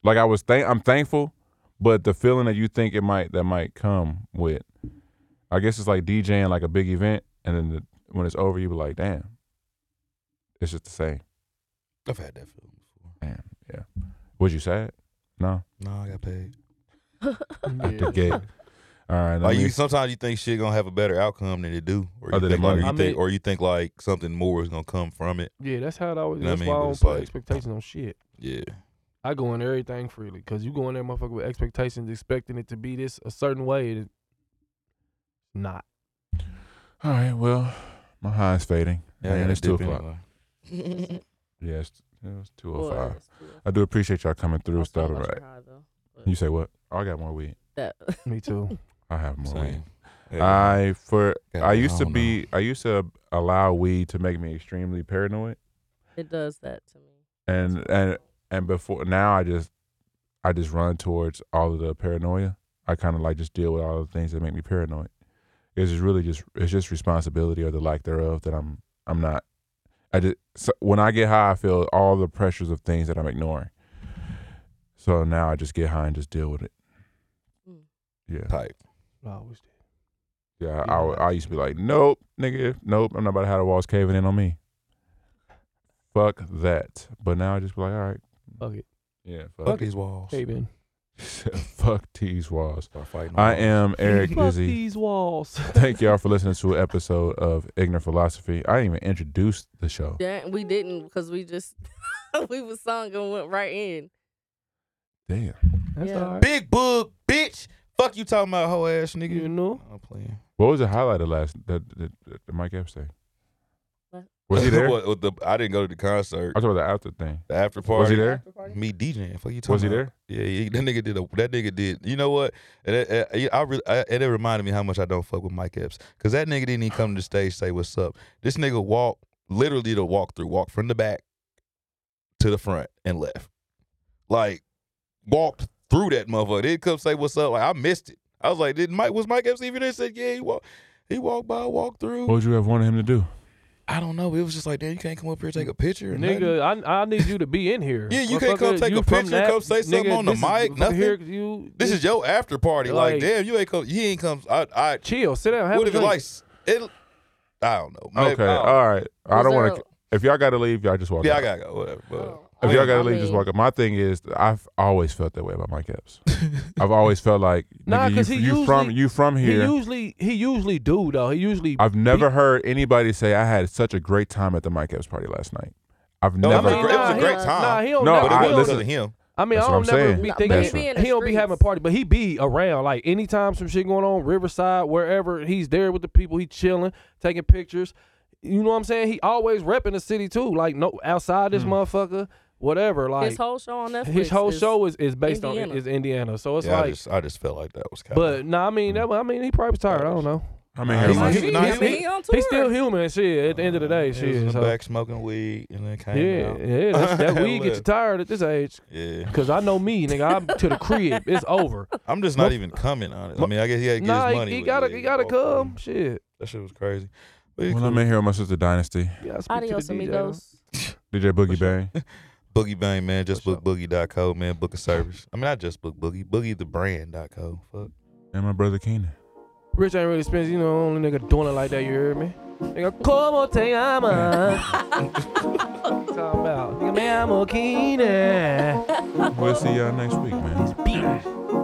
S3: Like I was, thank I'm thankful, but the feeling that you think it might that might come with, I guess it's like DJing like a big event, and then the, when it's over, you be like, damn, it's just the same.
S5: I've had that feeling before.
S3: Damn, yeah. Was you sad? No,
S5: No, I got paid.
S3: the gate. All right, let
S5: Like
S3: me-
S5: you, sometimes you think shit gonna have a better outcome than it do, or you
S3: Other
S5: think,
S3: than
S5: like, or
S3: money.
S5: you
S2: I
S5: think,
S2: mean-
S5: or you think like something more is gonna come from it.
S2: Yeah, that's how it always.
S5: You know what
S2: that's
S5: I
S2: why I
S5: mean? But
S2: don't
S5: it's
S2: put
S5: like-
S2: expectations on shit.
S5: Yeah,
S2: I go in everything freely because you go in there, motherfucker, with expectations, expecting it to be this a certain way. and It's not.
S3: All right, well, my high is fading. Yeah,
S5: I
S3: and
S5: gotta
S3: it's two
S5: dip
S3: o'clock.
S5: anyway.
S3: Yeah, it's, it was two
S4: Boy,
S3: o five.
S4: that's cool.
S3: I do appreciate y'all coming through.
S4: I'm sorry
S3: Stuff,
S4: about
S3: right?
S4: your high, though, but
S3: You say what? Oh, I got more weed.
S4: that-
S2: Me too.
S3: I have more weed.
S5: Same. Yeah.
S3: I for
S5: Got
S3: I
S5: that
S3: used to
S5: on
S3: be I used to allow weed to make me extremely paranoid,
S4: It does that to me.
S3: and and and before now I just I just run towards all of the paranoia. I kind of like just deal with all the things that make me paranoid. It's just really just it's just responsibility or the lack thereof that I'm I'm not. I just so when I get high, I feel all the pressures of things that I'm ignoring. So now I just get high and just deal with it.
S4: Mm.
S3: Yeah.
S5: type.
S2: I always did.
S3: Yeah,
S2: Yeah,
S3: I, would- I used to be like, nope, nigga, nope, I'm not about to have the walls caving in on me. Fuck that. But now I just be like, all right,
S2: Fuck it.
S3: yeah,
S5: Fuck
S3: fuck,
S5: these walls.
S2: Hey, man.
S3: fuck these walls.
S5: Start fighting
S3: I
S5: walls.
S3: am Eric
S2: Fuck
S3: Izzy.
S2: these walls.
S3: Thank y'all for listening to an episode of Ignorant Philosophy. I didn't even introduce the show.
S4: That, we didn't because we just we was sung and went right in.
S3: Damn.
S2: That's
S4: Yeah.
S2: all right.
S5: Big book, bitch. Fuck you talking about hoe ass nigga.
S2: You know?
S5: I'm playing.
S3: What was the highlight of last, the, the, the, the Mike Epps thing?
S4: What?
S3: Was he there? I
S5: What- what the- I didn't go to the concert.
S3: was talking about the after thing.
S5: The after party.
S3: Was he there?
S5: Me DJing. Fuck you talking
S3: Was he
S5: about?
S3: there?
S5: Yeah, yeah, that nigga did a. That nigga did. You know what? And it, it- it- I, re- I, and it reminded me how much I don't fuck with Mike Epps because that nigga didn't even come to the stage say what's up. This nigga walked literally the walk through, walked from the back to the front and left. Like walked through that motherfucker. Didn't come say what's up. Like I missed it. I was like, did Mike was Mike Epps even there? Said yeah, he walked. He walked by, walked through.
S3: What would you have wanted him to do?
S5: I don't know. It was just like, damn, you can't come up here and take a picture. Or nothing.
S2: Nigga, I, I need you to be in here.
S5: Yeah, you can't come
S2: Motherfucker,
S5: take a
S2: you from
S5: picture,
S2: that-
S5: come say something
S2: nigga,
S5: on the
S2: this
S5: mic,
S2: is,
S5: nothing.
S2: Here, you,
S5: This is your after party. Like,
S2: Like-
S5: damn, you ain't come. He ain't come. I, I
S2: chill. Sit down. Have
S5: what
S2: a
S5: if it
S2: drink.
S5: like it? I don't know. Maybe-
S3: Okay,
S5: oh. I don't know.
S3: all right. I
S4: Was
S3: don't want
S4: there
S3: to. If y'all got to leave, y'all just walk
S5: Yeah,
S3: out.
S5: I gotta go. Whatever. But
S2: Oh.
S3: If y'all gotta
S4: I
S3: leave, just
S4: mean-
S3: walk up. My thing is, I've always felt that way about Mike Epps. I've always felt like,
S2: Nah,
S3: nigga,
S2: 'cause
S3: you,
S2: he
S3: you from
S2: usually-
S3: you from here.
S2: He usually he usually do though. He usually
S3: I've never heard anybody say I had such a great time at the Mike Epps party last night. I've
S5: No,
S3: never.
S5: I mean,
S2: nah,
S5: it was a
S2: he
S5: great
S2: don't-
S5: time.
S2: Nah, he don't.
S3: No,
S2: never,
S5: but
S3: I-
S5: it
S2: he don't-
S5: wasn't
S3: listen-
S5: because of him.
S2: I mean,
S3: That's
S2: I
S3: what
S2: don't
S3: I'm
S2: never
S3: saying.
S2: be
S3: But
S2: thinking
S3: he
S2: he,
S3: be
S4: in the
S2: don't be having a
S4: streets.
S2: party, but he be around. Like anytime some shit going on, Riverside, wherever he's there with the people, he chilling, taking pictures. You know what I'm saying? He always repping the city too. Like no outside this motherfucker, whatever. Like
S4: his whole show on Netflix.
S2: his whole
S4: is-
S2: show is, is based on
S4: Indiana.
S2: is Indiana. So it's
S5: Yeah, I
S2: like,
S5: just, I just felt like that was kind
S2: but no, I mean that. I mean he probably was tired. I don't know.
S3: I mean,
S5: Nah,
S3: hell,
S5: he's-
S3: Mike-
S5: he's-
S4: He,
S5: nah,
S4: I
S5: he-
S4: mean, he on tour.
S2: He's still human. Shit. At the end of the day,
S5: He was in
S2: shit.
S5: the
S2: So,
S5: Uh, back smoking weed and then came
S2: yeah,
S5: out.
S2: yeah. That's, that weed get you
S5: Look.
S2: tired at this age.
S5: Yeah,
S2: Cause I know me, nigga. I'm to the crib. It's over.
S5: I'm just not even coming on it. I mean, I guess he had to get
S2: nah,
S5: his
S2: he,
S5: money.
S2: he
S5: but
S2: gotta,
S5: yeah,
S2: he gotta
S5: walked
S2: come.
S5: through.
S2: Shit.
S5: That shit was crazy. But he
S3: when
S5: cool.
S3: I'm in here with my sister Dynasty,
S2: You gotta speak to the
S4: Adios,
S2: DJ,
S4: amigos.
S3: DJ Boogie Bang.
S5: Boogie Bang, man. Just
S2: What's
S5: book boogie.co, man. Book a service. I mean, I just book Boogie. Boogie the brand.co. Fuck.
S3: and my brother Keenan.
S2: though. Rich ain't really spends. You know, only nigga doing it like that. You heard me? Nigga, como te llamas? Talking about, nigga, me amo Keenan.
S3: We'll see y'all next week, man.
S2: Bitch.